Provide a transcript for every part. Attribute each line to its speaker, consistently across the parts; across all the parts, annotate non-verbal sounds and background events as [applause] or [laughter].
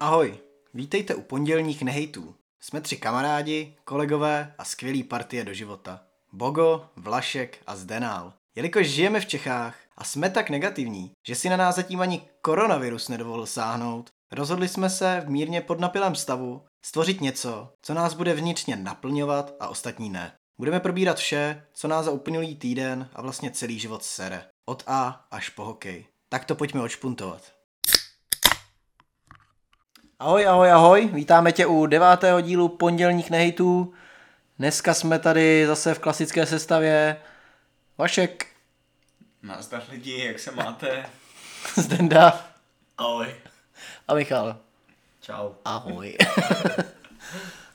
Speaker 1: Ahoj, vítejte u pondělních nehejtů. Jsme tři kamarádi, kolegové a skvělý partie do života. Bogo, Vlašek a Zdenál. Jelikož žijeme v Čechách a jsme tak negativní, že si na nás zatím ani koronavirus nedovolil sáhnout, rozhodli jsme se v mírně podnapilém stavu stvořit něco, co nás bude vnitřně naplňovat a ostatní ne. Budeme probírat vše, co nás za uplynulý týden a vlastně celý život sere. Od A až po hokej. Tak to pojďme odšpuntovat. Ahoj, ahoj, ahoj, vítáme tě u devátého dílu Pondělních nehejtů. Dneska jsme tady zase v klasické sestavě. Vašek, [laughs]
Speaker 2: Nazdar lidi, jak se máte?
Speaker 1: Zdenda
Speaker 2: Ahoj.
Speaker 1: a Michal.
Speaker 2: Čau.
Speaker 1: Ahoj. [laughs]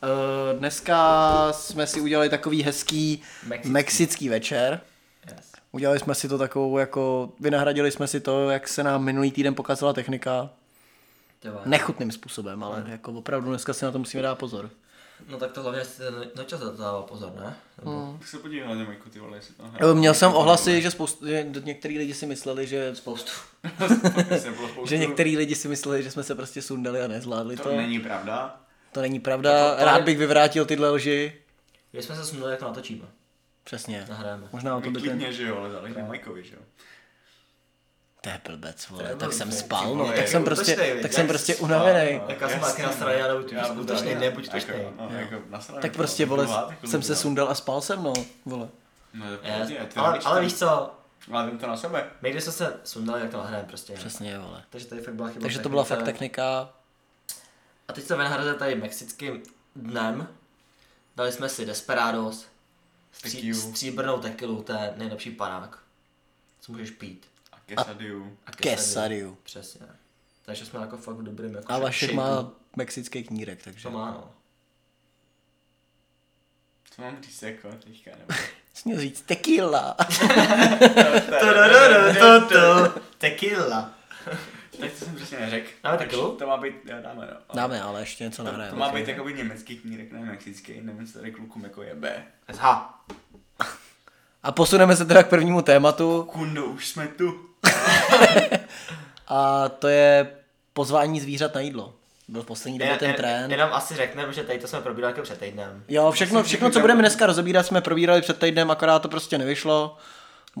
Speaker 1: Eh, Dneska jsme si udělali takový hezký
Speaker 2: Mexický.
Speaker 1: mexický večer.
Speaker 2: Yes.
Speaker 1: Udělali jsme si to takovou jako, vynahradili jsme si to, jak se nám minulý týden pokazala technika. Nechutným způsobem, ale jako opravdu dneska si na to musíme dát pozor.
Speaker 3: No tak to hlavně si ten nočas dával pozor, ne? Nebo... Hmm.
Speaker 2: Tak se podívej na Jamajku, ty vole, jestli tam
Speaker 1: Eh, Měl jsem ohlasy, že spoustu, že některý lidi si mysleli, že spoustu.
Speaker 2: [laughs]
Speaker 1: Že některý lidi si mysleli, že jsme se prostě sundali a nezvládli to.
Speaker 2: To není pravda.
Speaker 1: to není pravda,
Speaker 3: To- to-
Speaker 1: rád bych vyvrátil tyhle lži.
Speaker 3: Když jsme se sundali, jak to natočíme,
Speaker 1: Přesně.
Speaker 3: nahrajeme.
Speaker 1: Možná o No, to by ten... No.
Speaker 2: Klidně, že jo, ale záleží na Majkovi, že jo.
Speaker 1: To je blbec,
Speaker 3: To
Speaker 1: vole,
Speaker 3: je
Speaker 1: tak
Speaker 3: blbec,
Speaker 1: jsem
Speaker 3: ty
Speaker 1: spal, no,
Speaker 2: vole,
Speaker 1: tak jsem
Speaker 2: je
Speaker 1: prostě,
Speaker 2: útočnej,
Speaker 1: tak
Speaker 2: jak
Speaker 1: jsem
Speaker 2: jsi
Speaker 1: prostě
Speaker 2: spal,
Speaker 1: unavený.
Speaker 2: no.
Speaker 3: Tak já jsem
Speaker 2: Jasný.
Speaker 3: taky nasraný, já nebudu, ty
Speaker 2: Já
Speaker 3: jsi
Speaker 2: budu
Speaker 3: útočnej,
Speaker 2: taky,
Speaker 3: nebuď
Speaker 2: tak
Speaker 3: útočnej.
Speaker 2: jo, no, jako nasraný,
Speaker 1: Tak
Speaker 2: no,
Speaker 1: prostě, vole,
Speaker 2: druhá, tak to
Speaker 1: jsem se
Speaker 2: udělám.
Speaker 1: sundal a spal se mnou, vole.
Speaker 2: No, to je v
Speaker 3: Já,
Speaker 2: pohodě, ty
Speaker 3: ale,
Speaker 2: nevíš,
Speaker 3: ale
Speaker 2: to-
Speaker 3: víš co,
Speaker 2: Ale vím to na sebe.
Speaker 3: my když jsme se sundali, jak to nahrajeme prostě.
Speaker 1: Přesně, vole.
Speaker 3: Takže tady fakt byla chyba. v
Speaker 1: Takže to byla
Speaker 3: technice.
Speaker 1: fakt technika.
Speaker 3: A teď se vynahrazuje tady mexickým dnem. Dali jsme si Desperados, stří,
Speaker 2: Tequilu.
Speaker 3: stříbrnou tekilu, to je nejlepší panák, co můžeš pít.
Speaker 2: A Kesadiu.
Speaker 3: A quesadillu.
Speaker 1: Kesariu.
Speaker 3: Přesně. Takže jsme jako fakt v dobrým jako
Speaker 1: A
Speaker 3: ša-
Speaker 1: Vašek
Speaker 3: shapeu.
Speaker 1: má mexický knírek, takže.
Speaker 3: To má, no.
Speaker 2: Co mám říct jako teďka, nebo...
Speaker 1: Směl říct tequila.
Speaker 3: Tequila.
Speaker 2: Tak to jsem přesně neřekl.
Speaker 3: Dáme
Speaker 2: Takže
Speaker 3: tequilu?
Speaker 2: To má být, jo, dáme, no.
Speaker 1: Dáme, ale ještě něco
Speaker 2: To, to
Speaker 1: nahrajeme.
Speaker 2: má být jakoby německý knírek, ne mexický, nevím, co tady klukům jako jebe.
Speaker 3: SH.
Speaker 1: A posuneme se teda k prvnímu tématu.
Speaker 2: Kundo, už jsme tu.
Speaker 1: A to je pozvání zvířat na jídlo. Byl v poslední době ten trend.
Speaker 3: Jenom asi řekneme, že tady to jsme probírali jako před týdnem.
Speaker 1: Jo, všechno, všechno, co budeme dneska rozebírat, jsme probírali před týdnem, akorát to prostě nevyšlo.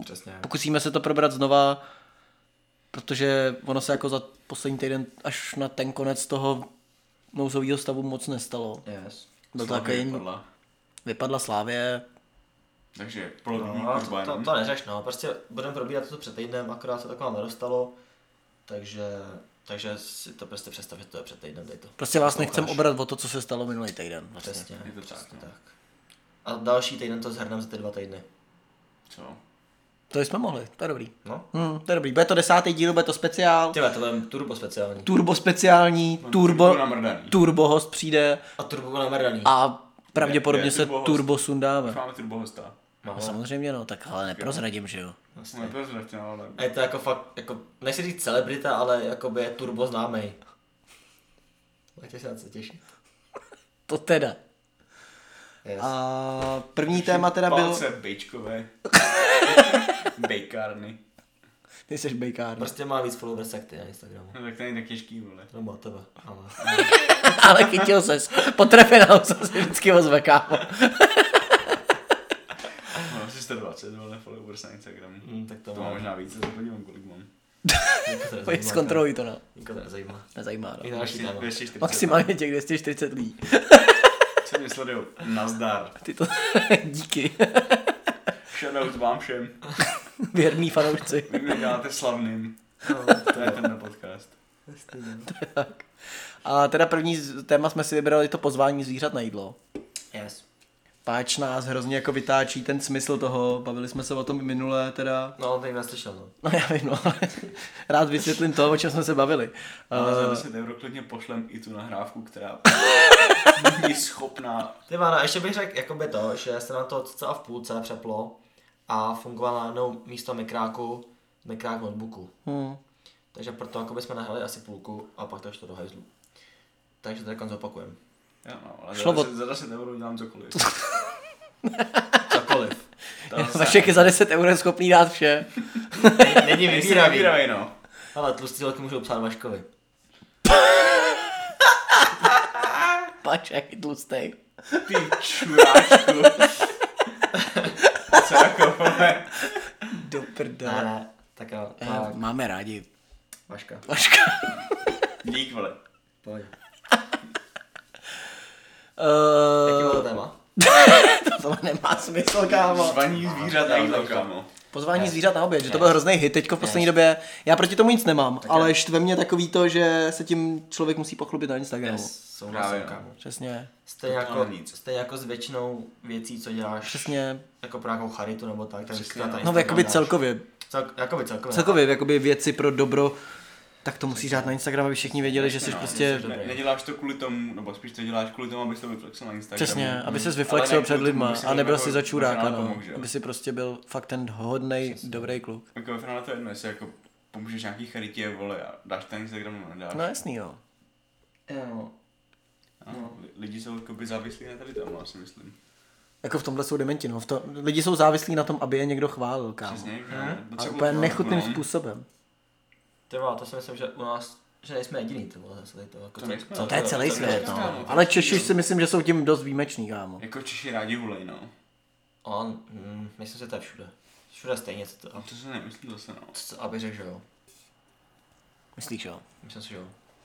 Speaker 3: Přesně.
Speaker 1: Pokusíme se to probrat znova, protože ono se jako za poslední týden až na ten konec toho nouzového stavu moc nestalo.
Speaker 3: Yes.
Speaker 1: Byl No to
Speaker 2: Slávě
Speaker 1: takový,
Speaker 2: vypadla.
Speaker 1: vypadla Slávě,
Speaker 2: Takže polovní
Speaker 3: No,
Speaker 2: kurva
Speaker 3: to, to,
Speaker 2: jenom.
Speaker 3: to neřeš, no. Prostě budeme probírat to před týdnem, akorát se taková nedostalo. Takže, takže si to prostě představ, že to je před týdnem, dej to.
Speaker 1: prostě vás nechcem obrat o to, co se stalo minulý týden. Vlastně.
Speaker 3: Přesně,
Speaker 2: Je to
Speaker 3: přesně
Speaker 2: tak, no.
Speaker 3: tak. A další týden to zhrneme za ty dva týdny.
Speaker 2: Co?
Speaker 1: To jsme mohli, to je dobrý.
Speaker 3: No.
Speaker 1: Hm, to je dobrý, bude to desátý díl, bude to speciál,
Speaker 3: Ty vole, to budeme turbo speciální.
Speaker 1: turbo speciální, turbo,
Speaker 2: No, turbo namrdaný.
Speaker 1: turbo host přijde
Speaker 3: A turbo namrdaný.
Speaker 1: a pravděpodobně
Speaker 2: Je- je
Speaker 1: se
Speaker 2: turbo host.
Speaker 1: turbo sundáme.
Speaker 2: Už máme turbo hosta.
Speaker 3: No,
Speaker 1: No samozřejmě no, tak ale neprozradím, že jo.
Speaker 2: Jsme to zvrátě, ale...
Speaker 3: A je to jako fakt, jako, nechci říct celebrita, ale jakoby je turbo známej. Máte se na co těšit.
Speaker 1: To teda.
Speaker 3: Yes. A...
Speaker 1: A první téma teda byl...
Speaker 2: Palce
Speaker 1: [laughs]
Speaker 2: bejčkové. Bejkárny.
Speaker 1: Ty jsi bejkár.
Speaker 3: Prostě má víc followers jak ty na Instagramu.
Speaker 2: No tak to není tak těžký, vole.
Speaker 3: No má tebe, ale...
Speaker 1: [laughs]
Speaker 3: [laughs]
Speaker 1: Ale chytil ses. Potrefená jsem si vždycky ozve, [laughs] kámo.
Speaker 2: Mám No, asi 120, vole, followers na Instagramu.
Speaker 3: Mm, tak to
Speaker 2: To
Speaker 3: má.
Speaker 2: mám možná víc, se podívám, kolik mám.
Speaker 3: Nikoho to
Speaker 1: Pojď,
Speaker 3: nezajímá,
Speaker 1: zkontroluj to, no.
Speaker 3: kámo. Nikoho to nezajímá.
Speaker 1: Nezajímá,
Speaker 3: I
Speaker 1: no.
Speaker 3: další téma.
Speaker 2: 240.
Speaker 1: Maximálně těch 240 lidí.
Speaker 2: Co mě sledují? Nazdar.
Speaker 1: Ty to... [laughs] Díky. [laughs]
Speaker 2: Shoutout vám všem.
Speaker 1: Věrný fanoušci. [laughs]
Speaker 2: Vy mě děláte slavným. To je tenhle podcast.
Speaker 1: tak. A teda první z- téma jsme si vybrali to pozvání zvířat na jídlo.
Speaker 3: Yes.
Speaker 1: Páč nás hrozně jako vytáčí ten smysl toho, bavili jsme se o tom i minule teda.
Speaker 3: No, on tady neslyšel, no.
Speaker 1: No já vím, no, [laughs] ale rád vysvětlím to, o čem jsme se bavili.
Speaker 2: Ale za
Speaker 1: Eh,
Speaker 2: 10 euro klidně pošlem i tu
Speaker 1: [laughs]
Speaker 2: nahrávku, která není schopná
Speaker 3: Ty vána, ještě bych řekl jakoby to, že se nám to celá v půlce přeplo a fungovala najednou místo mikráku, mikrák notebooku.
Speaker 1: hm.
Speaker 3: Takže proto jakoby jsme nahráli asi půlku a pak to šlo do hajzlu. Takže to takhle zopakujeme.
Speaker 2: Já no, ale
Speaker 1: Šlo
Speaker 2: Šlo za,
Speaker 1: od-
Speaker 2: 10, za 10 euro udělám cokoliv.
Speaker 1: [laughs]
Speaker 3: [laughs] Cokoliv.
Speaker 1: Vašek je za 10 eur je schopný dát vše. [laughs]
Speaker 3: Není- Není
Speaker 2: Nejsem
Speaker 3: vybíravý.
Speaker 2: vybíravý, no.
Speaker 3: Ale tlustý holky můžou psát Vaškovi.
Speaker 1: máš jaký tlustej.
Speaker 2: Ty čuráčku. Co jako, vole?
Speaker 1: Do
Speaker 3: Ne,
Speaker 1: prdele.
Speaker 3: ne, Ehm. tak jo,
Speaker 1: Eh,
Speaker 3: tak,
Speaker 1: Máme rádi
Speaker 3: Vaška,
Speaker 1: Vaška. [laughs]
Speaker 2: Dík, vole.
Speaker 3: pojď. Jaký
Speaker 1: Eh,
Speaker 3: bylo téma?
Speaker 1: [laughs] to nemá smysl, kámo. Eh,
Speaker 2: Zvaní zvířat na jídlo, kámo.
Speaker 1: Pozvání zvířat na oběd, že to byl hrozný hit teďko v poslední době. Já proti tomu nic nemám, ale štve mě takový to, že se tím člověk musí pochlubit na Instagramu.
Speaker 2: Právě,
Speaker 3: Souhlasím,
Speaker 2: no.
Speaker 3: kámo.
Speaker 1: Přesně,
Speaker 3: Stejně jako,
Speaker 2: není nic.
Speaker 3: stejně jako s většinou věcí, co děláš,
Speaker 1: přesně.
Speaker 3: jako pro nějakou charitu nebo tak, tak vždycky na ta
Speaker 1: No
Speaker 3: Instagram
Speaker 1: jakoby
Speaker 3: dáš.
Speaker 1: celkově,
Speaker 3: Cel, jakoby celkově.
Speaker 1: celkově jakoby věci pro dobro, tak to musíš dát na Instagram, aby všichni věděli, že jsi
Speaker 2: No,
Speaker 1: prostě...
Speaker 2: Ne, neděláš to kvůli tomu, nebo spíš to děláš kvůli tomu, abys to vyflexil na Instagramu.
Speaker 1: Přesně, aby ses
Speaker 2: hmm. Ale
Speaker 1: vyflexil
Speaker 2: ne
Speaker 1: před
Speaker 2: kvůli tomu,
Speaker 1: lidma
Speaker 2: aby si
Speaker 1: a
Speaker 2: to
Speaker 1: nebyl
Speaker 2: jako
Speaker 1: si za čuráka,
Speaker 2: možná
Speaker 1: no.
Speaker 2: pomohl, že jo.
Speaker 1: Aby si prostě byl fakt ten hodnej, dobrý kluk.
Speaker 2: Jako ve finále to je jedno, jestli jako pomůžeš nějaký charitě, vole, a dáš to na Instagram, nebo nedáš.
Speaker 1: No jasný, jo.
Speaker 3: Jo,
Speaker 2: No, li- lidi jsou jakoby závislí na tady tom, já si myslím.
Speaker 1: Jako v tomhle jsou dementi, no. V to, lidi jsou závislí na tom, aby je někdo chválil, kámo.
Speaker 2: Přesně, kámo.
Speaker 1: Hm? A
Speaker 2: Docela
Speaker 1: úplně
Speaker 2: to-
Speaker 1: nechutným
Speaker 2: no.
Speaker 1: způsobem.
Speaker 3: ty vole, to si myslím, že u nás, že nejsme jediný, ty vole, zase tady to. Jako
Speaker 2: To nejsme. no.
Speaker 1: To je celý
Speaker 2: To je
Speaker 1: svět,
Speaker 2: jasná,
Speaker 1: no.
Speaker 2: no.
Speaker 1: Ale Češi si myslím, že jsou tím dost výjimečný, kámo.
Speaker 2: Jako Češi rádi hulej, no.
Speaker 3: On, mm, myslím, že to je všude. Všude stejně, co to,
Speaker 2: A to se nemyslí zase, no.
Speaker 3: co, aby řekl, že jo.
Speaker 1: Myslíš, jo?
Speaker 3: Myslím si, že jo.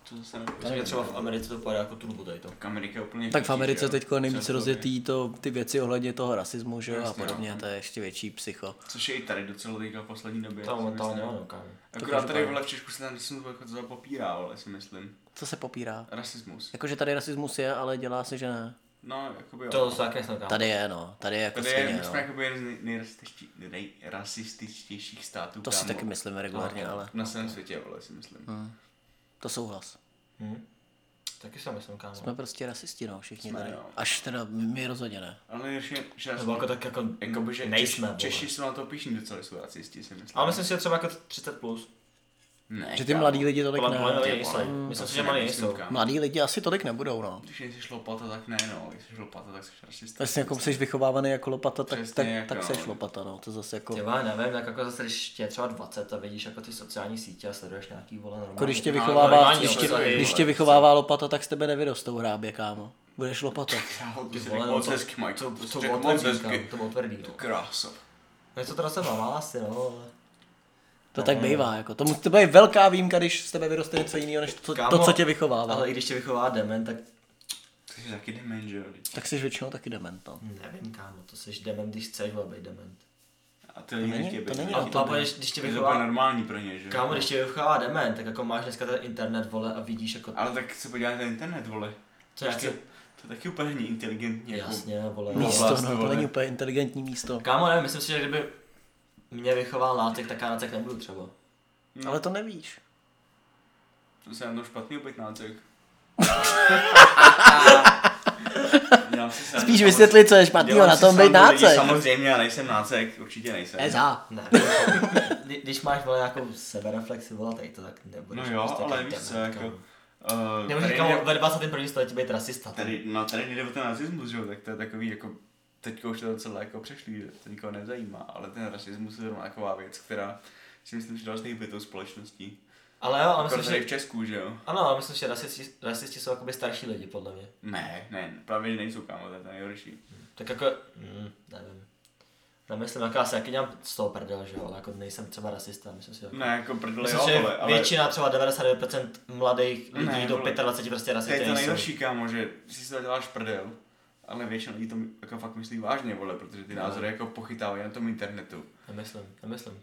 Speaker 2: To zase nemyslí.
Speaker 3: Myslím, že třeba v Americe to padá jako turbo tady to.
Speaker 2: Tak Amerika je úplně...
Speaker 1: Tak v
Speaker 2: chutí, že
Speaker 1: Americe
Speaker 2: jo?
Speaker 1: teď nejvíc
Speaker 2: Celkově.
Speaker 1: rozjetý to, ty věci ohledně toho rasismu, že jo, a
Speaker 2: Jasně, no.
Speaker 1: podobně, to je ještě větší psycho.
Speaker 2: Což je i tady docela teďka v poslední době.
Speaker 3: To
Speaker 2: si
Speaker 3: momentálně
Speaker 2: myslím.
Speaker 3: ano, kámo.
Speaker 2: Akorát tady
Speaker 1: každopádně.
Speaker 2: vole v Češku se nám jsem to jako to popírá, ale si myslím.
Speaker 1: Co se popírá?
Speaker 2: Rasismus.
Speaker 1: Jakože tady rasismus je, ale dělá se, že ne.
Speaker 2: No, jakoby jo.
Speaker 3: To se taky nesmím, kámo.
Speaker 1: Tady je, no. Tady je jako
Speaker 2: Tady je,
Speaker 1: stejně,
Speaker 2: my
Speaker 1: no.
Speaker 2: jsme jakoby jeden z nej- nejrasističtí- nejrasističtějších států,
Speaker 1: To si taky myslím Hmm. regulárně, ale
Speaker 2: Na celém světě, vole, si myslím.
Speaker 1: to souhlas.
Speaker 3: Hm? Taky si myslím, kámo.
Speaker 1: Jsme prostě rasisti, no, všichni
Speaker 2: Jsme,
Speaker 1: tady.
Speaker 2: jo.
Speaker 1: Až teda my rozhodně ne.
Speaker 2: Ale nejhorší je, že
Speaker 3: Nebo jako tak jako,
Speaker 2: jakoby, že Češ,
Speaker 3: nejsme, vole.
Speaker 2: Češi jsou na to píšní docela, jsou racisti, si myslím.
Speaker 3: Ale myslím si, že třeba jako 30 plus.
Speaker 2: ne,
Speaker 1: Že ty
Speaker 2: kámo.
Speaker 1: mladí lidi tolik
Speaker 3: Podle mě
Speaker 1: ne.
Speaker 3: mladí
Speaker 2: ty vole.
Speaker 3: nejsou. Myslím
Speaker 2: To
Speaker 3: si,
Speaker 2: si
Speaker 3: že mladí
Speaker 2: nemyslím,
Speaker 3: nejsou.
Speaker 2: kámo.
Speaker 1: Mladí lidi asi tolik nebudou, no.
Speaker 2: Když jsi lopata, tak ne, no. Když jsi lopata, tak jsi rasista.
Speaker 1: Vlastně jako jsi vychovávaný jako lopata, tak,
Speaker 2: Přesně
Speaker 1: tak,
Speaker 2: jak,
Speaker 1: tak
Speaker 2: no.
Speaker 1: seš lopata, no. To zase jako...
Speaker 3: Ty vole, nevím, tak jako zase, když tě je třeba 20 a vidíš jako ty sociální sítě a sleduješ nějaký vole normální.
Speaker 1: Jako když tě
Speaker 3: No,
Speaker 1: vychovává,
Speaker 3: normální
Speaker 1: když tě,
Speaker 3: obsahy,
Speaker 1: když tě
Speaker 3: vole.
Speaker 1: vychovává lopata, tak z tebe nevyrostou hrábě, kámo. Budeš lopata.
Speaker 2: Kámo, to
Speaker 3: Ty
Speaker 2: jsi
Speaker 3: vole,
Speaker 2: řekl
Speaker 3: no
Speaker 2: moc
Speaker 3: to-
Speaker 2: hezky, Mike.
Speaker 3: To,
Speaker 2: jsi
Speaker 3: to,
Speaker 2: řekl
Speaker 3: bylo
Speaker 2: moc
Speaker 3: tvrdý, kámo,
Speaker 2: hezky.
Speaker 3: to bylo tvrdý,
Speaker 2: Tu
Speaker 3: no.
Speaker 2: Krása.
Speaker 3: No to teda se bavá asi, no. ale-
Speaker 1: To tak bývá, jako. To, mu- to bude velká výjimka, když z tebe vyroste něco jiného, než to, to
Speaker 3: Kámo,
Speaker 1: co tě vychovává.
Speaker 3: Ale i když tě vychová dement, tak
Speaker 2: Ty jsi taky dement, že jo? teď.
Speaker 1: Tak jsi většinou taky dement, no.
Speaker 3: nevím, kámo, to jsi dement, když chceš vole, být dement.
Speaker 2: A ty lidi
Speaker 1: není-
Speaker 2: nechtějí
Speaker 1: to
Speaker 2: být
Speaker 1: není
Speaker 2: dement.
Speaker 1: o
Speaker 3: A
Speaker 1: to
Speaker 3: pak,
Speaker 1: ne.
Speaker 3: když, když tě
Speaker 2: To je úplně
Speaker 3: vychová,
Speaker 2: normální pro ně, že jo?
Speaker 3: kámo, když tě vychová dement, tak jako máš dneska ten internet, vole, a vidíš jako,
Speaker 2: Ale tak se podívej na ten internet, vole.
Speaker 3: co jak
Speaker 2: Prostě
Speaker 3: se,
Speaker 2: To je taky úplně není inteligentní. jako-
Speaker 3: jasně, vlastně, vole.
Speaker 1: Místo,
Speaker 2: Oblast,
Speaker 1: no, to
Speaker 2: vole.
Speaker 1: není úplně inteligentní místo.
Speaker 3: Kámo, nevím, myslím si, že kdyby mě vychoval nácek, tak já nácek nebudu třeba.
Speaker 2: No.
Speaker 1: Ale to nevíš.
Speaker 2: To se na tom špatný opětnácek.
Speaker 3: [laughs]
Speaker 2: Dělám si srandu,
Speaker 1: Spíš
Speaker 2: samozřejmě.
Speaker 1: vysvětlit, co je špatného
Speaker 2: Dělám
Speaker 1: na
Speaker 2: si
Speaker 1: tom být
Speaker 2: srandu lidí,
Speaker 1: nácek.
Speaker 2: Samozřejmě, já nejsem nácek, určitě nejsem.
Speaker 1: Eza.
Speaker 3: Ne, jako, kdy- když máš vole nějakou sebereflexi, vole, tady to tak nebudeš.
Speaker 2: No jo, ale
Speaker 3: jaký
Speaker 2: víš co,
Speaker 3: dement,
Speaker 2: jako,
Speaker 3: Prostě kámo.
Speaker 2: Uh,
Speaker 3: Nemůžeš
Speaker 2: tady,
Speaker 3: kámo
Speaker 2: jde,
Speaker 3: ve 21. století být rasista. ty.
Speaker 2: tady, no, tady nejde o ten rasismus, že jo, tak to je takový jako teďka už to docela jako přešlý, že to nikoho nezajímá, ale ten rasismus je zrovna taková věc, která si myslím, že dál nejbytou společností.
Speaker 3: Ale jo, ale
Speaker 2: Jako
Speaker 3: myslím,
Speaker 2: tady
Speaker 3: že...
Speaker 2: v Česku, že jo?
Speaker 3: Ano, ale myslím, že rasisti, rasisti jsou jakoby starší lidi, podle mě.
Speaker 2: Ne, ne, právě že nejsou kámo, to je to nejhorší.
Speaker 3: Tak jako, mm, nevím. Nemyslím, jako asi jaký dělám z toho prdel, že jo, ale jako nejsem třeba rasista, myslím si, jako...
Speaker 2: Ne, jako prdele,
Speaker 3: Myslím,
Speaker 2: jo,
Speaker 3: že
Speaker 2: vole, ale...
Speaker 3: většina, třeba 99% mladých lidí
Speaker 2: Ne,
Speaker 3: do
Speaker 2: vole.
Speaker 3: 25 prostě
Speaker 2: To je
Speaker 3: rasisté
Speaker 2: to
Speaker 3: nejsou.
Speaker 2: nejhorší, kámo, že si z toho děláš prdel, ale většina lidí to jako fakt myslí vážně, vole, protože
Speaker 3: No.
Speaker 2: ty názory jako pochytávají na tom internetu.
Speaker 3: Nemyslím, nemyslím.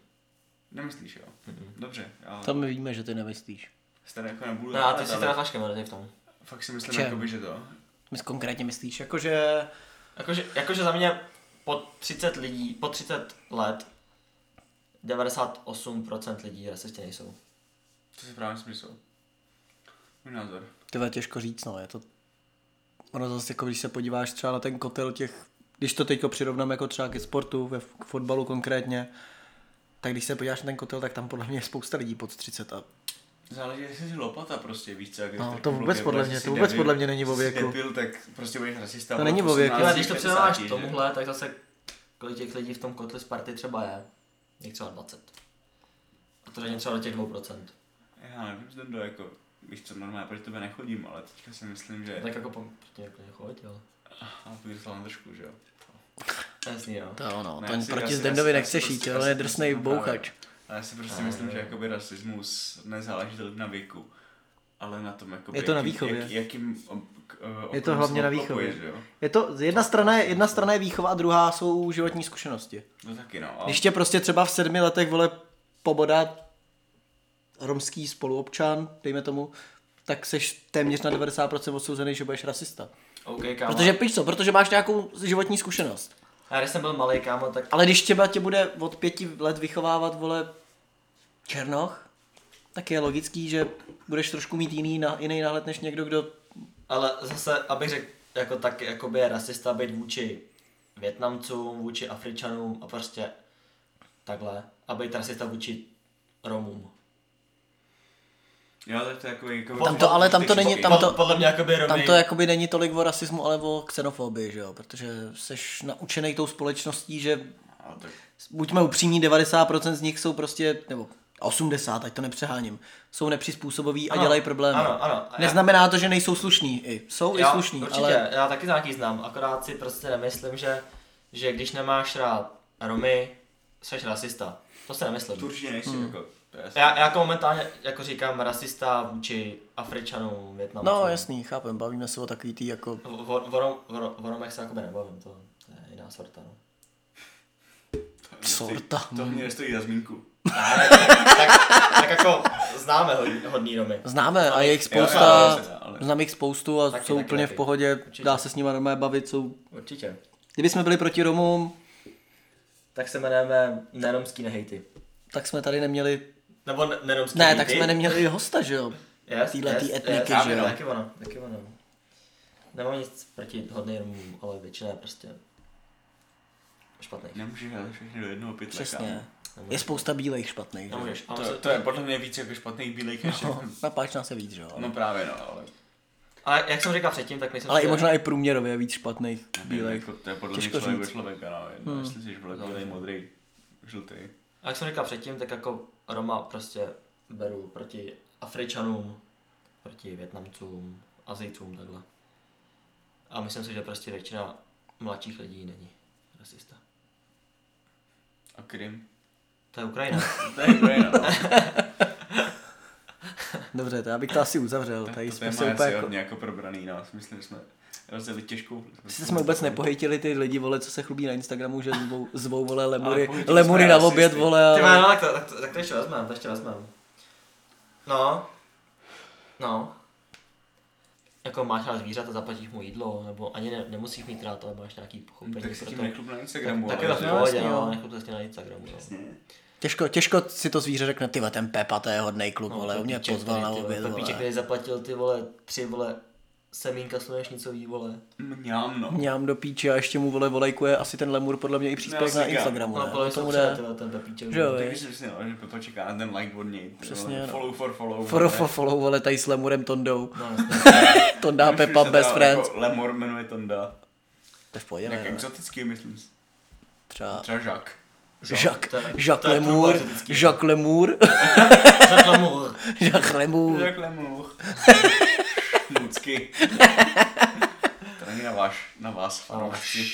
Speaker 2: Nemyslíš, jo? Dobře, já
Speaker 1: To my víme, že ty nemyslíš.
Speaker 2: se tady jako nebudu
Speaker 3: No a ty
Speaker 2: hádat,
Speaker 3: jsi
Speaker 2: ale
Speaker 3: teda faškem, ale tady v tom.
Speaker 2: fakt si myslím,
Speaker 1: Čem?
Speaker 2: jakoby, že to.
Speaker 1: My konkrétně myslíš, jakože...
Speaker 3: Jakože, jakože za mě po 30 lidí, po 30 let 98% lidí rasisti nejsou.
Speaker 2: To si právě myslím, že jsou. Můj názor.
Speaker 1: Ty vole, těžko říct, no, je to... Ono zase, jako když se podíváš třeba na ten kotel těch, když to teďko přirovnám jako třeba ke sportu, ve, k fotbalu konkrétně, tak když se podíváš na ten kotel, tak tam podle mě je spousta lidí pod 30 a
Speaker 2: Záleží, jestli jsi lopata prostě, víš co, jak
Speaker 1: No,
Speaker 2: jsi
Speaker 1: to
Speaker 2: trochu
Speaker 1: vůbec podle
Speaker 2: jestli
Speaker 1: mě,
Speaker 2: jsi
Speaker 1: to vůbec
Speaker 2: debil,
Speaker 1: podle mě není o
Speaker 2: jestli jsi
Speaker 1: věku.
Speaker 2: Debil, tak prostě budeš rasista.
Speaker 1: To
Speaker 2: vole,
Speaker 1: není o
Speaker 2: v
Speaker 1: věku.
Speaker 2: 18,
Speaker 3: Ale když to
Speaker 2: 50,
Speaker 3: přirovnáš
Speaker 2: že?
Speaker 3: tomuhle, tak zase kolik těch lidí v tom kotli z party třeba je? Jich třeba 20. A to není třeba do těch 2%.
Speaker 2: Já nevím, zde to jako... víš co, normálně proti tebe nechodím, ale teďka si myslím, že...
Speaker 3: Tak jako po, proti jako choď, ale...
Speaker 2: A půjdu s Landršku, že jo?
Speaker 3: Jasný, jo.
Speaker 1: To ono,
Speaker 2: Ne,
Speaker 1: ten
Speaker 2: já si- já
Speaker 1: proti
Speaker 2: si-
Speaker 1: Zdendovi
Speaker 2: já si- já si
Speaker 1: nechceš
Speaker 2: prostě-
Speaker 1: jít,
Speaker 2: já si
Speaker 1: on je
Speaker 2: prostě
Speaker 1: drsnej
Speaker 2: myslím právě.
Speaker 1: bouchač. No,
Speaker 2: A já si prostě
Speaker 3: Ne,
Speaker 2: myslím,
Speaker 3: ne,
Speaker 2: že
Speaker 3: ne.
Speaker 2: jakoby rasismus nezáleží tolik na věku, ale na tom, jakoby,
Speaker 1: Je to na
Speaker 2: jakým-
Speaker 1: výchově.
Speaker 2: Jak, jakým ob, k, eh,
Speaker 1: Je to
Speaker 2: okolím
Speaker 1: hlavně
Speaker 2: se
Speaker 1: na
Speaker 2: obklopuješ,
Speaker 1: výchově.
Speaker 2: že jo?
Speaker 1: Je to, jedna strana je, jedna strana je výchova a druhá jsou životní zkušenosti.
Speaker 2: No taky no. A
Speaker 1: Když tě prostě třeba v sedmi letech, vole, pobodá romský spoluobčan, dejme tomu, tak seš téměř na 90% odsouzený, že budeš rasista.
Speaker 3: OK, kámo.
Speaker 1: Protože pič co, protože máš nějakou životní zkušenost.
Speaker 3: A když jsem byl malý, kámo, tak
Speaker 1: Ale když třeba tě bude od pěti let vychovávat, vole, černoch, tak je logický, že budeš trošku mít jiný, na, jiný náhled než někdo, kdo...
Speaker 3: Ale zase, abych řekl, jako tak jakoby je rasista být vůči Větnamcům, vůči Afričanům a prostě takhle. A být rasista vůči Romům.
Speaker 2: Jo, tak to je jako, jako
Speaker 1: Tam to- ale tam to není- tam-
Speaker 3: Pod- podle mě jakoby Romy...
Speaker 1: Tam to jakoby není tolik o rasismu, ale o xenofobii, že jo? Protože seš naučený tou společností, že
Speaker 2: A tak,
Speaker 1: buďme upřímní, 90% z nich jsou prostě, nebo 80, ať to nepřeháním, jsou nepřizpůsoboví a
Speaker 3: Ano,
Speaker 1: dělají problémy.
Speaker 3: ano, ano. A já-
Speaker 1: Neznamená to, že nejsou slušní. I. Jsou i
Speaker 3: já,
Speaker 1: slušní,
Speaker 3: určitě,
Speaker 1: ale
Speaker 3: já taky nějaký znám, akorát si prostě nemyslím, že, že když nemáš rád Romy, jsi rasista. To si nemyslím.
Speaker 2: to určitě nejsi,
Speaker 1: Hmm.
Speaker 2: jako, to je
Speaker 3: Já, já jako momentálně jako říkám rasista vůči Afričanům, Větnamcům.
Speaker 1: no jasný, chápem, bavíme se o takový tý jako...
Speaker 3: O- o- o Rom- o Rom- o Romech se jakoby nebavím, to to je jiná sorta, no.
Speaker 2: to-
Speaker 1: sorta.
Speaker 2: To mě nestojí za zmínku.
Speaker 3: tak, tak jako známe hodný, hodný Romy.
Speaker 1: Známe a je jich
Speaker 2: jo,
Speaker 1: spousta,
Speaker 2: jo, jo, jo, jo.
Speaker 1: znám jich spoustu a
Speaker 3: Taky,
Speaker 1: jsou
Speaker 3: taky,
Speaker 1: úplně
Speaker 3: taky.
Speaker 1: v pohodě,
Speaker 3: Určitě.
Speaker 1: dá se s nimi normálně bavit, jsou...
Speaker 3: Určitě.
Speaker 1: Kdyby jsme byli proti Romům,
Speaker 3: Tak se jmenujeme neromský nehejty.
Speaker 1: tak jsme tady neměli...
Speaker 3: Nebo ne- neromský
Speaker 1: Ne,
Speaker 3: hejty.
Speaker 1: tak jsme neměli hosta, že jo?
Speaker 3: yes,
Speaker 1: týhle
Speaker 3: yes,
Speaker 1: tý
Speaker 3: yes,
Speaker 1: etniky,
Speaker 3: já
Speaker 1: že
Speaker 3: vím,
Speaker 1: jo.
Speaker 3: Taky ono, taky ono. Nemám nic proti hodným Romům, ale většina je prostě špatných.
Speaker 2: Nemůžeš dát všechny do jednoho pytle,
Speaker 1: Přesně.
Speaker 2: kámo.
Speaker 1: Je spousta bílejch špatných, že jo?
Speaker 3: Nemůžeš. Ale,
Speaker 2: To, to, je podle mě víc jako špatných bílejch než no.
Speaker 1: Napáčná se víc, že jo?
Speaker 2: no právě no, ale...
Speaker 3: ale jak jsem říkal předtím, tak nejsem
Speaker 1: Ale i
Speaker 3: si-
Speaker 1: možná i průměrově je víc špatných bílejch.
Speaker 2: Jako, to je podle mě
Speaker 1: Těžko
Speaker 2: člověk od
Speaker 1: říct.
Speaker 2: člověka, no. Jedno, hmm. jestli jsi vole bílej, modrý, žlutý.
Speaker 3: A jak jsem říkal předtím, tak jako Roma prostě beru proti Afričanům, proti Větnamcům, Azijcům, takhle. A myslím si, že prostě většina mladších lidí není rasista.
Speaker 2: A Krym?
Speaker 3: To
Speaker 1: [laughs]
Speaker 3: je Ukrajina.
Speaker 2: To je Ukrajina, no.
Speaker 1: Dobře, to já bych to asi uzavřel.
Speaker 2: Tak
Speaker 1: Tady
Speaker 2: to
Speaker 1: jsme
Speaker 2: téma
Speaker 1: se
Speaker 2: je
Speaker 1: úplně
Speaker 2: asi
Speaker 1: jako...
Speaker 2: hodně jako probraný, no. Myslím, že jsme rozdělili těžkou.
Speaker 1: Sice jsme vůbec nepohejtili ty lidi, vole, co se chlubí na Instagramu, že zvou, zvou vole, lemury,
Speaker 2: pohytili
Speaker 1: lemury
Speaker 2: jsme
Speaker 1: na
Speaker 2: rasisty.
Speaker 1: oběd, vole,
Speaker 3: Ty má,
Speaker 1: ale...
Speaker 3: no, tak to, tak, to, tak to ještě vezmem, to ještě vezmem. No. No. Jako máš rád zvířata, zaplatíš mu jídlo, nebo ani ne, nemusíš mít rád, ale máš nějaký pochopení
Speaker 2: Tak
Speaker 3: pro
Speaker 2: si tím
Speaker 3: to.
Speaker 2: neklub na Instagramu,
Speaker 3: tak,
Speaker 2: ale
Speaker 3: tak je
Speaker 2: že-
Speaker 3: to
Speaker 1: jo,
Speaker 3: v pohodě,
Speaker 1: jasně,
Speaker 3: no,
Speaker 1: jo.
Speaker 3: nechop to s tím na Instagramu. No.
Speaker 1: Těžko, těžko si to zvíře řekne, ty vole, ten Pepa, to je hodnej kluk,
Speaker 3: No,
Speaker 1: vole, on mě
Speaker 3: Pepíček,
Speaker 1: pozval na
Speaker 3: který, ty vole,
Speaker 1: oběd,
Speaker 3: Pepíček,
Speaker 1: vole.
Speaker 3: který zaplatil ty vole tři vole semínka slunečnicový vole.
Speaker 2: Mňám, no.
Speaker 1: Mňám do píči a ještě mu vole volejkuje asi ten lemur podle mě i příspěvek
Speaker 2: No,
Speaker 1: na
Speaker 2: říkám.
Speaker 1: Instagramu,
Speaker 3: No,
Speaker 1: ne?
Speaker 3: podle mě
Speaker 1: To
Speaker 3: jsou
Speaker 1: mu
Speaker 3: přijel,
Speaker 1: jde.
Speaker 3: ty vole, ten Pepíček.
Speaker 1: Že jo,
Speaker 2: Takže si myslím, no, že Pepa čeká na ten like od něj. ty
Speaker 1: Přesně,
Speaker 2: vole,
Speaker 1: no.
Speaker 2: Follow for follow.
Speaker 1: For,
Speaker 2: vole.
Speaker 1: for follow, vole, tady s lemurem Tondou.
Speaker 3: No, jasně.
Speaker 1: Tonda
Speaker 2: Myslím,
Speaker 1: Pepa,
Speaker 2: že
Speaker 1: best
Speaker 2: teda
Speaker 1: friends.
Speaker 2: Jako Lemor jmenuje Tonda.
Speaker 1: To je v pohodě,
Speaker 2: Jak
Speaker 1: ne?
Speaker 2: exotický, myslím. si.
Speaker 1: Třeba
Speaker 2: Třeba Žak.
Speaker 3: To je-
Speaker 1: Jacques,
Speaker 3: to je
Speaker 1: Jacques
Speaker 3: klub
Speaker 1: Lemur,
Speaker 3: exotický.
Speaker 1: Jacques Lemur,
Speaker 3: Řekl mu,
Speaker 1: [laughs] Jacques Lemur.
Speaker 2: Jak [laughs] Lemur.
Speaker 1: [laughs]
Speaker 2: Lucky. To není na, váš, na vás,
Speaker 1: No,
Speaker 2: fanoušci.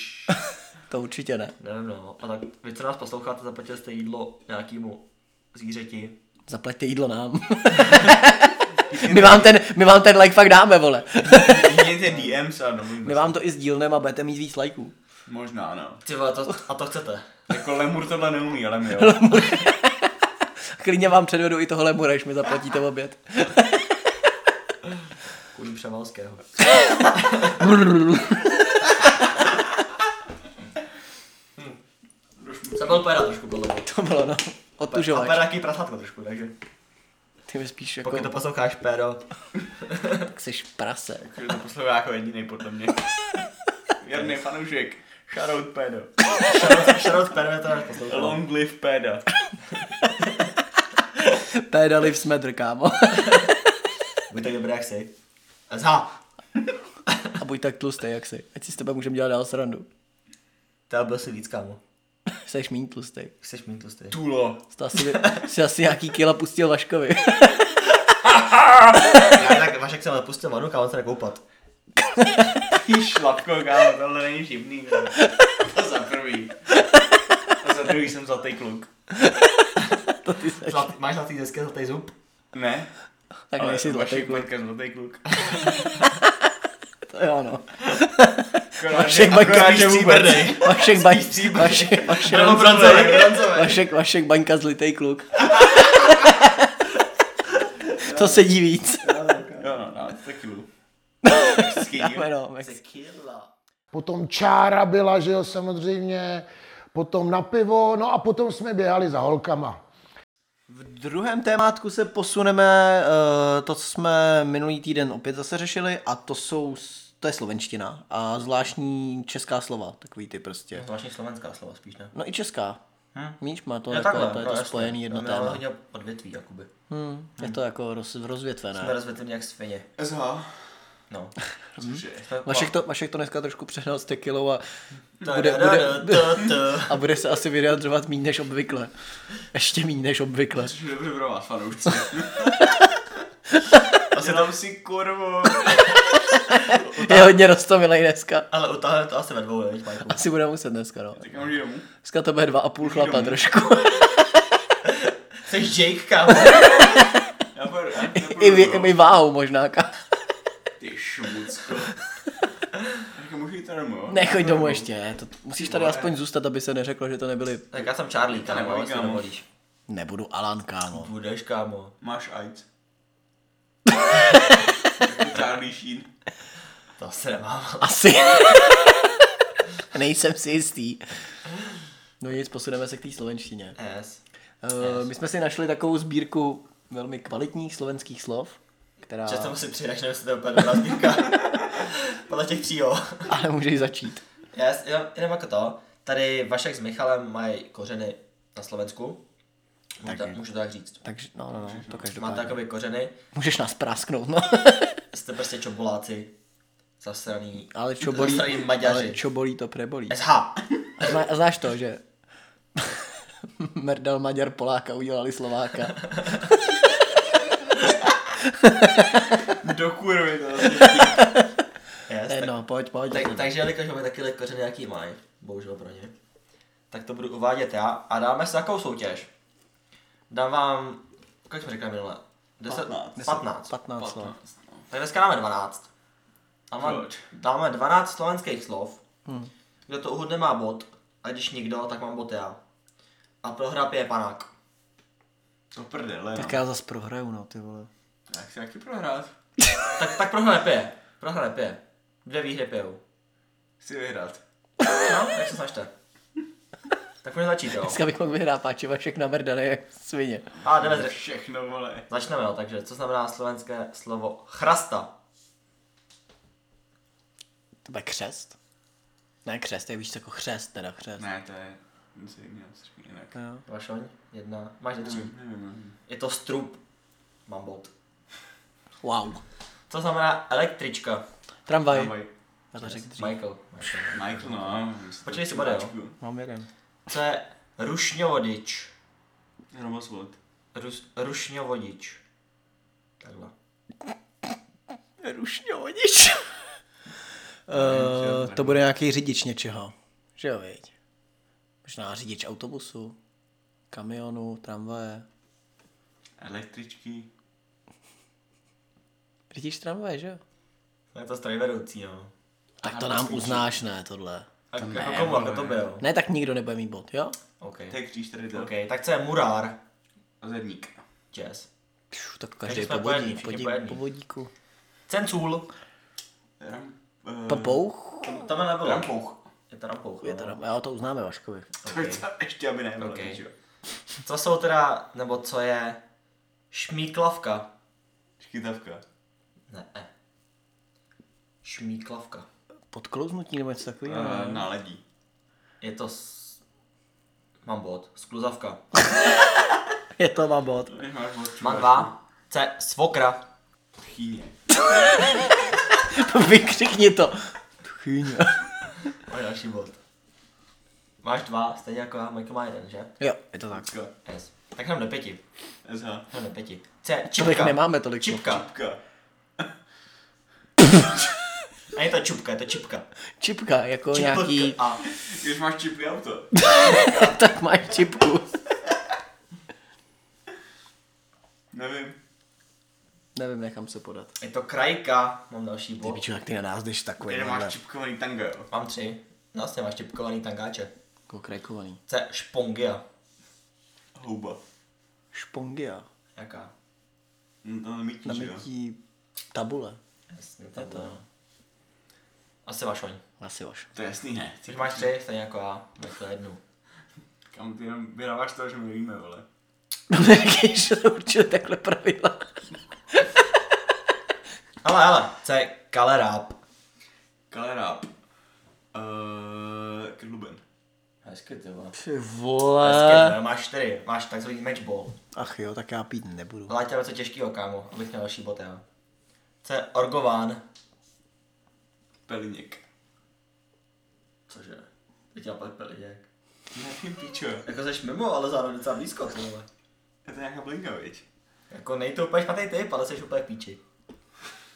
Speaker 1: To určitě ne.
Speaker 3: Nevím no, a tak vy co nás posloucháte, zaplatili jste jídlo nějakýmu zvířeti.
Speaker 1: Zaplaťte jídlo
Speaker 3: [laughs]
Speaker 1: nám. my, vám ten, my vám ten like fakt dáme, vole. [laughs]
Speaker 2: Mějte DMs a domluvíme
Speaker 1: My vám to i sdílneme a budete mít víc lajků.
Speaker 2: se. Možná, no.
Speaker 3: Ty vole, to, a to chcete.
Speaker 2: Jako Lemur tohle neumí, ale my jo.
Speaker 1: Klidně vám předvedu i tohle mura, když mi zaplatíte oběd. [laughs]
Speaker 3: Kvůli Převalského. To byl pera trošku podle mě.
Speaker 1: to bylo, no.
Speaker 3: A pera
Speaker 1: Otužovač.
Speaker 3: taky prasátko trošku, takže
Speaker 1: Jako- Ty mi spíš jako,
Speaker 3: pokud to posloucháš, pero,
Speaker 1: tak seš prase.
Speaker 2: Takže to poslouchá jako jediný
Speaker 1: [laughs]
Speaker 2: podle mě. Věrný fanoušek. Shoutout pedo.
Speaker 3: šarot pero je to náš poslouchá.
Speaker 2: Long live peda.
Speaker 1: Pédali v smedr, kámo. [laughs]
Speaker 3: Buď tak dobrý, jak jsi. SH!
Speaker 1: a buď tak tlustej, jak jsi. Ať si s tebe můžeme dělat dál srandu.
Speaker 3: To byl si víc, kámo.
Speaker 1: Seš mín tlustej.
Speaker 3: Chceš mít tlustý.
Speaker 2: Tulo.
Speaker 1: Jsi asi, jsi asi nějaký kila pustil Vaškovi.
Speaker 3: Já tak Vašek jsem napustil Manuka a on se nekoupat.
Speaker 2: Ty šlapko, kámo, tohle není živný. kámo. To za prvý. A za druhý jsem zlatý kluk.
Speaker 1: [laughs] To ty seš.
Speaker 3: Zlat, máš zlatý desky, zlatý zub?
Speaker 2: Ne?
Speaker 1: Tak
Speaker 2: ale
Speaker 1: nejsi zlatý
Speaker 2: Vašek
Speaker 1: kluk.
Speaker 2: Maťka zlatý kluk.
Speaker 1: To jo, no.
Speaker 2: Akorát, že-
Speaker 1: Vašek Maťka
Speaker 2: akorát, že
Speaker 1: spíš
Speaker 2: vůbec.
Speaker 3: stříbrnej.
Speaker 1: Vašek, baň, vašek, vašek,
Speaker 3: Nebo bronzový, bronzový.
Speaker 1: vašek, vašek baňka zlitej [laughs] kluk. to sedí víc.
Speaker 2: Jo, no, no, tequilu.
Speaker 1: Dáme, no, Mex-
Speaker 3: Tequila.
Speaker 4: Potom čára byla, že jo, samozřejmě. Potom na pivo, no a potom jsme běhali za holkama.
Speaker 1: V druhém témátku se posuneme eh, to, co jsme minulý týden opět zase řešili a to jsou, s- to je slovenština a zvláštní česká slova, takový ty prostě.
Speaker 3: Zvláštní slovenská slova spíš, ne?
Speaker 1: No i česká. Hm? Míš má to,
Speaker 3: Jo,
Speaker 1: jako, to je
Speaker 3: no,
Speaker 1: to
Speaker 3: jasně.
Speaker 1: spojený jedno
Speaker 3: My máme
Speaker 1: téma.
Speaker 3: hodně odvětví, jakoby.
Speaker 1: Hm, je to jako roz,
Speaker 3: Jsme
Speaker 1: rozvětvené.
Speaker 3: rozvětvený jak svině.
Speaker 2: SH.
Speaker 3: No.
Speaker 1: Mhm.
Speaker 2: Cože?
Speaker 1: [laughs]
Speaker 3: Jsme-
Speaker 1: Vašek to, Vašek to dneska trošku přehnal s tekilou a
Speaker 3: Ta-
Speaker 1: bude,
Speaker 3: da- da-
Speaker 1: bude,
Speaker 3: da- da- da.
Speaker 1: a bude se asi vyjadřovat míň než obvykle. Ještě míň než obvykle.
Speaker 3: No,
Speaker 2: Což je dobře pro vás, [laughs] fanoušci. Dělám si kurvu.
Speaker 3: no
Speaker 1: Je hodně roztomilej dneska.
Speaker 3: Ale utáhne to asi ve dvou, ne,
Speaker 1: [laughs]
Speaker 3: Majku?
Speaker 1: Asi bude muset dneska, no.
Speaker 2: Tak já můžu domů.
Speaker 1: Dneska to bude dva a půl chlapa
Speaker 2: domů.
Speaker 3: [laughs]
Speaker 1: trošku.
Speaker 3: Jsi Jake, kámo.
Speaker 2: Já půjdu, já nepůjdu
Speaker 1: I, vy-
Speaker 2: domů.
Speaker 1: i váhou možná. ka-
Speaker 2: Ty šmucko. Tak můžu jít domů, jo?
Speaker 1: Nechoď domů ještě, to, musíš tady
Speaker 3: No,
Speaker 1: aspoň zůstat, aby se neřeklo, že to nebyli...
Speaker 3: Tak já jsem Charlie, kámo,
Speaker 2: neboj,
Speaker 3: jestli
Speaker 2: kámo.
Speaker 3: dovolíš.
Speaker 1: Nebudu Alan, kámo.
Speaker 3: Budeš, kámo.
Speaker 2: Máš AIDS. [laughs] Jako Charlie Sheen.
Speaker 3: To asi nemám. [laughs]
Speaker 1: Asi. [laughs] Nejsem si jistý. No nic, posuneme se k té slovenštině.
Speaker 3: Yes.
Speaker 1: Eh, My jsme si našli takovou sbírku velmi kvalitních slovenských slov, která...
Speaker 3: Často mu si přidáš, nebo se to je úplně dobrá zbírka. [laughs] Podle těch tří, jo.
Speaker 1: Ale můžeš začít.
Speaker 3: Yes, jenom, jenom jako to. Tady Vašek s Michalem mají kořeny na Slovensku. Můžu, tak, můžu to tak říct.
Speaker 1: Takže, no, no, no, to
Speaker 3: Máte
Speaker 1: každopádně.
Speaker 3: takové kořeny,
Speaker 1: Můžeš nás prásknout, no.
Speaker 3: jste prostě čoboláci. Zasraný.
Speaker 1: [laughs]
Speaker 3: [laughs]
Speaker 1: Ale čo bolí,
Speaker 3: Zasraný Maďaři.
Speaker 1: ale čo bolí to prebolí.
Speaker 3: SH.
Speaker 1: A, zna, a znáš to, že [laughs] mrdal Maďar Poláka, udělali Slováka.
Speaker 2: Do kurvy to zase.
Speaker 3: Yes,
Speaker 1: Eh, No, pojď, pojď.
Speaker 3: Tak, takže jelikož máme taky kořeny, jaký mají, bohužel pro ně, tak to budu uvádět já a dáme si takovou soutěž. Dám vám, kolik jsme řekli minule? 10, 15. 15.
Speaker 1: 15 slov.
Speaker 2: no.
Speaker 3: Tak dneska dáme 12. Dáme,
Speaker 2: Proč?
Speaker 3: dáme 12 slovenských slov. Hmm. Kdo to uhodne má bod, a když nikdo, tak mám bod já. A prohra pije panák.
Speaker 2: To prdele, no.
Speaker 1: Tak já zas prohraju, no, ty vole.
Speaker 2: Tak si taky prohrát.
Speaker 3: Tak, tak prohra nepije. Prohra nepije. Dvě výhry pijou.
Speaker 2: Chci vyhrát.
Speaker 3: No, tak se snažte. Tak můžeme začít, jo.
Speaker 1: Dneska bych mohl vyhrát páči Vašek na mrdane, jak svině.
Speaker 3: A jdeme z...
Speaker 2: Všechno, vole.
Speaker 3: Začneme, jo. takže co znamená slovenské slovo chrasta?
Speaker 1: To bude křest? Ne, křest, je víš, jako křest, teda křest.
Speaker 2: Ne, to je nic jiného, co řekni jinak.
Speaker 1: Jo.
Speaker 3: Vašoň, jedna, máš tři.
Speaker 2: Nevím, nevím.
Speaker 3: Je to strup. Mám bod.
Speaker 1: Wow.
Speaker 3: Co znamená električka?
Speaker 1: Tramvaj.
Speaker 2: Dávaj.
Speaker 1: Já to řekl dřív.
Speaker 3: Michael. Michael.
Speaker 2: Michael, no.
Speaker 3: Počkej, si bude, jo.
Speaker 1: Mám jeden.
Speaker 3: Co je rušňovodič?
Speaker 2: Hromosvod.
Speaker 3: Rus, rušňovodič. Takhle.
Speaker 1: [laughs] Rušňovodič.
Speaker 2: Nevím,
Speaker 1: Eh,
Speaker 2: že-
Speaker 1: to bude nějaký řidič něčeho. Že jo, viď? Možná řidič autobusu, kamionu, tramvaje.
Speaker 2: Električky.
Speaker 1: Řidič tramvaje, že jo?
Speaker 3: Je to strojvedoucí, no.
Speaker 1: Tak to nám uznáš, ne, tohle.
Speaker 3: A jako komu, jako to byl.
Speaker 1: Ne, tak nikdo nebude mít bod, jo?
Speaker 3: OK.
Speaker 2: To je kříž tady to.
Speaker 3: OK, tak co je murár?
Speaker 2: Zedník.
Speaker 3: Jazz.
Speaker 1: Pšu, tak každý
Speaker 3: jsme
Speaker 1: po
Speaker 3: pojední,
Speaker 1: vodí,
Speaker 3: všichni Mm.
Speaker 1: podí,
Speaker 3: pojední.
Speaker 1: po vodíku.
Speaker 3: Cencůl.
Speaker 2: Ram... eh,
Speaker 1: Papouch?
Speaker 3: To, to nebylo.
Speaker 2: Rampouch.
Speaker 3: Je to rampouch.
Speaker 1: Je
Speaker 3: no.
Speaker 1: to, jo, to uznáme Vaškovi.
Speaker 2: To je to- ještě aby ne, vole,
Speaker 3: OK.
Speaker 2: že jo.
Speaker 3: Co jsou teda, nebo co je šmíklavka?
Speaker 2: Škytavka.
Speaker 3: Ne, ne. Šmíklavka.
Speaker 1: Podklouznutí nebo něco
Speaker 3: Hm. Mm.
Speaker 1: takového?
Speaker 2: Eh, Náledí.
Speaker 3: Je to s... Mám bod. Skluzavka.
Speaker 1: Je to má bod. [laughs]
Speaker 2: Tady máš od
Speaker 3: Mám dva. C. Svokra.
Speaker 2: Chýně.
Speaker 1: Vykřikni to. Chýně.
Speaker 3: A další bod. Máš dva, stejně jako já, Michael má jeden, že?
Speaker 1: Jo, je to tak.
Speaker 2: Facka.
Speaker 3: Yes. Tak nám do pěti.
Speaker 2: SH.
Speaker 3: Nám do pěti. C.
Speaker 1: Tolik
Speaker 3: Čipka.
Speaker 1: nemáme tolik.
Speaker 3: Čipka.
Speaker 2: Kapka.
Speaker 3: A je to čupka, je to čipka.
Speaker 1: Čipka, jako
Speaker 3: Čipka.
Speaker 1: nějaký, [laughs]
Speaker 3: A
Speaker 2: Když máš čipy auto.
Speaker 3: [laughs]
Speaker 1: tak máš čipku.
Speaker 2: Nevím.
Speaker 1: Nevím, nechám se podat.
Speaker 3: je to krajka. Mám další bod.
Speaker 1: Píču, jak ty na nás jdeš takový.
Speaker 2: Tady máš čipkovaný tango, jo.
Speaker 3: Mám tři. Vlastně máš čipkovaný tangáče.
Speaker 1: Konkrékovaný.
Speaker 3: C. Špongia.
Speaker 2: Houba.
Speaker 1: Špongia.
Speaker 3: Jaká?
Speaker 2: No to nemítí,
Speaker 1: Na
Speaker 2: že jo.
Speaker 1: mytí tabule.
Speaker 3: Jasně, to je to. Asi máš oň.
Speaker 1: Asi vaš.
Speaker 2: To je jasný, ne.
Speaker 3: Což máš tři, stejně jako já. Tak to je jednu.
Speaker 2: Kam ty jenom vyráváš to, že my víme, vole.
Speaker 1: [laughs] No jaký, že to určili takhle pravidla.
Speaker 3: Ale, ale, C. Kaleráb.
Speaker 2: Kaleráp. Uh, Krluben.
Speaker 3: Hezky ty vole.
Speaker 1: Ty
Speaker 3: Hezky,
Speaker 1: vole.
Speaker 3: no, máš čtyři, máš takzvaný matchball.
Speaker 1: Ach jo, tak já pít nebudu.
Speaker 3: Ale to je něco těžkého, kámo, abych měl další bod, já. C. Orgován.
Speaker 2: Peliněk.
Speaker 3: Cože? Teď já pak peliděk.
Speaker 2: Nevím, pičo.
Speaker 3: Jako seš mimo, ale zároveň docela blízko, ty vole.
Speaker 2: Je to nějaká blinka, viď?
Speaker 3: Jako nej to úplně špatný typ, ale seš úplně v píči.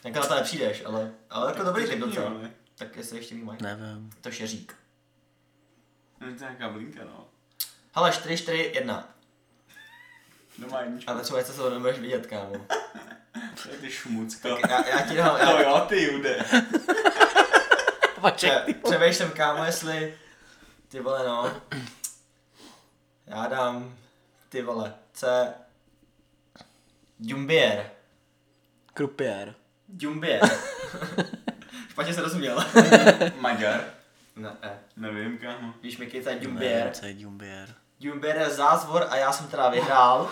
Speaker 3: Jako na to nepřijdeš, ale, ale jako
Speaker 2: Tak
Speaker 3: dobrý
Speaker 2: to
Speaker 3: typ
Speaker 2: řekni,
Speaker 3: docela.
Speaker 2: ale.
Speaker 3: Tak jestli ještě víc mají.
Speaker 1: Nevím.
Speaker 3: To šeřík.
Speaker 2: Je to nějaká blinka, no.
Speaker 3: Hele, 4, 4, 1.
Speaker 2: No má jedničku.
Speaker 3: Ale třeba něco se to nebudeš vidět, kámo.
Speaker 2: To je ty šmucka.
Speaker 3: [laughs]
Speaker 2: [laughs]
Speaker 3: Já, já ti dám,
Speaker 2: No
Speaker 3: já,
Speaker 2: jo, ty jude.
Speaker 1: Vaček.
Speaker 3: pře- přemýšlím, kámo, jestli... Ty vole, no. Já dám... Ty vole, C... Dumbier.
Speaker 1: Krupiér.
Speaker 3: Dumbier. [laughs] Špatně se [laughs] rozuměl.
Speaker 2: Maďar.
Speaker 3: ne, ne.
Speaker 2: Nevím, kámo.
Speaker 3: No, E. Víš, Miky, to je
Speaker 1: Nevím,
Speaker 3: Dumbier.
Speaker 1: co je [laughs] Jumbier.
Speaker 3: Dumbier je zázvor a já jsem teda vyhrál.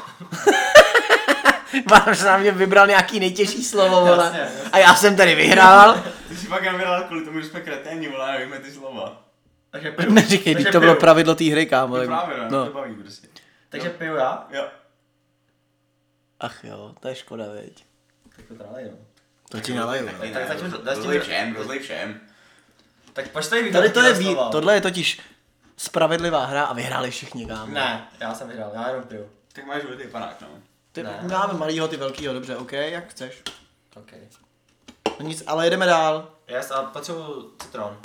Speaker 1: Váš na mě vybral nějaký nejtěžší slovo, vole.
Speaker 3: Jasně, jasně.
Speaker 1: A já jsem tady vyhrál.
Speaker 2: Ty jsi fakt nevěděl kvůli tomu, že jsme kreténi, vole, nevíme ty slova.
Speaker 3: [laughs] Takže piju.
Speaker 1: Neříkej,
Speaker 3: takže
Speaker 1: teď to bylo
Speaker 3: piju.
Speaker 1: pravidlo té hry, kámo.
Speaker 2: To
Speaker 1: tak-
Speaker 2: právě, no, no. to baví prostě.
Speaker 3: Takže piju já.
Speaker 2: Jo.
Speaker 1: Ach jo, to je škoda, veď.
Speaker 3: Tak to teda no. nejdu.
Speaker 1: To ti naleju. no.
Speaker 3: Tak začnu- začnu-
Speaker 2: Eh, Rozlej všem, rozlej všem.
Speaker 3: Tak pojď tady
Speaker 1: Tady to je, ví,
Speaker 3: slova.
Speaker 1: tohle je totiž spravedlivá hra a vyhráli všichni, kámo.
Speaker 3: Ne, já jsem vyhrál, já jenom piju.
Speaker 2: Tak máš žlutý panák, no.
Speaker 1: Ty,
Speaker 3: Ne.
Speaker 1: Dáme malýho, ty velkýho, dobře, OK, jak chceš.
Speaker 3: Okay.
Speaker 1: No Nic, ale jedeme dál.
Speaker 3: Já se potřebuju citron.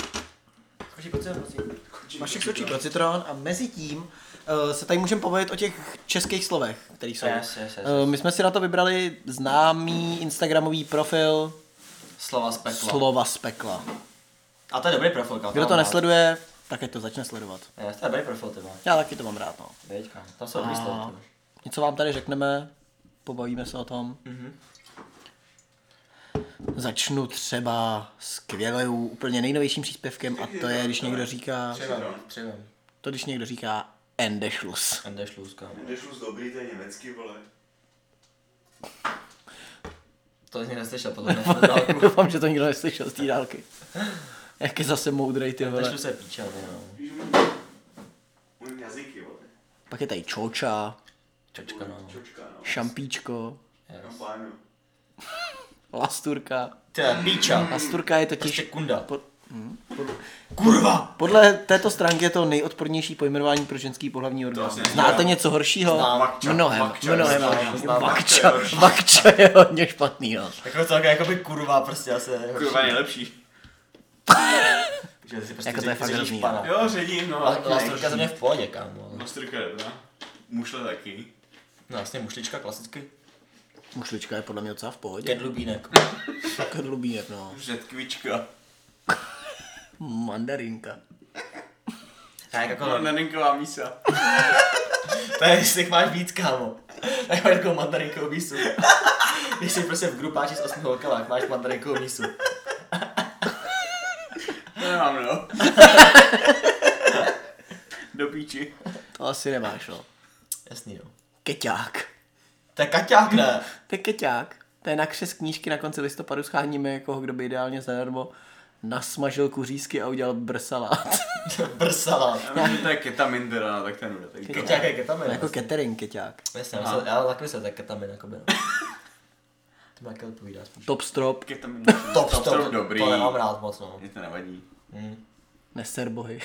Speaker 3: Skočí po citron, prosím.
Speaker 1: Mašek skočí pro citron a mezi tím uh, se tady můžeme povědět o těch českých slovech, které jsou.
Speaker 3: Yes, yes, yes, yes.
Speaker 1: Eh, my jsme si na to vybrali známý instagramový profil
Speaker 3: Slova z pekla.
Speaker 1: Slova z pekla.
Speaker 3: A to je dobrý profil, kam
Speaker 1: Kdo to nesleduje, tak ať to začne sledovat.
Speaker 3: Yes, to je dobrý profil, ty vole.
Speaker 1: Já taky to mám rád, no.
Speaker 3: Veď, kam. Tam jsou dobrý
Speaker 1: A-
Speaker 3: slovy. ty vole.
Speaker 1: Něco vám tady řekneme, pobavíme se o tom. Mm-hmm. Začnu třeba skvělou, úplně nejnovějším příspěvkem a to je, když někdo říká,
Speaker 3: Přivem, přivem.
Speaker 1: to když někdo říká [laughs] Endeschluss.
Speaker 3: Endeschluss, kam.
Speaker 2: Jdeš už dobrý, to je německý, vole.
Speaker 3: To jsi neslyšel, podle mě. na dálku.
Speaker 1: Doufám, že to nikdo neslyšel z té dálky. Jak je zase moudrej, ty vole.
Speaker 3: Endeschluss je píče, ale no.
Speaker 2: Víš, umím jazyky, vole.
Speaker 1: Pak je tady čoča,
Speaker 3: Čočka, no.
Speaker 2: Čočka, no.
Speaker 1: šampíčko,
Speaker 3: Yes.
Speaker 2: Kampánu.
Speaker 1: lasturka.
Speaker 3: Ty je píča.
Speaker 1: Lasturka je
Speaker 3: Prostě
Speaker 1: totiž...
Speaker 3: kunda.
Speaker 1: Po-
Speaker 3: Kurva!
Speaker 1: Podle této stránky je to nejodpornější pojmenování pro ženský pohlavní orgán.
Speaker 2: asi ne.
Speaker 1: Znáte něco horšího?
Speaker 3: Znám.
Speaker 2: Vakča,
Speaker 1: mnohem,
Speaker 2: vakča,
Speaker 1: mnohem.
Speaker 2: znám,
Speaker 1: horšího.
Speaker 3: znám,
Speaker 1: Vakča,
Speaker 2: vakča je
Speaker 1: vakča je hodně špatnýho.
Speaker 3: Jako celkem, jako by kurva, prostě asi.
Speaker 2: Kurva nejlepší.
Speaker 3: Že ty si prostě
Speaker 1: Jako to je
Speaker 3: ři-
Speaker 1: fakt
Speaker 3: řidíš
Speaker 1: hrozný,
Speaker 3: pana.
Speaker 2: Jo, ředím, no.
Speaker 3: Ale
Speaker 2: taky
Speaker 3: Lastorka
Speaker 2: nejlepší.
Speaker 3: za mě v pohodě, kámo. ale-
Speaker 2: Masterka je dobrá. Mušle taky.
Speaker 3: No jasně, mušlička klasicky.
Speaker 1: Mušlička je podle mě docela v pohodě.
Speaker 3: Kedlubínek.
Speaker 1: Kedlubínek, no.
Speaker 2: Řetkvička.
Speaker 1: Mandarinka.
Speaker 3: Tak jako,
Speaker 2: Mandarinková No, mísa.
Speaker 3: to je, jestli jich máš víc, kámo. Tak máš takovou mandarinkovou mísu. Když jsi prostě v grupáči s osmi holkama, tak máš mandarinkovou mísu.
Speaker 2: To nemám, no. Do píči.
Speaker 1: To asi nemáš, no.
Speaker 3: Jasný, jo.
Speaker 1: Keťák.
Speaker 3: To je kaťák, ne? [laughs]
Speaker 1: To je keťák. To je na křes knížky na konci listopadu scháníme jako kdo by ideálně zadarmo nasmažil kuřízky a udělal brsalát.
Speaker 3: Brsala.
Speaker 2: Já myslím, že to je ketamin teda, no, tak ten bude. Tak to.
Speaker 3: Kaťák je ketamin.
Speaker 1: jako
Speaker 3: Jako
Speaker 1: catering keťák.
Speaker 3: Jasně, já jsem- ale taky se to je ketamin, jakoby. no. To mi taky odpovídá spíš.
Speaker 1: Top strop,
Speaker 2: Ketamin.
Speaker 3: Top, top,
Speaker 2: Top, dobrý.
Speaker 3: To nemám rád moc, no.
Speaker 2: Mě to nevadí.
Speaker 1: neser bohy.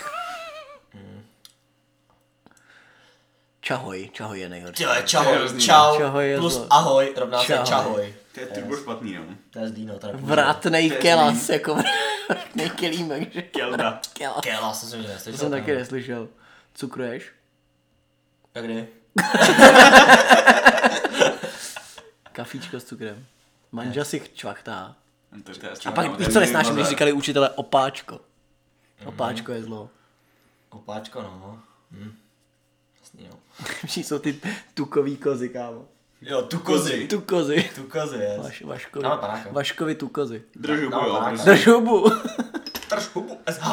Speaker 1: Čahoj, čahoj je nejhorší.
Speaker 3: Tyhle,
Speaker 2: To je
Speaker 3: čahoj,
Speaker 2: hrozný. no.
Speaker 3: čau,
Speaker 1: Čahoj je
Speaker 3: plus
Speaker 1: zlo.
Speaker 3: ahoj, rovná se
Speaker 1: Čahoj.
Speaker 3: čahoj. čahoj.
Speaker 2: To je turbo špatný, no.
Speaker 3: To je zdý, no, to nepůjde.
Speaker 1: Vrátnej
Speaker 2: To je
Speaker 1: kelas,
Speaker 2: zlý.
Speaker 1: jako vrátnej kelímek, že?
Speaker 2: Kelda.
Speaker 1: Kelas.
Speaker 3: Kela, jsem si že
Speaker 1: To
Speaker 3: neslyšel.
Speaker 1: jsem taky
Speaker 3: kámo.
Speaker 1: neslyšel. Cukruješ?
Speaker 3: Tak kdy?
Speaker 1: Kafíčko s cukrem. Manža si čvachtá.
Speaker 2: To, to je asi
Speaker 1: A pak
Speaker 2: no,
Speaker 1: víš,
Speaker 2: to
Speaker 1: co
Speaker 2: je
Speaker 1: nesnáším,
Speaker 2: mazec.
Speaker 1: když říkali učitele opáčko. Mhm. Opáčko je zlo. [laughs]
Speaker 3: Opáčko, no. Hm. Jasný, no.
Speaker 1: Všichni jsou ty tukový kozy, kámo.
Speaker 3: Jo, tu kozy.
Speaker 1: Tu kozy.
Speaker 3: Tu kozy, je.
Speaker 1: Vaš, vaškovi,
Speaker 3: Dáme panáka.
Speaker 1: vaškovi tu kozy.
Speaker 2: Držu
Speaker 3: No,
Speaker 2: bojo,
Speaker 3: tak.
Speaker 2: prostě.
Speaker 1: Drž [laughs] hubu.
Speaker 3: Drž hubu, SH.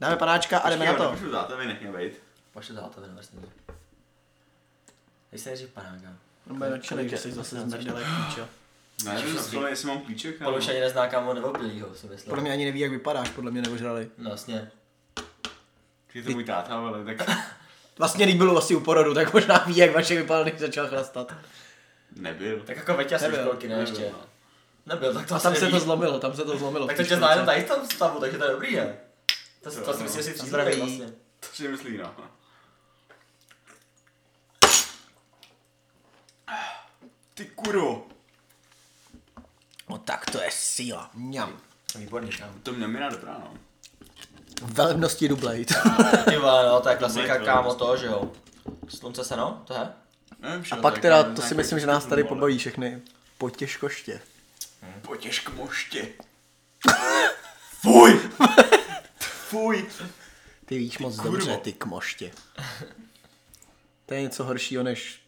Speaker 1: Dáme panáčka a jdeme na
Speaker 2: Jo,
Speaker 1: to.
Speaker 2: Napíšu zátovi, nech mě bejt.
Speaker 3: Pošli za to, nevrsný. Teď se nejdřív panáka.
Speaker 1: Bude nadšený, že jsi zase zmrdelej píčo.
Speaker 2: Ne, nevím, co, jestli mám klíček,
Speaker 3: Podle
Speaker 2: ale...
Speaker 3: už ani nezná kámo nebo pilího, si myslím.
Speaker 1: Podle mě ani neví, jak vypadáš, podle mě nevožrali.
Speaker 3: No jasně.
Speaker 2: Je to můj táta, ale
Speaker 1: [laughs]
Speaker 2: tak...
Speaker 1: Vlastně lík byl asi u porodu, tak možná ví, jak vaše vypadal, když začal chlastat.
Speaker 2: Nebyl.
Speaker 3: Tak jako Veťa jsem
Speaker 1: Nebyl,
Speaker 3: školky, ne
Speaker 2: nebyl,
Speaker 3: ještě.
Speaker 2: no.
Speaker 3: Nebyl, tak to
Speaker 1: A tam
Speaker 3: asi
Speaker 1: se to
Speaker 3: neví.
Speaker 1: zlomilo, tam se to zlomilo.
Speaker 3: Tak to tě zná jenom tady v tom stavu, takže to je dobrý, ne? To, to,
Speaker 2: Jo,
Speaker 3: to si
Speaker 2: no.
Speaker 3: myslím, že si
Speaker 1: Zdraví.
Speaker 3: přízraví vlastně.
Speaker 2: To si myslí, no. Ty kuro.
Speaker 1: No tak to je síla. Mňam.
Speaker 3: Výborný, kámo.
Speaker 2: To mě mi dobrá, no.
Speaker 1: Velebnosti dublej.
Speaker 3: Ty vole, no, to je klasika,
Speaker 2: Michael.
Speaker 3: kámo, to, že jo. Slunce se, no, to je.
Speaker 2: Nevím,
Speaker 1: A [laughs] pak teda, to si myslím,
Speaker 2: jako
Speaker 1: že nás tady pobaví všechny. Po těžkoště.
Speaker 2: Potěž k moště. Fuj! Fuj!
Speaker 1: Ty víš moc
Speaker 2: kurvo.
Speaker 1: dobře, ty kmoště. To je něco horšího než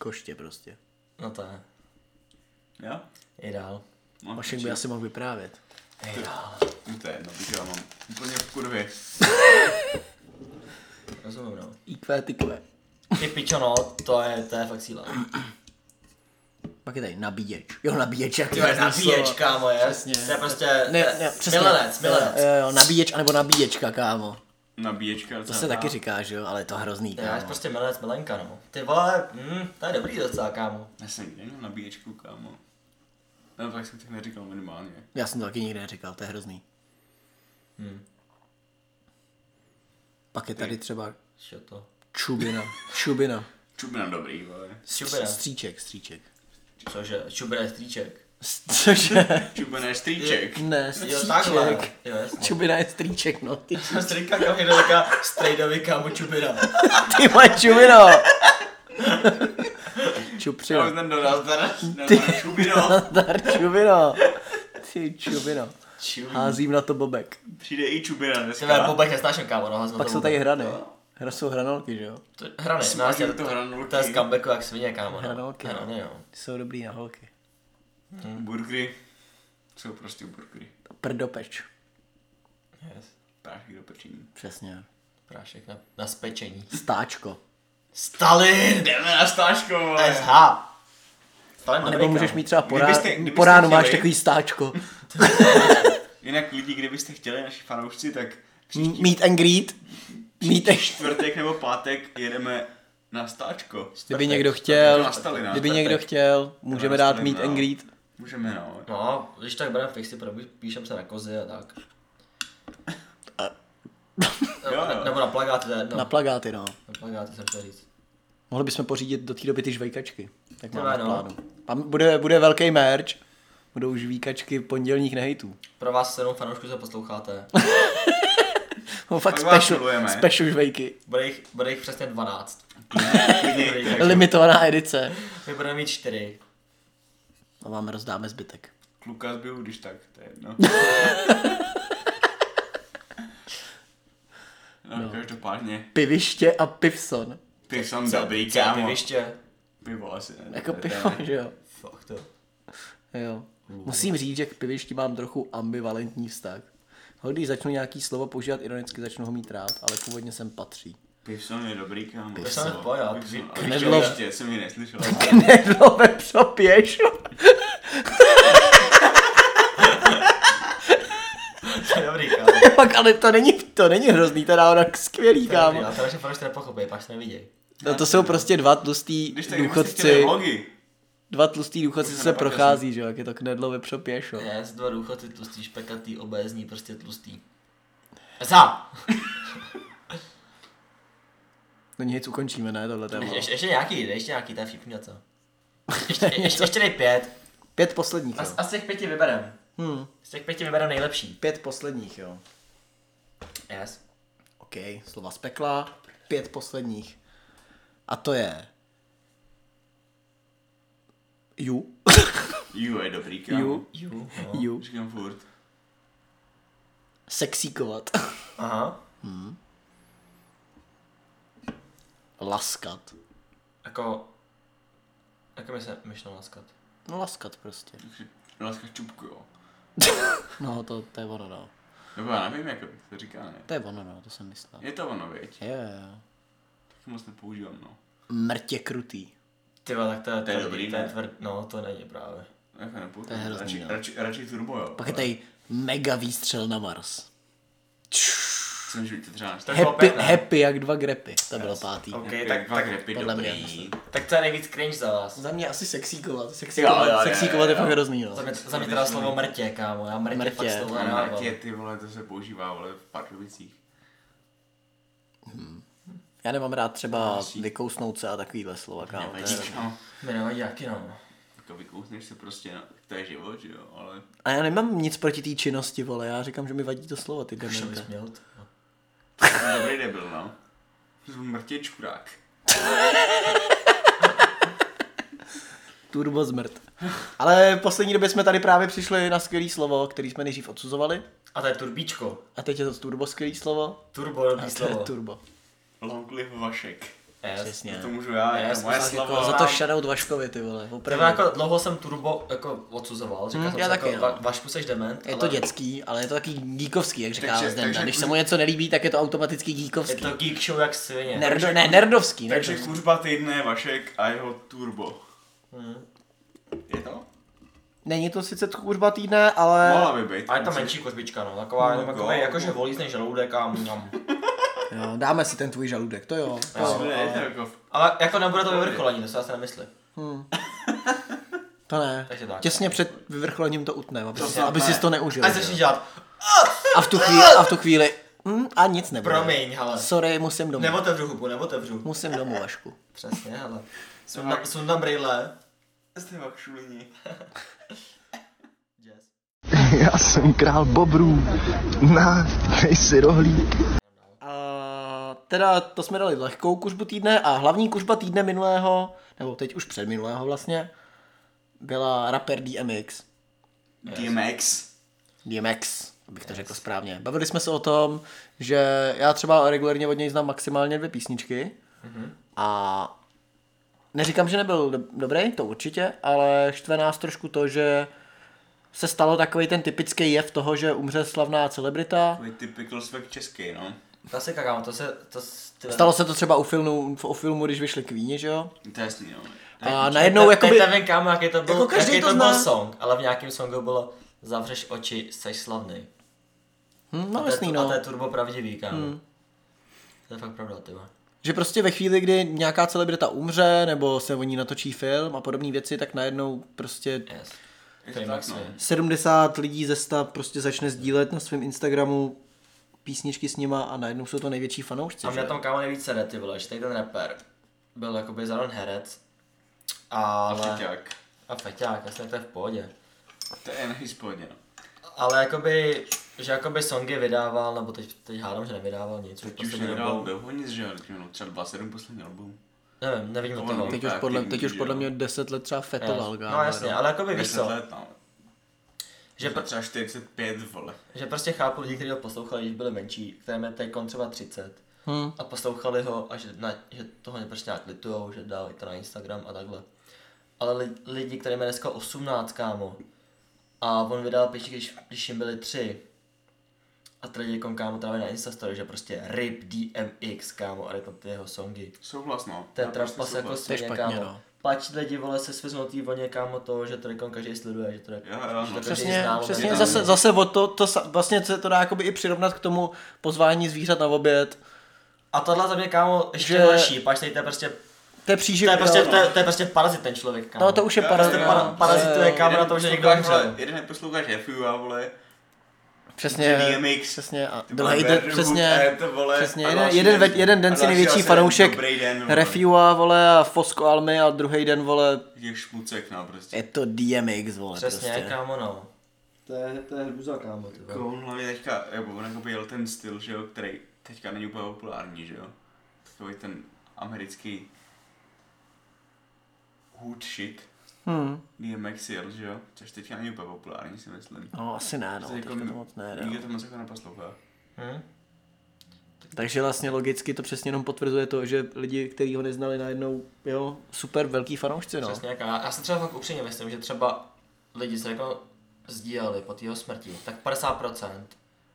Speaker 1: koště prostě.
Speaker 3: No to je.
Speaker 2: Jo?
Speaker 3: Jej dál.
Speaker 2: No,
Speaker 1: Mašek by asi mohl vyprávět.
Speaker 3: Jej dál.
Speaker 2: No to je jedno, protože já mám úplně v kurvě.
Speaker 3: Rozumím, no.
Speaker 1: IQ, ty kve.
Speaker 3: Ty pičo, no, to je, to je fakt síla.
Speaker 1: Pak je tady nabíječ. Jo, nabíječ, jak
Speaker 3: Ty vole,
Speaker 1: krásné
Speaker 3: nabíječ,
Speaker 1: slovo.
Speaker 3: kámo, je. To je prostě,
Speaker 1: Ne,
Speaker 3: to je
Speaker 1: ne, přesně.
Speaker 3: milenec, milenec.
Speaker 1: Jo, jo, nabíječ anebo nabíječka, kámo.
Speaker 2: Nabíječka.
Speaker 1: To se taky říká, že jo, ale je to hrozný,
Speaker 3: No, Já je
Speaker 1: kámo.
Speaker 3: prostě milenec, milenka, no. Ty vole, hm, to je dobrý docela, kámo.
Speaker 2: Já jsem nikdy neměl nabíječku, kámo. No tak jsem těch neříkal minimálně.
Speaker 1: Já jsem to taky nikdy neříkal, to je hrozný.
Speaker 3: Hmm.
Speaker 1: Pak je tady třeba
Speaker 3: Čo to?
Speaker 1: čubina. Čubina.
Speaker 2: Čubina dobrý, ale.
Speaker 3: Čubina.
Speaker 1: Stříček, stříček.
Speaker 3: Cože, čubre strýček.
Speaker 1: Cože?
Speaker 2: Čubina je strýček.
Speaker 1: Ne,
Speaker 3: Jo, takhle.
Speaker 1: stříček.
Speaker 3: Jo, jasně.
Speaker 1: Čubina je strýček, no. Ty,
Speaker 3: [laughs] Strýka, kam jde taká strejdovi, kámo, čubina.
Speaker 1: ty moje čubino! Čupřino.
Speaker 2: Já ten dodal, ten
Speaker 1: Ty-
Speaker 2: dodal čubino.
Speaker 1: Dar čubino. Ty čubino.
Speaker 3: Čubina.
Speaker 1: Házím na to bobek.
Speaker 2: Přijde i čubina
Speaker 3: Ty vole,
Speaker 2: dneska.
Speaker 3: bobek nesnáším, kámo, no, hazme
Speaker 1: Pak jsou tady hrany. Hra jsou hranolky, že jo?
Speaker 3: To- Hrany,
Speaker 2: Smažu
Speaker 3: no, jasně,
Speaker 2: to
Speaker 3: to, to,
Speaker 2: hranolky.
Speaker 3: to je z comebacku jak svině, kámo, no.
Speaker 1: Hranolky, no.
Speaker 3: Hrany, jo.
Speaker 1: Ty jsou dobrý na holky.
Speaker 2: Burgery. Jsou prostě burgery.
Speaker 1: Prdopeč.
Speaker 3: Yes.
Speaker 2: Prášky do pečení.
Speaker 1: Přesně.
Speaker 3: Prášek na, na spečení.
Speaker 1: Stáčko.
Speaker 3: Stalin!
Speaker 2: Jdeme na stáčko, vole.
Speaker 3: SH! Stalin
Speaker 1: A nebo můžeš mít třeba po, rá...
Speaker 2: no. Kdybyste- kdybyste
Speaker 1: po ránu máš
Speaker 2: chtěli-
Speaker 1: takový stáčko.
Speaker 2: Jinak lidi, kdybyste chtěli, naši fanoušci, tak
Speaker 1: M- Meet and greet. Meet and...
Speaker 2: čtvrtek nebo pátek jedeme na stáčko.
Speaker 1: Kdyby někdo chtěl,
Speaker 2: Na Stalina,
Speaker 1: kdyby někdo
Speaker 2: čtvrtek.
Speaker 1: chtěl, můžeme dát
Speaker 2: Stalina,
Speaker 1: meet and
Speaker 2: no.
Speaker 1: greet.
Speaker 2: Můžeme, no.
Speaker 3: No, když tak bereme fixy, probí- píšem se na kozy a tak.
Speaker 2: Jo, jo.
Speaker 3: Nebo na plagáty, to je
Speaker 1: Na
Speaker 3: jedno. Na
Speaker 1: plagáty, no.
Speaker 3: plagáty jsem chtěl říct.
Speaker 1: Mohli bychom pořídit do té doby ty žvejkačky. Tak
Speaker 3: To
Speaker 1: máme v
Speaker 3: ano.
Speaker 1: plánu. Tam bude, bude velký merch. Budou žvíkačky pondělních nehejtů.
Speaker 3: Pro vás sedm fanoušků se posloucháte.
Speaker 1: No, fakt
Speaker 2: Tak vás
Speaker 1: special,
Speaker 2: milujeme.
Speaker 1: special žvejky.
Speaker 3: Bude jich, bude jich přesně 12.
Speaker 2: Klidně.
Speaker 1: Limitovaná edice.
Speaker 3: My budeme mít čtyři.
Speaker 1: A vám rozdáme zbytek.
Speaker 2: Kluka zbiju, když tak, to je jedno. No, no. každopádně,
Speaker 1: Piviště a pivson.
Speaker 2: ty jsem dobrý,
Speaker 3: Co je
Speaker 2: kámo.
Speaker 3: piviště?
Speaker 2: Pivo asi ne.
Speaker 1: Jako
Speaker 2: to je
Speaker 1: pivo,
Speaker 2: téma.
Speaker 1: že jo.
Speaker 3: Fuck to.
Speaker 1: Jo. Musím říct, že k pivišti mám trochu ambivalentní vztah. Ho, když začnu nějaký slovo používat ironicky, začnu ho mít rád, ale původně sem patří. [laughs]
Speaker 2: Pivson je dobrý, kámo.
Speaker 3: Pivson je pojď, ale
Speaker 2: Pivson,
Speaker 3: pivi-
Speaker 2: ale
Speaker 1: Knedlo-
Speaker 2: ještě jsem ji neslyšel.
Speaker 1: Knedlo ve přopěš.
Speaker 3: To je [laughs] dobrý, kámo.
Speaker 1: [laughs] Pak, ale to není, to není hrozný, to je naopak skvělý,
Speaker 3: To je dobrý,
Speaker 1: kámo.
Speaker 3: ale to naše fanoušci nepochopí, pak se nevidí.
Speaker 1: No, to jsou prostě dva tlustý
Speaker 2: Když tak kdybyste chtěli
Speaker 1: důchodci.
Speaker 2: vlogy,
Speaker 1: Dva tlustý důchodci
Speaker 2: Už
Speaker 1: se
Speaker 2: napadl
Speaker 1: prochází, že jo, jak je to knedlo ve přopěš, jo.
Speaker 3: Ne, z dva důchodci tlustý, špekatý, obézní, prostě tlustý. Za!
Speaker 1: Není No nic, ukončíme, ne, tohle téma.
Speaker 3: [laughs] Ještě, ještě, ještě nějaký, dej ještě nějaký, to je
Speaker 2: [laughs]
Speaker 3: vtipný něco. Ještě, ještě, ještě dej pět.
Speaker 1: Pět posledních,
Speaker 3: A,
Speaker 1: jo.
Speaker 3: z- a z těch pěti vyberem.
Speaker 1: Hmm.
Speaker 3: Z těch pěti vyberem nejlepší.
Speaker 1: Pět posledních, jo.
Speaker 3: Yes.
Speaker 1: OK, slova z pekla, pět posledních. A to je... Ju.
Speaker 2: Ju je dobrý, kámo.
Speaker 1: Ju.
Speaker 3: Ju. no.
Speaker 1: Ju.
Speaker 2: Říkám furt.
Speaker 1: Sexíkovat. [laughs]
Speaker 3: Aha.
Speaker 1: Laskat.
Speaker 3: Jako... Jako mi se myšlo naskat.
Speaker 1: No laskat prostě.
Speaker 2: Takže Láska čupku, jo.
Speaker 1: No to, to je ono, no.
Speaker 2: Nebo já nevím, jak to říká, ne?
Speaker 1: To je ono, no, to jsem myslel.
Speaker 2: Je to ono, věď?
Speaker 1: Jo, jo, jo.
Speaker 2: Tak moc nepoužívám, no.
Speaker 1: Mrtě krutý.
Speaker 3: Ty vole, tak to je,
Speaker 2: To je dobrý,
Speaker 3: to je
Speaker 2: ne?
Speaker 3: tvrdý. No, to není právě.
Speaker 2: Jako
Speaker 1: To je
Speaker 2: nepoužívám.
Speaker 1: hrozný,
Speaker 2: Radši,
Speaker 1: jo.
Speaker 2: radši, radši turbo, jo.
Speaker 1: Pak je tady mega výstřel na Mars.
Speaker 2: Jsem žil to třeba.
Speaker 3: To bylo
Speaker 1: Happy,
Speaker 3: pět, ne?
Speaker 1: happy jak dva grepy. To bylo pátý.
Speaker 3: OK,
Speaker 2: Happy
Speaker 3: tak,
Speaker 2: jak dva
Speaker 3: tak,
Speaker 2: grepy,
Speaker 1: podle
Speaker 2: dobrý.
Speaker 1: mě, myslím.
Speaker 3: tak to je nejvíc cringe za vás.
Speaker 1: Za mě asi sexíkovat.
Speaker 2: Jo,
Speaker 1: Sexíkovat,
Speaker 2: jo, jo,
Speaker 1: sexíkovat je
Speaker 2: jo, jo.
Speaker 1: fakt hrozný, no.
Speaker 3: Za mě, za mě teda slovo mrtě, kámo. Já mrtě,
Speaker 1: Mrtě.
Speaker 3: mrtě. fakt slovo
Speaker 2: Ale
Speaker 3: nedávám.
Speaker 2: Martě, ty vole, to se používá, vole, v Pardubicích.
Speaker 1: Já nemám rád třeba vykousnout se a takovýhle slova, kámo. To je-
Speaker 2: No,
Speaker 3: Mi nevadí, jaký no.
Speaker 2: jako vykousneš se prostě, no, tak to je život, že jo, ale
Speaker 1: A já nemám nic proti té činnosti, vole, já říkám, že mi vadí to slovo, ty
Speaker 3: Už
Speaker 1: demente.
Speaker 3: bys měl.
Speaker 2: dobrý debil, no. Jsem mrtě čurák.
Speaker 1: Turbo zmrt. Ale v poslední době jsme tady právě přišli na skvělé slovo, který jsme nejdřív odsuzovali.
Speaker 3: A to je turbíčko.
Speaker 1: A teď je to turbo skvělé slovo.
Speaker 3: Turbo, dobrý
Speaker 1: A to je
Speaker 3: slovo.
Speaker 1: turbo.
Speaker 2: Long live Vašek.
Speaker 3: Yes.
Speaker 1: Přesně.
Speaker 2: To můžu já,
Speaker 3: No. Já
Speaker 2: je to
Speaker 3: jsem vlastně
Speaker 2: moje
Speaker 3: fakt
Speaker 2: slovo.
Speaker 1: Jako, za to shoutout Vaškovi, ty vole,
Speaker 3: Prvo
Speaker 1: opravdu.
Speaker 3: jako dlouho jsem turbo jako odsuzoval, říkal
Speaker 1: Hm,
Speaker 3: jsem
Speaker 1: já
Speaker 3: si,
Speaker 1: taky,
Speaker 3: jako,
Speaker 1: no.
Speaker 3: Va- Vašku seš dement,
Speaker 1: Je to
Speaker 3: ale
Speaker 1: dětský, ale je to taky díkovský, jak říká
Speaker 2: Takže-
Speaker 1: Zdenda.
Speaker 2: takže-
Speaker 1: Když se mu něco nelíbí, tak je to automaticky
Speaker 3: je
Speaker 1: díkovský.
Speaker 3: to geek show jak svině.
Speaker 1: Nerdo, ne, nerdovský.
Speaker 2: Takže
Speaker 3: jako-
Speaker 1: nerdovský.
Speaker 2: kuřba týdne je Vašek a jeho turbo.
Speaker 3: Hmm.
Speaker 2: Je to?
Speaker 1: Není to sice kurva týdne, ale...
Speaker 2: Mohla by
Speaker 1: Jako
Speaker 2: být.
Speaker 3: Eh, A je to menší kotvička, no, taková jenom jako,
Speaker 2: jo.
Speaker 3: jakože volí z než žaludek a mňam.
Speaker 1: Jo, dáme si ten tvůj žaludek, to jo. To
Speaker 2: Jo,
Speaker 1: jo.
Speaker 2: ale... Je to jako...
Speaker 3: Ale jako nebude to vyvrcholení, to se asi nemyslí.
Speaker 1: To ne.
Speaker 3: Takže tak.
Speaker 1: Těsně před vyvrcholením to utnem, aby, si,
Speaker 2: tak
Speaker 1: aby
Speaker 2: ne.
Speaker 1: si to neužil.
Speaker 3: A
Speaker 1: že
Speaker 3: začni
Speaker 1: jo.
Speaker 3: dělat,
Speaker 1: A v tu chvíli, a v tu chvíli, mm, a nic nebude.
Speaker 3: promiň, hele.
Speaker 1: Sorry, musím domů.
Speaker 3: Neotevřu hubu, neotevřu.
Speaker 1: Musím domů, Vašku.
Speaker 3: Přesně, hele. Sundám- Sundám brýle.
Speaker 2: Jste fakt šulini.
Speaker 3: Yes.
Speaker 5: Já jsem král bobrů. Na, nejsi rohlík.
Speaker 1: A teda to jsme dali lehkou kuřbu týdne a hlavní kuřba týdne minulého, nebo teď už předminulého vlastně, byla rapper DMX.
Speaker 2: DMX.
Speaker 1: DMX, abych to řekl správně. Bavili jsme se o tom, že já třeba regulárně od něj znám maximálně dvě písničky
Speaker 3: Mhm.
Speaker 1: a neříkám, že nebyl do- dobrý, to určitě, ale štve nás trošku to, že se stalo takový ten typický jev toho, že umře slavná celebrita.
Speaker 2: Takový typical svek český, no.
Speaker 3: Klasika, kámo, to se, to s- ty-
Speaker 1: Stalo se to třeba u filmu, u filmu když vyšli kvíni, že jo?
Speaker 2: To je jasný, no.
Speaker 1: A
Speaker 3: Te-
Speaker 1: najednou
Speaker 3: te-
Speaker 1: jakoby...
Speaker 3: Teď nevím, kámo, jaký to byl,
Speaker 1: Jako každý
Speaker 3: jaký
Speaker 1: to
Speaker 3: to, byl
Speaker 1: zná.
Speaker 3: song, ale v nějakém songu bylo Zavřeš oči, seš slavný.
Speaker 1: Hm,
Speaker 3: A
Speaker 1: No
Speaker 3: to je-
Speaker 1: jasný,
Speaker 3: A
Speaker 1: no. Hmm.
Speaker 3: to je turbo pravdivý, kámo. To je fakt pravda, ty vole.
Speaker 1: Že prostě ve chvíli, kdy nějaká celebrita umře, nebo se o ní natočí film a podobné věci, tak najednou prostě
Speaker 3: Yes.
Speaker 2: Je to
Speaker 3: Který
Speaker 2: tak,
Speaker 3: Max
Speaker 2: no.
Speaker 3: je.
Speaker 1: 70 lidí ze 100 prostě začne sdílet na svém Instagramu písničky s nima a najednou jsou to největší fanoušci.
Speaker 3: A
Speaker 1: že?
Speaker 3: mě tam kámo nejvíc sede, ty vole, že tady ten rapper byl jakoby zároveň herec. Ale...
Speaker 2: Feťák.
Speaker 3: A feťák, jasně, to je v pohodě.
Speaker 2: To je nejspodně, no.
Speaker 3: Ale jakoby, že jakoby songy vydával, nebo teď, teď hádám, že nevydával nic.
Speaker 2: Teď už nedal dlouho nic, že jo, teď měl no, třeba 27 poslední album.
Speaker 3: Nevím, nevím o
Speaker 2: To
Speaker 3: toho.
Speaker 2: ono.
Speaker 1: Teď už
Speaker 2: tak,
Speaker 1: podle,
Speaker 2: ty
Speaker 1: teď už
Speaker 2: víš,
Speaker 1: podle
Speaker 2: jo.
Speaker 1: mě 10 let třeba fetoval. kámo,
Speaker 3: No jasně,
Speaker 1: jo.
Speaker 3: ale jakoby víš
Speaker 2: 10
Speaker 3: co,
Speaker 2: let, no.
Speaker 3: že,
Speaker 2: Že
Speaker 3: pr-
Speaker 2: třeba 45, vole.
Speaker 3: že prostě chápu lidi, kteří ho poslouchali, když byli menší, kterým je teď třeba 30. Hmm. A poslouchali ho a že, na, že toho prostě nějak litujou, že dávají to na Instagram a takhle. Ale li, lidi, kterým je dneska 18, kámo, a on vydal pěti, když, když jim byli tři. A teď lidi kom, kámo tráví na Instastory, že prostě RIP DMX, kámo, a jde tam ty jeho songy.
Speaker 2: Souhlas, no.
Speaker 3: To je
Speaker 2: Já
Speaker 3: trapas
Speaker 2: prostě
Speaker 3: jako
Speaker 2: souhlas.
Speaker 3: svině,
Speaker 1: špatně,
Speaker 3: kámo.
Speaker 1: no.
Speaker 3: Pač lidi, vole, se sviznou tý voně, kámo, to, že to rekon každý sleduje, že to,
Speaker 2: Jo, jo,
Speaker 3: že
Speaker 2: no.
Speaker 3: to
Speaker 1: Přesně,
Speaker 3: zná,
Speaker 1: přesně
Speaker 3: vole.
Speaker 1: zase, zase o to, to, sa- vlastně se to dá jakoby i přirovnat k tomu pozvání zvířat na oběd.
Speaker 3: A tohle za mě, kámo, ještě
Speaker 1: Že-
Speaker 3: že... horší, pač tady to je prostě,
Speaker 1: To je
Speaker 3: to
Speaker 1: příživka.
Speaker 3: je prostě, to je, to je prostě parazit ten člověk, kámo.
Speaker 1: No to už je
Speaker 2: Já-
Speaker 1: para,
Speaker 2: já-
Speaker 1: no.
Speaker 3: para- parazituje,
Speaker 1: To je-
Speaker 3: kámo, na
Speaker 2: Jeden
Speaker 3: tom, že někdo
Speaker 2: posloucháš,
Speaker 3: umřel.
Speaker 2: vole, Jeden neposloucháš FU a vole,
Speaker 1: Přesně,
Speaker 2: DMX.
Speaker 1: přesně, a
Speaker 2: Ty
Speaker 1: druhý
Speaker 2: vole,
Speaker 1: den,
Speaker 2: Werner
Speaker 1: přesně,
Speaker 2: Huber, to vole,
Speaker 1: přesně,
Speaker 2: a
Speaker 1: jeden,
Speaker 2: další
Speaker 1: jeden, ve,
Speaker 2: den.
Speaker 1: jeden
Speaker 2: A
Speaker 1: den si
Speaker 2: další
Speaker 1: největší
Speaker 2: zase
Speaker 1: fanoušek
Speaker 2: dobrý den, vole.
Speaker 1: Refua, vole, a Fosco Almy a druhý den, vole,
Speaker 2: Je šmucek, no, prostě.
Speaker 1: je to DMX, vole,
Speaker 3: Přesně,
Speaker 1: prostě.
Speaker 3: kámo, no. To je, to je hruza, kámo, ty
Speaker 2: Jako on hlavně teďka, jako on jako byl ten styl, že jo, který teďka není úplně populární, že jo. Takový ten americký hood shit.
Speaker 1: Hmm.
Speaker 2: DMX jel, že jo, což teďka není úplně populární, si myslím.
Speaker 1: No, asi ne, no,
Speaker 2: Prostě
Speaker 1: teďka to moc ne, no.
Speaker 2: nikdo to moc jako neposlouchá.
Speaker 3: Hm?
Speaker 1: Takže vlastně logicky to přesně jenom potvrzuje to, že lidi, kteří ho neznali najednou, jo, super velký fanoušci, no.
Speaker 3: Přesně, jak já, já si třeba fakt upřímně myslím, že třeba lidi se jako sdíleli po té jeho smrti, tak 50%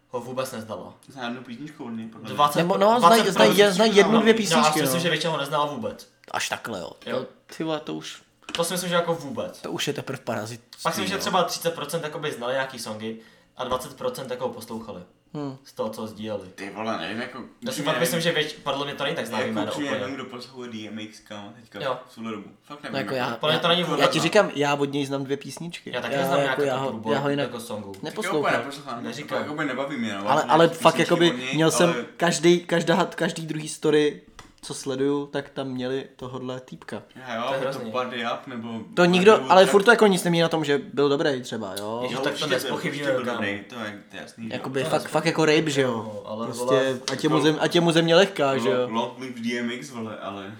Speaker 3: ho vůbec nezdalo.
Speaker 2: Zná jednu písničku od něj, podle mě.
Speaker 3: 20,
Speaker 1: Nebo no, znají znaj,
Speaker 3: 20%
Speaker 1: znaj, znaj jednu, dvě
Speaker 3: No, já
Speaker 1: písničky,
Speaker 3: si
Speaker 1: no.
Speaker 3: myslím, že většina ho neznala vůbec.
Speaker 1: Až takhle, jo.
Speaker 3: Jo.
Speaker 1: To, ty vole, to už,
Speaker 3: To si myslím, že jako vůbec.
Speaker 1: to už je teprve parazit.
Speaker 3: Pak si
Speaker 2: no.
Speaker 3: myslím, že třeba 30% jakoby znali nějaký songy a 20% jako ho poslouchali. Hmm. Z toho, co ho sdíleli.
Speaker 2: Ty vole, nevím, jako...
Speaker 3: Já si fakt myslím, že věč, podle mě to není tak známý
Speaker 2: Jako
Speaker 3: jméno
Speaker 2: určitě nevím,
Speaker 3: úplně.
Speaker 2: kdo poslouchá DMX, kámo, teďka,
Speaker 3: Jo.
Speaker 2: v tuhle dobu. Fakt nevím.
Speaker 1: No, jako já,
Speaker 3: Podle mě to není
Speaker 1: já,
Speaker 3: vůbec,
Speaker 1: já ti
Speaker 3: no.
Speaker 1: říkám, já od něj znám dvě písničky.
Speaker 3: Já taky neznám
Speaker 1: jako
Speaker 3: nějakou
Speaker 1: já,
Speaker 3: tu
Speaker 1: ho, já ho
Speaker 3: průbor
Speaker 1: jinak
Speaker 3: jako songů.
Speaker 2: Neposlouchám.
Speaker 1: neposlouchám.
Speaker 2: Neposlouchám,
Speaker 3: Neříkám.
Speaker 2: neříkám. Jako by nebaví mě, no.
Speaker 1: Ale,
Speaker 2: Nějaký
Speaker 1: ale fakt
Speaker 2: písničky
Speaker 1: jakoby
Speaker 2: od něj,
Speaker 1: měl jsem
Speaker 2: ale-
Speaker 1: každý, každá, každý druhý story, co sleduju, tak tam měli tohodle týpka.
Speaker 2: Já jo,
Speaker 3: To je
Speaker 2: to, to
Speaker 3: hrozný.
Speaker 2: body up, nebo...
Speaker 1: To nikdo,
Speaker 2: nebo
Speaker 1: ale
Speaker 2: tak-
Speaker 1: furt to jako nic nemění na tom, že byl dobrý třeba, jo.
Speaker 3: Jo, tak to
Speaker 2: určitě byl-
Speaker 3: nezpochybňuju,
Speaker 2: určitě byl
Speaker 3: kámo.
Speaker 2: dobrý, To je to je jasný.
Speaker 1: Jakoby fakt, fakt jako rape, že jo.
Speaker 3: No, ale
Speaker 1: Prostě,
Speaker 3: vole,
Speaker 1: ať je mu zem, ať je mu země
Speaker 2: No,
Speaker 1: lehká, že jo.
Speaker 2: Long live DMX, vole, ale...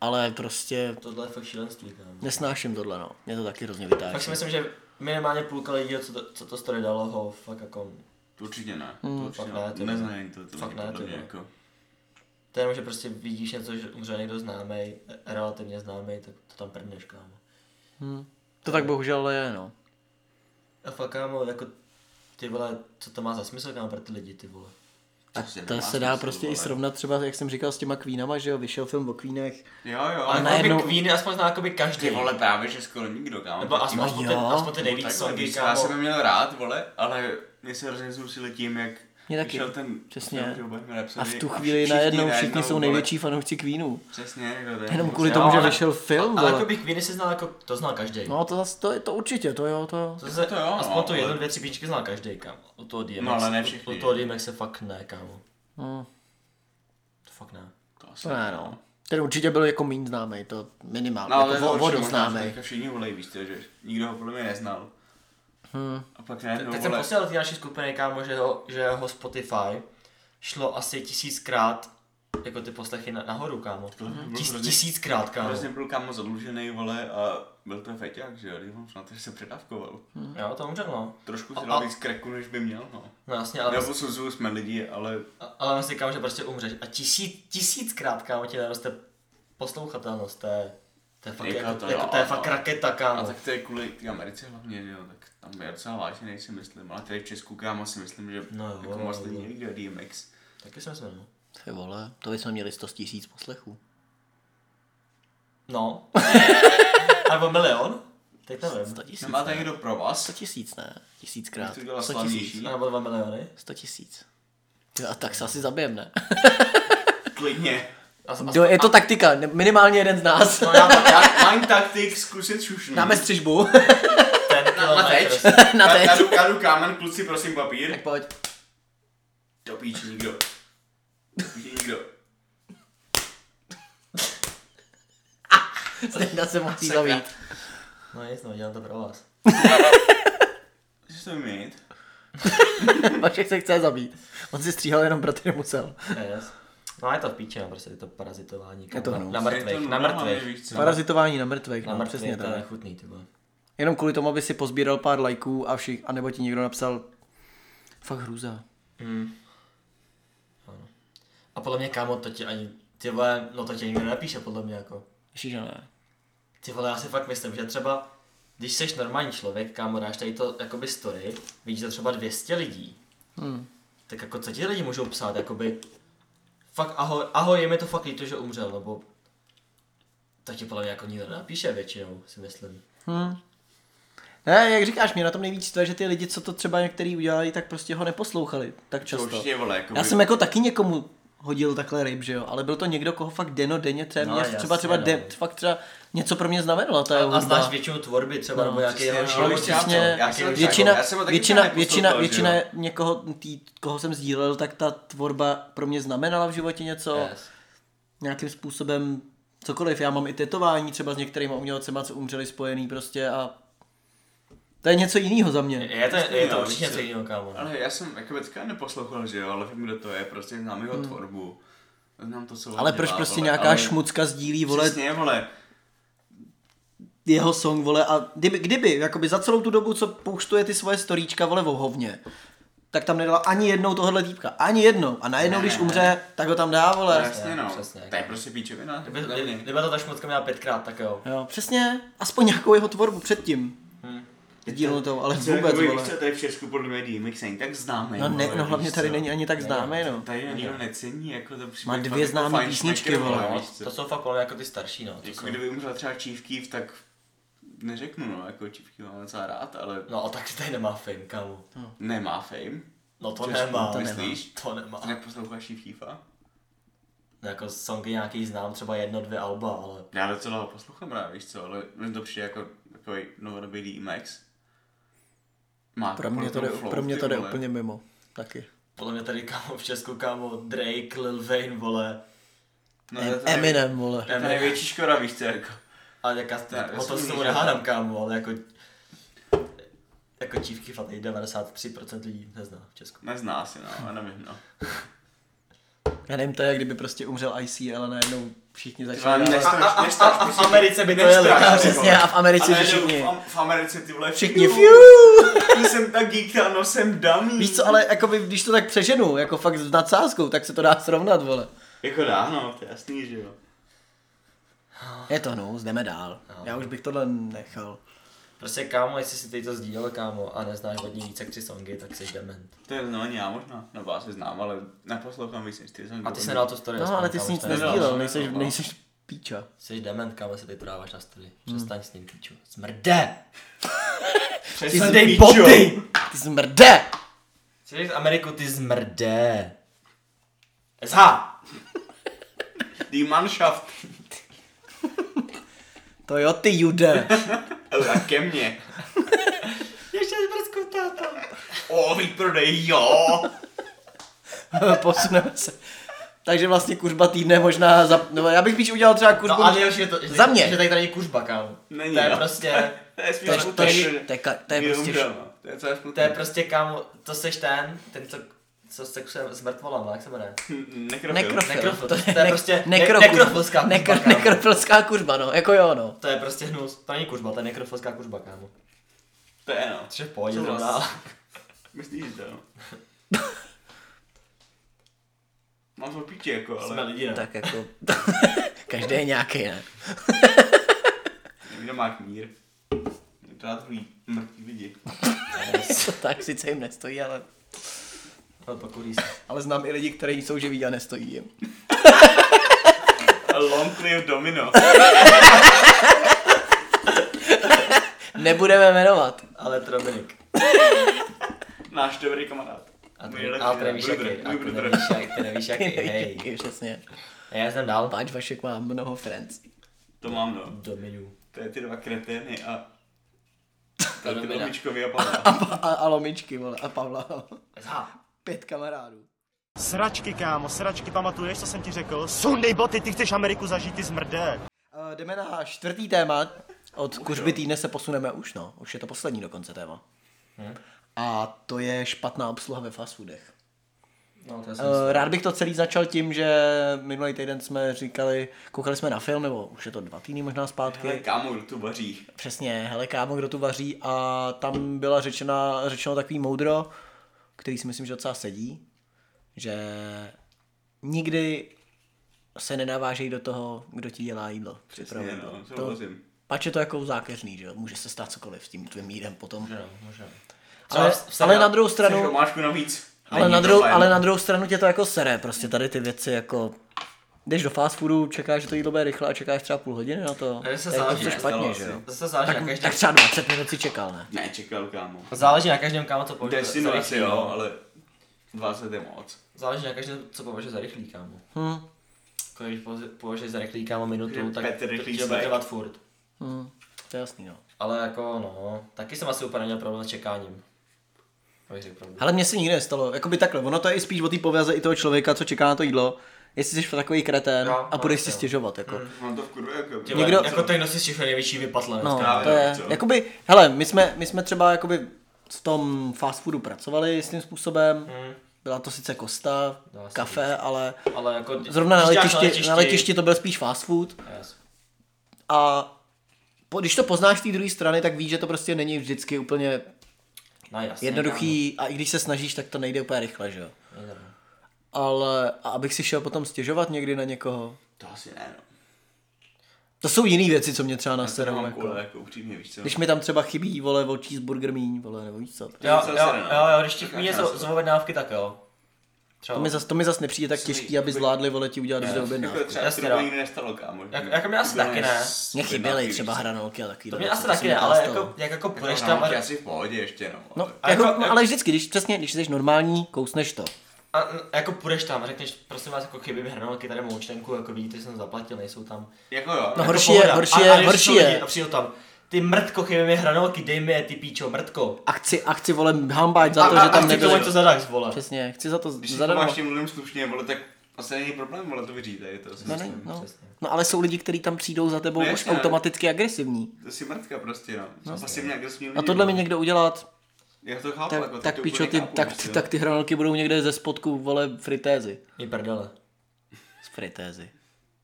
Speaker 1: Ale prostě
Speaker 3: Tohle je fakt šílenství, kámo.
Speaker 1: nesnáším tohle, no. Mě to taky hrozně
Speaker 3: Fakt si
Speaker 1: vytáčí.
Speaker 3: myslím, že minimálně půlka lidí, co to, co to story dalo, ho fakt jako...
Speaker 2: To určitě ne. To
Speaker 1: Hmm.
Speaker 2: určitě
Speaker 3: Fakt ne, ty
Speaker 2: ne.
Speaker 3: vole.
Speaker 2: Neznají to, to
Speaker 3: Fakt
Speaker 2: lidi
Speaker 3: ne,
Speaker 2: podle
Speaker 3: ty
Speaker 2: mě,
Speaker 3: vole.
Speaker 2: jako...
Speaker 3: To jenom, že prostě vidíš něco, že umře někdo známý, relativně známý, tak to tam prdneš, kámo.
Speaker 1: To tak bohužel ale je, no.
Speaker 3: A fakt, kámo, jako ty vole, co to má za smysl, kámo, pro ty lidi, ty vole.
Speaker 1: A
Speaker 2: Což
Speaker 1: to
Speaker 2: nemá
Speaker 1: se dá
Speaker 2: smysl,
Speaker 1: prostě i
Speaker 2: vole.
Speaker 1: srovnat třeba, jak jsem říkal, s těma Queenama, že jo, vyšel film o Queenech.
Speaker 2: Jo, jo,
Speaker 3: Ale
Speaker 2: ale...
Speaker 3: najednou...
Speaker 1: najednou-
Speaker 3: Queeny aspoň zná jakoby každý.
Speaker 2: Ty vole, právě, že skoro nikdo, kámo.
Speaker 3: Nebo aspoň,
Speaker 1: No
Speaker 3: aspoň,
Speaker 1: jo.
Speaker 3: ty, aspoň ty
Speaker 2: No
Speaker 3: nejvíc
Speaker 2: takhle,
Speaker 3: songy,
Speaker 2: víš co, Já jsem je
Speaker 3: kámo.
Speaker 2: měl rád, vole, ale mě se hrozně zrušili tím, jak
Speaker 1: Mě taky,
Speaker 2: vyšel ten
Speaker 1: přesně.
Speaker 2: film, že oba jsme
Speaker 1: A
Speaker 2: napsali,
Speaker 1: v tu chvíli najednou všichni jsou
Speaker 2: no, vole,
Speaker 1: největší fanoušci Queenů.
Speaker 2: Přesně, jako to je-
Speaker 1: Jenom kvůli
Speaker 2: Jo,
Speaker 1: tomu, že
Speaker 2: ale-
Speaker 1: vyšel film,
Speaker 3: Ale
Speaker 1: vole.
Speaker 3: jakoby Queeny si znal jako, to znal každý.
Speaker 1: No to, zas- to, je to určitě, to jo, to jo.
Speaker 3: To se,
Speaker 2: To jo, no,
Speaker 3: aspoň to
Speaker 2: ale-
Speaker 3: jeden, dvě, tři píčky znal každý, kámo. U toho DMX.
Speaker 2: No, ale ne
Speaker 3: u-
Speaker 2: všichni.
Speaker 3: U toho DMX se fakt ne, kámo.
Speaker 1: Hm,
Speaker 3: To fakt ne.
Speaker 2: To asi
Speaker 1: to ne, no. Ten určitě byl jako méně známý, to minimálně,
Speaker 2: No, ale
Speaker 1: jako
Speaker 2: to
Speaker 1: vo-
Speaker 2: už
Speaker 1: vodu
Speaker 2: možná
Speaker 1: známý.
Speaker 2: teďka Všichni volej, víš to, že nikdo ho podle mě neznal.
Speaker 3: Hmm.
Speaker 1: Hm.
Speaker 2: A pak najednou,
Speaker 3: Tak jsem
Speaker 2: No, vole,
Speaker 3: posílal do té naší skupiny, kámo, že ho, že ho Spotify šlo asi tisíckrát jako ty poslechy na, nahoru, kámo.
Speaker 1: Mhm.
Speaker 2: byl
Speaker 3: Tis,
Speaker 2: hrozně-
Speaker 3: tisíckrát, kámo.
Speaker 2: Hrozně byl kámo zadlužený, vole, a byl to feťák, že jo, když on na to, že se předávkoval.
Speaker 3: Jo, to může, no.
Speaker 2: Trošku
Speaker 3: A-
Speaker 2: si
Speaker 3: a-
Speaker 2: dal víc kreku, než by měl, no.
Speaker 3: No jasně, ale,
Speaker 2: Já posuzuju, jsme lidi, ale
Speaker 3: a- ale si kámo, že prostě umřeš. A tisíc, tisíckrát, kámo, ti naroste poslouchatelnost, to je, to je fakt,
Speaker 2: Jako
Speaker 3: jako,
Speaker 2: to
Speaker 3: to, jako,
Speaker 2: jo,
Speaker 3: to je
Speaker 2: no.
Speaker 3: fakt raketa,
Speaker 2: A
Speaker 3: kámo.
Speaker 2: tak to je kvůli té Americe hlavně, že jo, tak tam je docela vážně nejsi myslím, ale tady v Česku kámo si myslím, že
Speaker 3: No
Speaker 2: no,
Speaker 3: jo,
Speaker 2: jo, jako
Speaker 3: jo,
Speaker 2: moc
Speaker 3: jo.
Speaker 2: lidí nikde DMX.
Speaker 3: Taky jsem se no.
Speaker 1: Ty vole, to bychom měli 100 tisíc poslechů.
Speaker 3: No. [laughs] Nebo milion? Teď nevím.
Speaker 1: 100 tisíc,
Speaker 2: Nemá tady
Speaker 1: ne?
Speaker 2: někdo pro vás?
Speaker 1: 100 tisíc, ne? Tisíckrát.
Speaker 2: To dělá
Speaker 1: 100 tisíc.
Speaker 2: slavnější.
Speaker 3: A Nebo dva miliony?
Speaker 1: 100 tisíc. Jo, a tak se asi zabijem, ne?
Speaker 2: Klidně. [laughs]
Speaker 3: A, a,
Speaker 1: Jo, je to taktika, ne- minimálně jeden z nás.
Speaker 3: no, já,
Speaker 2: Já, mám taktik zkusit šušnout.
Speaker 1: Dáme střižbu.
Speaker 3: ten kilometr.
Speaker 1: Na [laughs] teď.
Speaker 2: Já, jdu, já jdu kámen, kluci, prosím papír.
Speaker 1: Tak pojď.
Speaker 2: Do píči nikdo. Do píči nikdo.
Speaker 1: Zdejda se musí
Speaker 2: Sakra.
Speaker 1: zavít.
Speaker 3: No nic, no, dělám to pro vás.
Speaker 2: Chceš to mít?
Speaker 1: [laughs] Vašek se chce zabít. On si stříhal jenom, protože musel.
Speaker 3: Yes. No je to v píči, no, prostě je to parazitování. kámo,
Speaker 1: to
Speaker 3: na,
Speaker 1: hnus.
Speaker 3: na
Speaker 2: Je
Speaker 3: mrtvých,
Speaker 2: to
Speaker 3: na
Speaker 2: nula,
Speaker 3: mrtvých.
Speaker 2: nevíš co.
Speaker 1: Parazitování na mrtvech,
Speaker 3: Na
Speaker 1: no, přesně
Speaker 3: mrtvých, to je
Speaker 1: tak.
Speaker 3: chutný, ty vole.
Speaker 1: Jenom kvůli tomu, aby si pozbíral pár lajků a všich, anebo ti někdo napsal fakt hruza.
Speaker 3: A podle mě, kámo, to ti ani, ty vole, no to ti nikdo nepíše, podle mě, jako.
Speaker 1: Ještě, že ne.
Speaker 3: Ty vole, já si fakt myslím, že třeba, když jsi normální člověk, kámo, dáš tady to, jakoby, story, vidíš to třeba 200 lidí,
Speaker 1: Hmm.
Speaker 3: tak jako, co ti lidi můžou psát, jakoby, fakt ahoj, ahoj, je mi to fakt líto, že umřel, nebo to ti podle mě jako nikdo napíše většinou, si myslím.
Speaker 1: Hmm. Ne, jak říkáš, mě na tom nejvíc to je, že ty lidi, co to třeba některý udělali, tak prostě ho neposlouchali tak
Speaker 2: To
Speaker 1: často.
Speaker 2: určitě, vole, jako
Speaker 1: Já jsem jako taky někomu hodil takhle ryb, že jo, ale byl to někdo, koho fakt denodenně
Speaker 3: No,
Speaker 1: téměř, no,
Speaker 3: jasně,
Speaker 1: třeba, třeba,
Speaker 3: no.
Speaker 1: de, fakt třeba něco pro mě znamenala ta jeho
Speaker 3: A
Speaker 1: hudba.
Speaker 3: znáš většinu tvorby třeba, nebo nějaký
Speaker 2: přesně,
Speaker 3: jeho
Speaker 2: no,
Speaker 3: život,
Speaker 2: přesně.
Speaker 3: něco.
Speaker 1: Přesně,
Speaker 2: Já jsem-
Speaker 1: většina,
Speaker 2: já jsem ho taky
Speaker 1: většina,
Speaker 2: třeba
Speaker 1: většina,
Speaker 2: neposlouchal,
Speaker 1: většina
Speaker 2: že
Speaker 1: někoho, tý, koho jsem sdílel, tak ta tvorba pro mě znamenala v životě něco,
Speaker 3: Yes.
Speaker 1: nějakým způsobem cokoliv. Já mám i tetování třeba s některýma umělcema, co umřeli spojený prostě a to je něco jiného za mě.
Speaker 3: Je to, je to
Speaker 2: Jo,
Speaker 3: určitě
Speaker 2: víš
Speaker 3: něco
Speaker 2: co.
Speaker 3: jiného, kámo. no.
Speaker 2: Ale já jsem jako teďka neposlouchal, že jo, ale vím, kdo to je, prostě znám jeho tvorbu. Znám to, co on
Speaker 1: Hmm. Ale proč
Speaker 2: dělá,
Speaker 1: prostě
Speaker 2: vole,
Speaker 1: nějaká
Speaker 2: ale-
Speaker 1: šmucka sdílí, vole,
Speaker 2: Přesně, vole.
Speaker 1: jeho song, vole, a kdyby, kdyby, jakoby za celou tu dobu, co pouštuje ty svoje storíčka, vole, vohovně, tak tam nedala ani jednou tohle týpka, ani jednou. A najednou, když umře, tak ho tam dá, vole.
Speaker 2: Jasně, no.
Speaker 3: přesně,
Speaker 2: To je
Speaker 3: no.
Speaker 2: prostě píčovina.
Speaker 3: Kdyby,
Speaker 2: podle mě.
Speaker 3: kdyby- kdyby to ta šmucka měla pětkrát, tak jo.
Speaker 1: Jo, přesně, aspoň nějakou jeho tvorbu předtím.
Speaker 3: Hm.
Speaker 1: Sdílnutou, ale
Speaker 2: Co,
Speaker 1: vůbec,
Speaker 2: Hmm. jakoby, víš
Speaker 1: vole.
Speaker 2: co, tady v Česku podle mě remix není tak známý.
Speaker 1: No, ne,
Speaker 2: vole,
Speaker 1: no
Speaker 2: víš
Speaker 1: hlavně tady
Speaker 2: co.
Speaker 1: není ani tak známý, no.
Speaker 2: Tady nikdo necení, jako to přijde
Speaker 1: Má
Speaker 2: fakt
Speaker 1: dvě
Speaker 2: jako
Speaker 1: známé
Speaker 2: fajn
Speaker 1: písničky,
Speaker 2: šmekr,
Speaker 1: vole,
Speaker 2: víš
Speaker 1: víš
Speaker 2: co.
Speaker 3: To jsou fakt ono jako ty starší, no. To
Speaker 2: Jako
Speaker 3: jsou.
Speaker 2: kdyby umřel třeba Chief Keef, tak neřeknu, no, jako Chief Keef mám docela rád, ale
Speaker 3: No a tak tady nemá fame, kámo.
Speaker 2: nemá fame.
Speaker 3: No to
Speaker 2: Česku,
Speaker 3: nemá.
Speaker 2: to myslíš?
Speaker 3: To nemá.
Speaker 2: Ty neposloucháš Chief Keefa?
Speaker 3: No, jako songy nějaký znám, třeba jedno, dvě alba, ale...
Speaker 2: Já docela ho poslouchám rád, víš co, ale mi to přijde jako takový novodobý DMX. Má
Speaker 1: Pro mě to jde,
Speaker 2: takovou
Speaker 1: pro mě
Speaker 2: flow,
Speaker 1: to
Speaker 2: ty
Speaker 1: jde
Speaker 2: vole.
Speaker 1: úplně mimo. Taky.
Speaker 3: Podle mě tady kámo v Česku, kámo, Drake, Lil Wayne, vole.
Speaker 2: No, to je tady-
Speaker 1: Eminem, vole.
Speaker 2: To je největší škoda, víš co, jako.
Speaker 3: Ale jaká,
Speaker 2: Já- já
Speaker 3: o
Speaker 2: jsem
Speaker 3: to s tomu
Speaker 2: nežádal.
Speaker 3: nehádám, kámo, ale jako... Jako čívky fakt 93% lidí nezná v Česku.
Speaker 2: Nezná si, no, ale nevím, no.
Speaker 1: Já nevím, to je, jak kdyby prostě umřel ICL a najednou všichni
Speaker 2: Ty vole,
Speaker 1: začali. dělat-
Speaker 2: nestraš, nestraš,
Speaker 3: A v
Speaker 2: prosím tě.
Speaker 3: Americe by to
Speaker 2: Nestraš,
Speaker 3: jeli,
Speaker 2: ty
Speaker 3: kámo.
Speaker 2: vole.
Speaker 1: Přesně, a v Americe,
Speaker 2: A
Speaker 1: že
Speaker 2: najednou
Speaker 1: všichni.
Speaker 2: v- V Americe ty vole
Speaker 1: Všichni,
Speaker 2: "Fiu,
Speaker 1: fiu!
Speaker 2: Jsem tak geek, ano, jsem dummy.
Speaker 1: Víš co, ale jakoby, když to tak přeženu, jako fakt s nadsázkou, tak se to dá srovnat, vole.
Speaker 2: Jako dá, no, to je jasný, že jo.
Speaker 1: Je to no, jdeme dál. Já už bych tohle nechal.
Speaker 3: Prostě kámo, jestli si teď to sdílel, kámo, a neznáš od ní víc jak tři songy, tak jsi dement.
Speaker 2: To je no, ani já možná, nebo asi znám, ale neposlouchám víc než ty jsem.
Speaker 3: A ty jsi nedal tu story.
Speaker 1: No,
Speaker 3: aspoň,
Speaker 1: ale ty
Speaker 3: kámo,
Speaker 1: jsi nic
Speaker 3: že to nedal.
Speaker 1: nezdílel,
Speaker 2: no,
Speaker 1: nejseš,
Speaker 2: no, no.
Speaker 1: nejseš píča.
Speaker 3: Jsi dement, kámo, se teď tráváš na story.
Speaker 1: Hmm.
Speaker 3: Přestaň s ním, piču. Smrde!
Speaker 1: Ty
Speaker 2: Přesně,
Speaker 1: smrdej boty! Ty smrde!
Speaker 3: Jsi z Ameriku, ty zmrde. SH!
Speaker 2: Die Mannschaft,
Speaker 1: To jo, ty
Speaker 3: [laughs]
Speaker 1: jude.
Speaker 2: ale ke mně.
Speaker 3: Ještě zbrzku, táto.
Speaker 2: O, výprodej, jo!
Speaker 1: Posuneme se. Takže vlastně kuřba týdne možná, za, no, já bych spíš udělal třeba kuřbu.
Speaker 3: No ale už je to, že,
Speaker 1: Za mě.
Speaker 3: že tady tady je kužba, kámo.
Speaker 2: Není,
Speaker 3: to je
Speaker 2: no.
Speaker 3: prostě,
Speaker 2: [laughs] To je spíš
Speaker 1: to, je- to, je-
Speaker 2: útočný.
Speaker 1: to, je ka- to je
Speaker 2: Kdo
Speaker 1: prostě
Speaker 2: umřel, no. To je celé
Speaker 3: to je
Speaker 2: smutné.
Speaker 3: prostě, kámo, to seš ten, ten co, co sexuje s mrtvolama, jak se jmenuje?
Speaker 2: Nekrofil.
Speaker 1: nekrofil.
Speaker 3: Nekrofil.
Speaker 1: To je,
Speaker 3: To je
Speaker 1: ne-
Speaker 3: prostě ne-
Speaker 1: nekrokuřba.
Speaker 3: nekrofilská kuřba,
Speaker 1: Nekro-
Speaker 3: kámo.
Speaker 1: Nekrofilská kuřba, no, jako jo, no.
Speaker 3: To je prostě hnus, to není kužba, to je nekrofilská kužba, kámo.
Speaker 2: To je no.
Speaker 3: Což je v pohodě
Speaker 2: Co
Speaker 3: zrovna,
Speaker 2: vás?
Speaker 3: ale-
Speaker 2: Myslíš, že
Speaker 1: [laughs]
Speaker 2: to no. Mám to pítě, jako,
Speaker 3: jsme
Speaker 2: ale
Speaker 3: lidi, ne?
Speaker 1: Tak jako, [laughs] každý je nějaký,
Speaker 3: [laughs]
Speaker 1: ne?
Speaker 2: nevím, kdo má knír. Mě to rád mluví mrtví
Speaker 1: [laughs]
Speaker 2: lidi.
Speaker 1: To tak sice jim nestojí, ale...
Speaker 3: Ale pokorý se.
Speaker 1: Ale znám i lidi, kteří jsou živí a nestojí jim.
Speaker 2: A Long live domino.
Speaker 1: Nebudeme jmenovat.
Speaker 3: Ale Trominik.
Speaker 2: Náš dobrý kamarád.
Speaker 3: A
Speaker 2: Můj
Speaker 3: ty,
Speaker 2: lepší
Speaker 3: a ty nevíš
Speaker 2: brother,
Speaker 3: jaký, a
Speaker 2: můj
Speaker 3: ty
Speaker 2: brother.
Speaker 3: nevíš jaký, ty
Speaker 1: [laughs]
Speaker 3: nevíš jaký, hej.
Speaker 1: Díky, přesně.
Speaker 3: A já jsem dál.
Speaker 1: Páč Vašek má mnoho friends.
Speaker 2: To mám, no.
Speaker 3: Dominu.
Speaker 2: To je ty dva kretény a... To je ty
Speaker 3: Domina.
Speaker 2: Tomičkovi
Speaker 1: [laughs]
Speaker 2: a Pavla.
Speaker 1: A, a Lomičky, vole, a Pavla. [laughs]
Speaker 3: SH.
Speaker 1: Pět kamarádů.
Speaker 6: Sračky, kámo, sračky, pamatuješ, co jsem ti řekl? Sundej boty, ty chceš Ameriku zažít, ty zmrdé.
Speaker 1: Uh, jdeme na čtvrtý téma. Od kuřby týdne se posuneme už, no. Už je to poslední dokonce téma.
Speaker 3: Hm?
Speaker 1: A to je špatná obsluha ve fast foodech.
Speaker 3: No, to jsem
Speaker 1: Eh, Rád bych to celý začal tím, že minulý týden jsme říkali, koukali jsme na film, nebo už je to dva týdny možná zpátky.
Speaker 2: Hele, kámo, kdo tu vaří?
Speaker 1: Přesně, hele kámo, kdo tu vaří a tam byla řečena, řečeno takový moudro, který si myslím, že docela sedí, že nikdy se nenavážej do toho, kdo ti dělá jídlo. připravuje
Speaker 2: Přesně, no,
Speaker 1: jídlo.
Speaker 2: souhlasím.
Speaker 1: Pač je to jako zákeřný, že jo? Může se stát cokoliv s tím tvým jídem potom.
Speaker 3: Možná, možná.
Speaker 1: Ale,
Speaker 3: Třeba v- v
Speaker 1: ale
Speaker 3: seriálu-
Speaker 1: na druhou
Speaker 2: Chceš
Speaker 1: stranu,
Speaker 2: omáčku navíc?
Speaker 1: ale
Speaker 2: Není
Speaker 1: na, druhou,
Speaker 2: problém.
Speaker 1: ale na druhou stranu tě to jako sere, prostě tady ty věci jako... Jdeš do fast foodu, čekáš, že to jídlo bude rychle a čekáš třeba půl hodiny na to.
Speaker 3: Ale se
Speaker 1: To je
Speaker 3: záleží,
Speaker 1: prostě
Speaker 3: ne,
Speaker 1: špatně,
Speaker 2: stalo
Speaker 1: že
Speaker 2: se.
Speaker 1: jo?
Speaker 3: Zase záleží na
Speaker 1: Tak
Speaker 3: každém.
Speaker 1: třeba 20 minut si čekal, ne?
Speaker 2: Ne, čekal, kámo.
Speaker 3: Záleží na každém, kámo, co používáš.
Speaker 2: Destinaci, jo, ale... 20 je moc.
Speaker 3: Záleží na každém, co považuje za rychlý, kámo.
Speaker 1: Hm.
Speaker 3: Jako Když považ- považuje za rychlý, kámo, minutu,
Speaker 2: Že
Speaker 3: tak
Speaker 2: Petr
Speaker 3: to
Speaker 2: rychlý
Speaker 3: ti to bude
Speaker 2: svek.
Speaker 3: trvat furt.
Speaker 1: Hm. To je jasný, no.
Speaker 3: Ale jako, no, taky jsem asi úplně neměl problém s čekáním. Abych řekl pravdu.
Speaker 1: Ale mně se nikdy nestalo, jakoby takhle, ono to je i spíš o té pověze i toho člověka, co čeká na to jídlo, jestli jsi takový kretén
Speaker 3: No,
Speaker 1: a
Speaker 3: no,
Speaker 1: budeš
Speaker 3: jo.
Speaker 1: si stěžovat, jako. Mm.
Speaker 2: Mám to v kurvě jako...
Speaker 3: Tě,
Speaker 1: Někdo-
Speaker 3: Někdo... Jako ten, kdo si všechno největší vypatla.
Speaker 1: No,
Speaker 3: dneska.
Speaker 1: to je,
Speaker 2: co?
Speaker 1: jakoby, hele, my jsme, my jsme třeba jakoby v tom fast foodu pracovali s tím způsobem,
Speaker 3: Mm.
Speaker 1: byla to sice kosta,
Speaker 3: Dá se
Speaker 1: kafe, ale
Speaker 3: Ale jako...
Speaker 1: zrovna na
Speaker 3: když děláš No,
Speaker 1: letišti, na letišti to byl spíš fast food
Speaker 3: Yes.
Speaker 1: a po, když to poznáš z té druhé strany, tak víš, že to prostě není vždycky úplně
Speaker 3: No, jasně,
Speaker 1: jednoduchý a i když se snažíš, tak to nejde úplně rychle, že jo.
Speaker 3: kámo. Nejde, no.
Speaker 1: Ale a abych si šel potom stěžovat někdy na někoho,
Speaker 2: To asi ne, no.
Speaker 1: To jsou jiné věci, co mě třeba
Speaker 2: Já se
Speaker 1: nastanou.
Speaker 2: nemám
Speaker 1: Jako.
Speaker 2: kule, jako upřímně, víš co?
Speaker 1: Když mi tam třeba chybí, vole, o cheeseburger míň, vole, nebo víš co.
Speaker 3: Jo,
Speaker 2: zase
Speaker 3: jo,
Speaker 2: ne, no.
Speaker 3: jo, jo, když ti
Speaker 2: Tak
Speaker 3: mě
Speaker 2: já
Speaker 3: zo-
Speaker 2: se-
Speaker 3: zove dávky, tak jo. Třeba.
Speaker 1: To mi zas, to mi zas nepřijde tak těžký, aby zvládli, vole, ti udělat dobře objednávku.
Speaker 2: Jako třeba
Speaker 3: Jasně,
Speaker 2: to by
Speaker 3: no.
Speaker 2: nikdy nestalo, kámo.
Speaker 3: Jak- jako mě asi
Speaker 2: Úplně
Speaker 3: taky ne.
Speaker 2: s-
Speaker 1: Mě chyběly
Speaker 2: víš
Speaker 1: třeba
Speaker 2: co?
Speaker 1: hranolky a takový.
Speaker 3: To mě
Speaker 1: věci,
Speaker 3: asi
Speaker 1: se
Speaker 3: taky
Speaker 1: mi
Speaker 3: ne, ale
Speaker 1: nestalo.
Speaker 3: jako, jak jako půjdeš
Speaker 2: Jako
Speaker 3: tam a,
Speaker 2: hranolky asi v pohodě ještě, no.
Speaker 1: No,
Speaker 2: ale-
Speaker 1: a jako,
Speaker 3: jako-
Speaker 1: no, ale vždycky, když přesně, když jsi normální, kousneš to.
Speaker 3: a, jako půjdeš tam a řekneš, prosím vás, jako chybí mi hranolky, tady mám účtenku, jako vidíte, jsem zaplatil, nejsou tam.
Speaker 2: Jako jo.
Speaker 1: No,
Speaker 2: jako-
Speaker 1: horší
Speaker 3: pohoda.
Speaker 1: je, horší
Speaker 3: A-
Speaker 1: je,
Speaker 3: a když
Speaker 1: horší
Speaker 3: jsou lidi
Speaker 1: je.
Speaker 3: A přijdu tam, ty mrtko, chybí mi hranolky, dej mi je, ty píčo, mrtko.
Speaker 1: A chci, a chci, vole, hambáč za to,
Speaker 3: a,
Speaker 1: že tam
Speaker 3: a chci tomu
Speaker 1: nebyl.
Speaker 3: něco zadat, vole.
Speaker 1: Přesně, chci za to
Speaker 2: Když si máš
Speaker 1: zadarmo.
Speaker 2: těm lidem slušně, vole, tak asi není problém, vole, to vyřídit, je to asi
Speaker 1: No, ne,
Speaker 2: myslím.
Speaker 1: no.
Speaker 3: přesně.
Speaker 1: no, ale jsou lidi, kteří tam přijdou za tebou
Speaker 2: No,
Speaker 1: už
Speaker 2: jasně, ne.
Speaker 1: automaticky agresivní.
Speaker 2: To si mrtka prostě, no. no pasivně agresivní lidi.
Speaker 1: A tohle mi
Speaker 2: no.
Speaker 1: někdo udělat,
Speaker 2: Já to chápu, jako,
Speaker 1: tak,
Speaker 2: to
Speaker 1: tak
Speaker 2: tě
Speaker 1: pičo,
Speaker 2: úplně
Speaker 1: ty,
Speaker 2: chápu,
Speaker 1: tak,
Speaker 2: prostě,
Speaker 1: ty,
Speaker 2: no.
Speaker 1: tak ty hranolky budou někde ze spodku, vole, fritézy.
Speaker 3: Mí prdele.
Speaker 1: Z fritézy.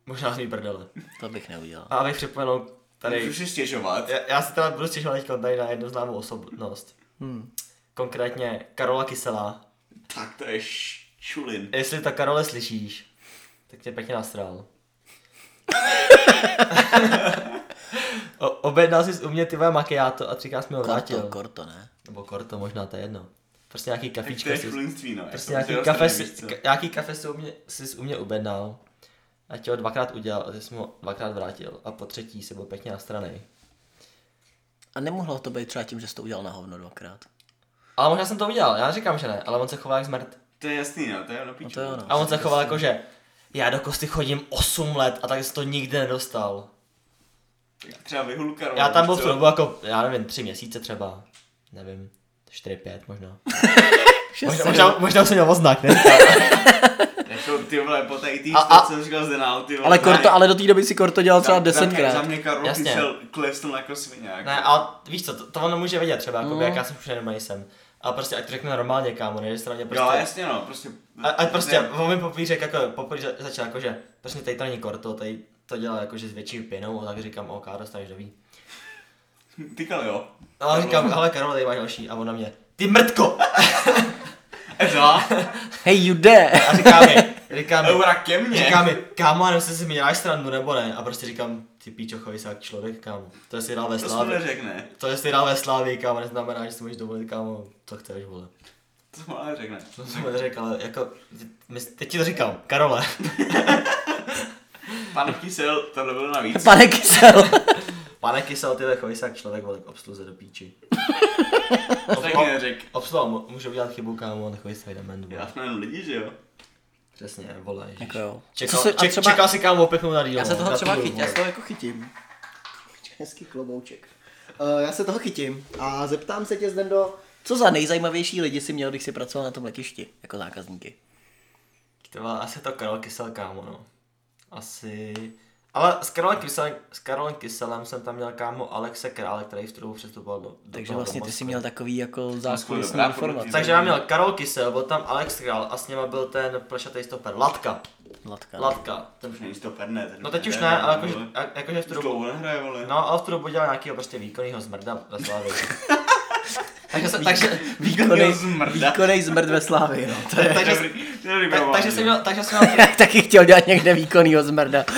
Speaker 3: Možná z mý prdele.
Speaker 1: To bych neudělal.
Speaker 3: A abych připomenul, tady
Speaker 2: Můžu si stěžovat.
Speaker 3: Já, já si teda budu stěžovat teďka tady na jednu známou osobnost. Hmm. Konkrétně Karola Kyselá.
Speaker 2: Tak to je š- šulin.
Speaker 3: Jestli ta Karole slyšíš, tak tě pěkně nasral. [laughs] o, objednal jsi u mě ty vole macchiato a třikrát jsi mi ho
Speaker 1: Korto,
Speaker 3: vrátil.
Speaker 1: korto, ne?
Speaker 3: Nebo korto možná, to je jedno. Prostě nějaký
Speaker 2: Tak to
Speaker 3: kafička
Speaker 2: je
Speaker 3: jsi,
Speaker 2: šulinství, no.
Speaker 3: prostě
Speaker 2: jako,
Speaker 3: nějaký
Speaker 2: to je
Speaker 3: kafe,
Speaker 2: dostaný, víš
Speaker 3: jsi,
Speaker 2: co.
Speaker 3: ka, nějaký kafe jsi u mě, jsi u mě objednal. A tě ho dvakrát udělal a ty jsi mu ho dvakrát vrátil. A po třetí se byl pěkně nastranej.
Speaker 1: A nemohlo to být třeba tím, že jsi to udělal na hovno dvakrát.
Speaker 3: Ale možná jsem to udělal, já říkám, že ne, ale on se chová jak zmrt.
Speaker 2: To je jasný, no, prostě. to je na piču.
Speaker 1: to jo, no.
Speaker 3: A on se choval jako, že já do kosty chodím 8 let a tak jsem to nikdy nedostal.
Speaker 2: Tak Třeba vyhulka, no,
Speaker 3: Já tam byl
Speaker 2: víš
Speaker 3: v
Speaker 2: co?
Speaker 3: dobu jako, já nevím, 3 měsíce třeba. Nevím, 4-5
Speaker 2: [laughs]
Speaker 3: možná. možná, možná, možná jsem měl oznak, ne?
Speaker 2: Jako ty vole, po té tý
Speaker 3: A- a-
Speaker 2: jsem říkal zde na ty vole.
Speaker 1: Ale,
Speaker 2: ne.
Speaker 1: korto, ale do té doby si korto dělal třeba
Speaker 2: Za- Za
Speaker 1: desetkrát.
Speaker 2: mě, za mě Karol
Speaker 3: Jasně.
Speaker 2: Kysel klesl jako sviňák.
Speaker 3: ne, ale víš co, to, to on může vědět třeba,
Speaker 2: No.
Speaker 3: jako, jak já jsem zkušený nejsem. A prostě ať to řekne normálně, kámo, ne, že se na mě prostě...
Speaker 2: Jo, jasně no, prostě.
Speaker 3: A, a prostě,
Speaker 2: ne,
Speaker 3: on mi poprvé řekl, jako, poprvé za- začal jako, že prostě tady to není korto, tady to dělá jako, že s větší pěnou, a tak říkám, ok, dostaneš nový.
Speaker 2: Tykal jo.
Speaker 3: A No, říkám, hele Karol, tady máš další, a on na mě,
Speaker 2: [laughs]
Speaker 3: ty mrtko!
Speaker 2: Eza,
Speaker 1: Hej, jude!
Speaker 3: A říká mi, říká mi,
Speaker 2: eura ke mně.
Speaker 3: říká mi, kámo, já nevím, jestli si mi děláš srandu nebo ne. A prostě říkám, ty píčo, chovej se jak člověk, kámo. To jestli dál ve
Speaker 2: To jsme
Speaker 3: slávě.
Speaker 2: neřekne.
Speaker 3: To jestli dál ve slávě, kámo, neznamená, že si můžeš dovolit, kámo, co chceš, vole.
Speaker 2: To jsme ale řekne.
Speaker 3: To jsem neřekl, ale jako, my- teď ti to říkám, Karole.
Speaker 2: Pan Kysel, tohle bylo
Speaker 1: [laughs]
Speaker 2: navíc.
Speaker 1: Pane Kysel!
Speaker 3: Pane Kysel, ty vole, chovej se jak člověk, vole, k obsluze do píči.
Speaker 2: To
Speaker 3: No,
Speaker 2: taky neřek.
Speaker 3: Obsluha mu- může udělat chybu, kámo, nechovej se jak dement,
Speaker 2: Já
Speaker 3: vole.
Speaker 2: jsme jenom lidi, že jo?
Speaker 3: Přesně, vole, ježiš.
Speaker 1: Jako jo.
Speaker 3: Čekal,
Speaker 1: Co se- a
Speaker 3: ček,
Speaker 1: třeba-
Speaker 3: čekal si kámo opět na dílo.
Speaker 1: Já se toho
Speaker 3: na
Speaker 1: třeba
Speaker 3: půl,
Speaker 1: chytím, já se
Speaker 3: vole.
Speaker 1: toho jako chytím. Hezký klobouček. Uh, já se toho chytím a zeptám se tě, Zdendo, co za nejzajímavější lidi si měl, když jsi pracoval na tom letišti, jako zákazníky?
Speaker 3: Ty vole, asi to Karol Kysel, kámo, no. Asi... Ale s Karolem, Kyselem, s Karolem Kyselem jsem tam měl kámo Alexe Krále, který v trubu přestupoval do, do
Speaker 1: Takže
Speaker 3: toho
Speaker 1: vlastně ty
Speaker 3: Moskvy.
Speaker 1: jsi měl takový jako zákulisní
Speaker 2: dobrá
Speaker 1: informace.
Speaker 2: produkce.
Speaker 3: Takže já měl Karol Kysel, byl tam Alex Král a s něma byl ten plešatý stoper, Latka.
Speaker 1: Latka.
Speaker 3: Latka. Ten už
Speaker 2: Už není stoper, ne. ten
Speaker 3: No teď už
Speaker 2: nehraje,
Speaker 3: ne, ale jakože,
Speaker 2: vole.
Speaker 3: jak- jakože v
Speaker 2: Už
Speaker 3: trubu.
Speaker 2: dlouho nehraje, vole.
Speaker 3: No, ale v trubu dělal nějakýho prostě výkonnýho zmrda ve Slávě.
Speaker 1: [laughs]
Speaker 3: takže, se, takže,
Speaker 1: Výkonej,
Speaker 2: zmrda.
Speaker 1: výkonej zmrt ve slávy, no. To [laughs] je...
Speaker 3: takže,
Speaker 2: Dobrý, to je dobrý
Speaker 3: tak,
Speaker 2: provázek.
Speaker 3: takže jsem měl, takže jsem měl
Speaker 1: Tak taky chtěl dělat někde výkonnýho zmrda. [laughs]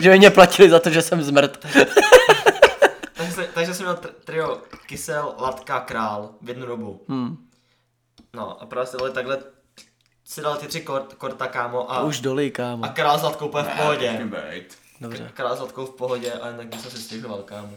Speaker 1: že by mě platili za to, že jsem zmrt.
Speaker 3: Takže, se- takže jsem měl tr- trio Kysel, Latka, Král v jednu dobu.
Speaker 1: Hmm.
Speaker 3: No a prostě ale takhle si dal ty tři kort, korta kámo a,
Speaker 1: Už doli,
Speaker 3: a
Speaker 1: kámo.
Speaker 3: Král s Latkou úplně v
Speaker 2: Ne,
Speaker 3: pohodě.
Speaker 2: nechci bejt.
Speaker 1: Dobře.
Speaker 3: Král s Latkou v pohodě a tak jsem si stěžoval kámo.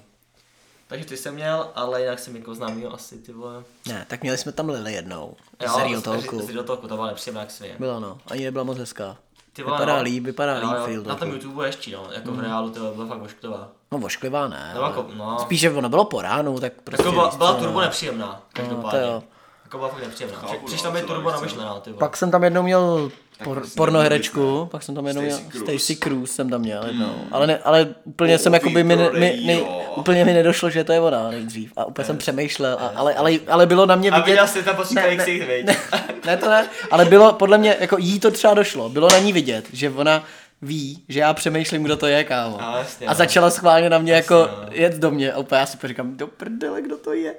Speaker 3: Takže ty jsem měl, ale jinak jsem jako známý asi ty vole.
Speaker 1: Ne, tak měli jsme tam Lily jednou. Jo, z
Speaker 3: Jo,
Speaker 1: Real
Speaker 3: z-
Speaker 1: Talku.
Speaker 3: Z, z Real Talku, to byla nepříjemná jak svě.
Speaker 1: Byla no, ani nebyla moc hezká.
Speaker 3: Ty vole,
Speaker 1: vypadá
Speaker 3: no.
Speaker 1: líp, vypadá
Speaker 3: Jo,
Speaker 1: líp Mm.
Speaker 3: jo,
Speaker 1: Real
Speaker 3: Na tom
Speaker 1: Talku.
Speaker 3: YouTube ještě, no, jako v reálu to byla fakt ošklivá.
Speaker 1: No vošklivá ne,
Speaker 3: No,
Speaker 1: ale
Speaker 3: jako, no.
Speaker 1: spíše ono bylo po ránu, tak prostě
Speaker 3: Jako byla,
Speaker 1: víš
Speaker 3: byla
Speaker 1: co, no.
Speaker 3: turbo nepříjemná, každopádně.
Speaker 1: jo.
Speaker 3: Jako byla fakt nepříjemná. Při-
Speaker 2: Chápu,
Speaker 3: Přiš
Speaker 2: no,
Speaker 3: tam je
Speaker 2: co
Speaker 3: turbo
Speaker 2: víš, co?
Speaker 3: namyšlená, ty vole.
Speaker 1: Pak jsem tam jednou měl por,
Speaker 2: prostě nebyli
Speaker 1: pornoherečku,
Speaker 2: jsme.
Speaker 1: pak jsem tam jednou měl
Speaker 2: Stacey Cruz.
Speaker 1: Stacy Cruz jsem tam měl jednou,
Speaker 3: Hmm.
Speaker 1: ale, ne, ale úplně
Speaker 2: Oh,
Speaker 1: jsem jako by
Speaker 2: ty
Speaker 1: mi, ne, mi,
Speaker 2: prodej,
Speaker 1: ne,
Speaker 2: jo.
Speaker 1: úplně mi nedošlo, že to je ona nejdřív a úplně jsem přemýšlel, a, ale, ale, ale bylo na mě
Speaker 3: A
Speaker 1: vidět,
Speaker 3: viděl jsi tam prostě
Speaker 1: Ne,
Speaker 3: jak
Speaker 1: ne,
Speaker 3: si jich, [laughs] viď?
Speaker 1: ne, ne, to ne, ale bylo podle mě, jako jí to třeba došlo, bylo na ní vidět, že ona ví, že já přemýšlím, kdo to je, kámo.
Speaker 3: A jasně,
Speaker 1: a
Speaker 3: no.
Speaker 1: začala schválně na mě jako
Speaker 3: no.
Speaker 1: jet do mě, a úplně já si říkám, do prdele, kdo to je.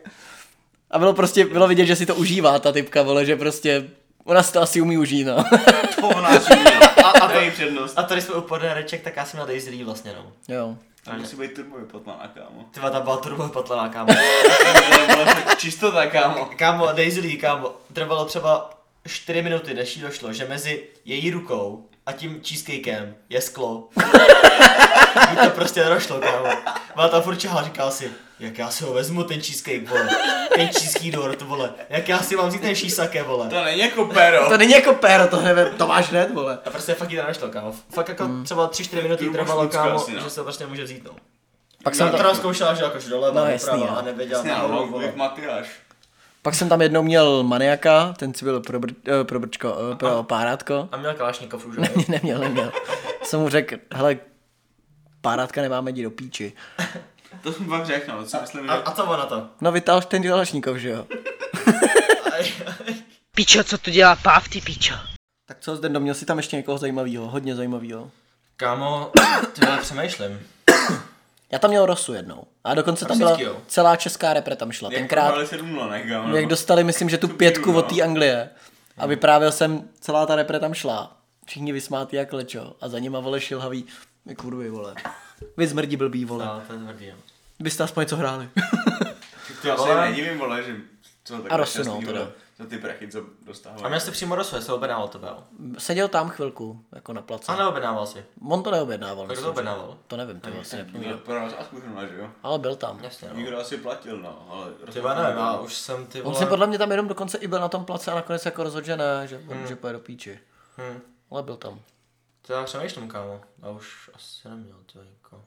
Speaker 1: A bylo prostě, bylo vidět, že si to užívá ta typka, vole, že prostě, ona si to asi umí užít, no. [laughs]
Speaker 2: Pohná čím, a, a to je přednost.
Speaker 3: A tady jsme u pornereček, tak já jsem měl Daisy vlastně, no.
Speaker 1: jo.
Speaker 2: A musí být turbo vypotlaná, kámo.
Speaker 3: Ty vole, ta byla turbo
Speaker 1: [laughs]
Speaker 3: patlaná, kámo.
Speaker 2: To bylo fakt Čistota, kámo.
Speaker 3: Kámo, Daisy Lee, kámo, trvalo třeba 4 minuty, než jí došlo, že mezi její rukou a tím cheesecakem je sklo. Jí to prostě nedošlo, kámo. Má tam furt čahá, říkal si, jak já si ho vezmu ten cheesecake, vole, ten cheesecake dort, vole, jak já si mám vzít ten šísake, vole.
Speaker 2: To není jako pero.
Speaker 1: To není jako péro, to, hned, to máš hned, vole.
Speaker 3: A prostě fakt jí to nedošlo, kámo. Fakt jako třeba 3-4 minuty
Speaker 2: Turbo
Speaker 3: trvalo,
Speaker 2: šmucka
Speaker 3: kámo,
Speaker 2: asi, no.
Speaker 3: že se to prostě nemůže vzít, no.
Speaker 1: Pak
Speaker 3: Jsem
Speaker 1: jsem,
Speaker 3: to
Speaker 1: tam,
Speaker 3: tam zkoušela, že jakož doleva,
Speaker 1: No,
Speaker 3: no,
Speaker 1: jasný,
Speaker 3: doprava
Speaker 1: jo.
Speaker 3: a nevěděla
Speaker 2: Jasně,
Speaker 3: na
Speaker 2: ale
Speaker 3: nohu,
Speaker 2: no, jak Matyáš.
Speaker 1: pak jsem tam jednou měl maniaka, ten si byl pro, br, eh, pro, brčko, eh, pro párátko.
Speaker 3: A měl Kalašníkov [laughs] už, jo?
Speaker 1: Ne, neměl, neměl. Jsem mu řekl, hele, párátka nemáme jít do píči.
Speaker 2: To jsem vám řekl, no, co myslím, že...
Speaker 3: A, a co ona [laughs] to?
Speaker 1: No vytáhl ten dělačníkov, že jo?
Speaker 7: Pičo, co tu dělá páv, ty pičo?
Speaker 1: Tak co, Zdendo, měl jsi tam ještě někoho zajímavého, hodně zajímavého.
Speaker 3: Kámo, ty vole, přemýšlím.
Speaker 1: Já tam měl Rosu jednou. A dokonce tam byla
Speaker 3: Rosickýho.
Speaker 1: celá česká repre tam
Speaker 3: Jako
Speaker 1: šla.
Speaker 2: Jak
Speaker 1: Tenkrát,
Speaker 2: probrali sedm lonek, kámo.
Speaker 1: jak dostali, myslím, že tu pětku
Speaker 2: no.
Speaker 1: od té Anglie. A vyprávěl jsem, celá ta repre tam šla. Všichni vysmátí jak lečo. A za nima vole šilhavý. Vy kurvy, vole. Vy zmrdí blbý, vole.
Speaker 3: No, to je tvrdý, jo.
Speaker 1: Byste aspoň co hráli. [laughs]
Speaker 2: To asi
Speaker 3: vole.
Speaker 2: nedivím, vole, že... Co tak
Speaker 1: A rozsunou teda.
Speaker 2: Za ty prachy, co
Speaker 3: A
Speaker 2: dostávám.
Speaker 3: měl jsi přímo rozsvět, se objednával od tebe, jo?
Speaker 1: Seděl tam chvilku, jako na placu.
Speaker 3: A neobjednával si.
Speaker 1: On to neobjednával.
Speaker 3: Kdo
Speaker 1: myslím,
Speaker 3: to
Speaker 1: že-
Speaker 3: objednával?
Speaker 1: To nevím, to vlastně
Speaker 2: No, pro nás aspoň zrovna, že jo?
Speaker 1: Ale byl tam.
Speaker 3: Jasně, no.
Speaker 2: Nikdo asi platil, no, ale...
Speaker 3: Ty vole, nevím, já už jsem ty
Speaker 1: On
Speaker 3: vole...
Speaker 1: se podle mě tam jenom dokonce i byl na tom place a nakonec jako rozhodl, že ne, že, hmm. že pojede do píči.
Speaker 3: Hm,
Speaker 1: Ale byl tam.
Speaker 3: to já přemýšlím, kámo. Já už asi neměl, ty vole, jako.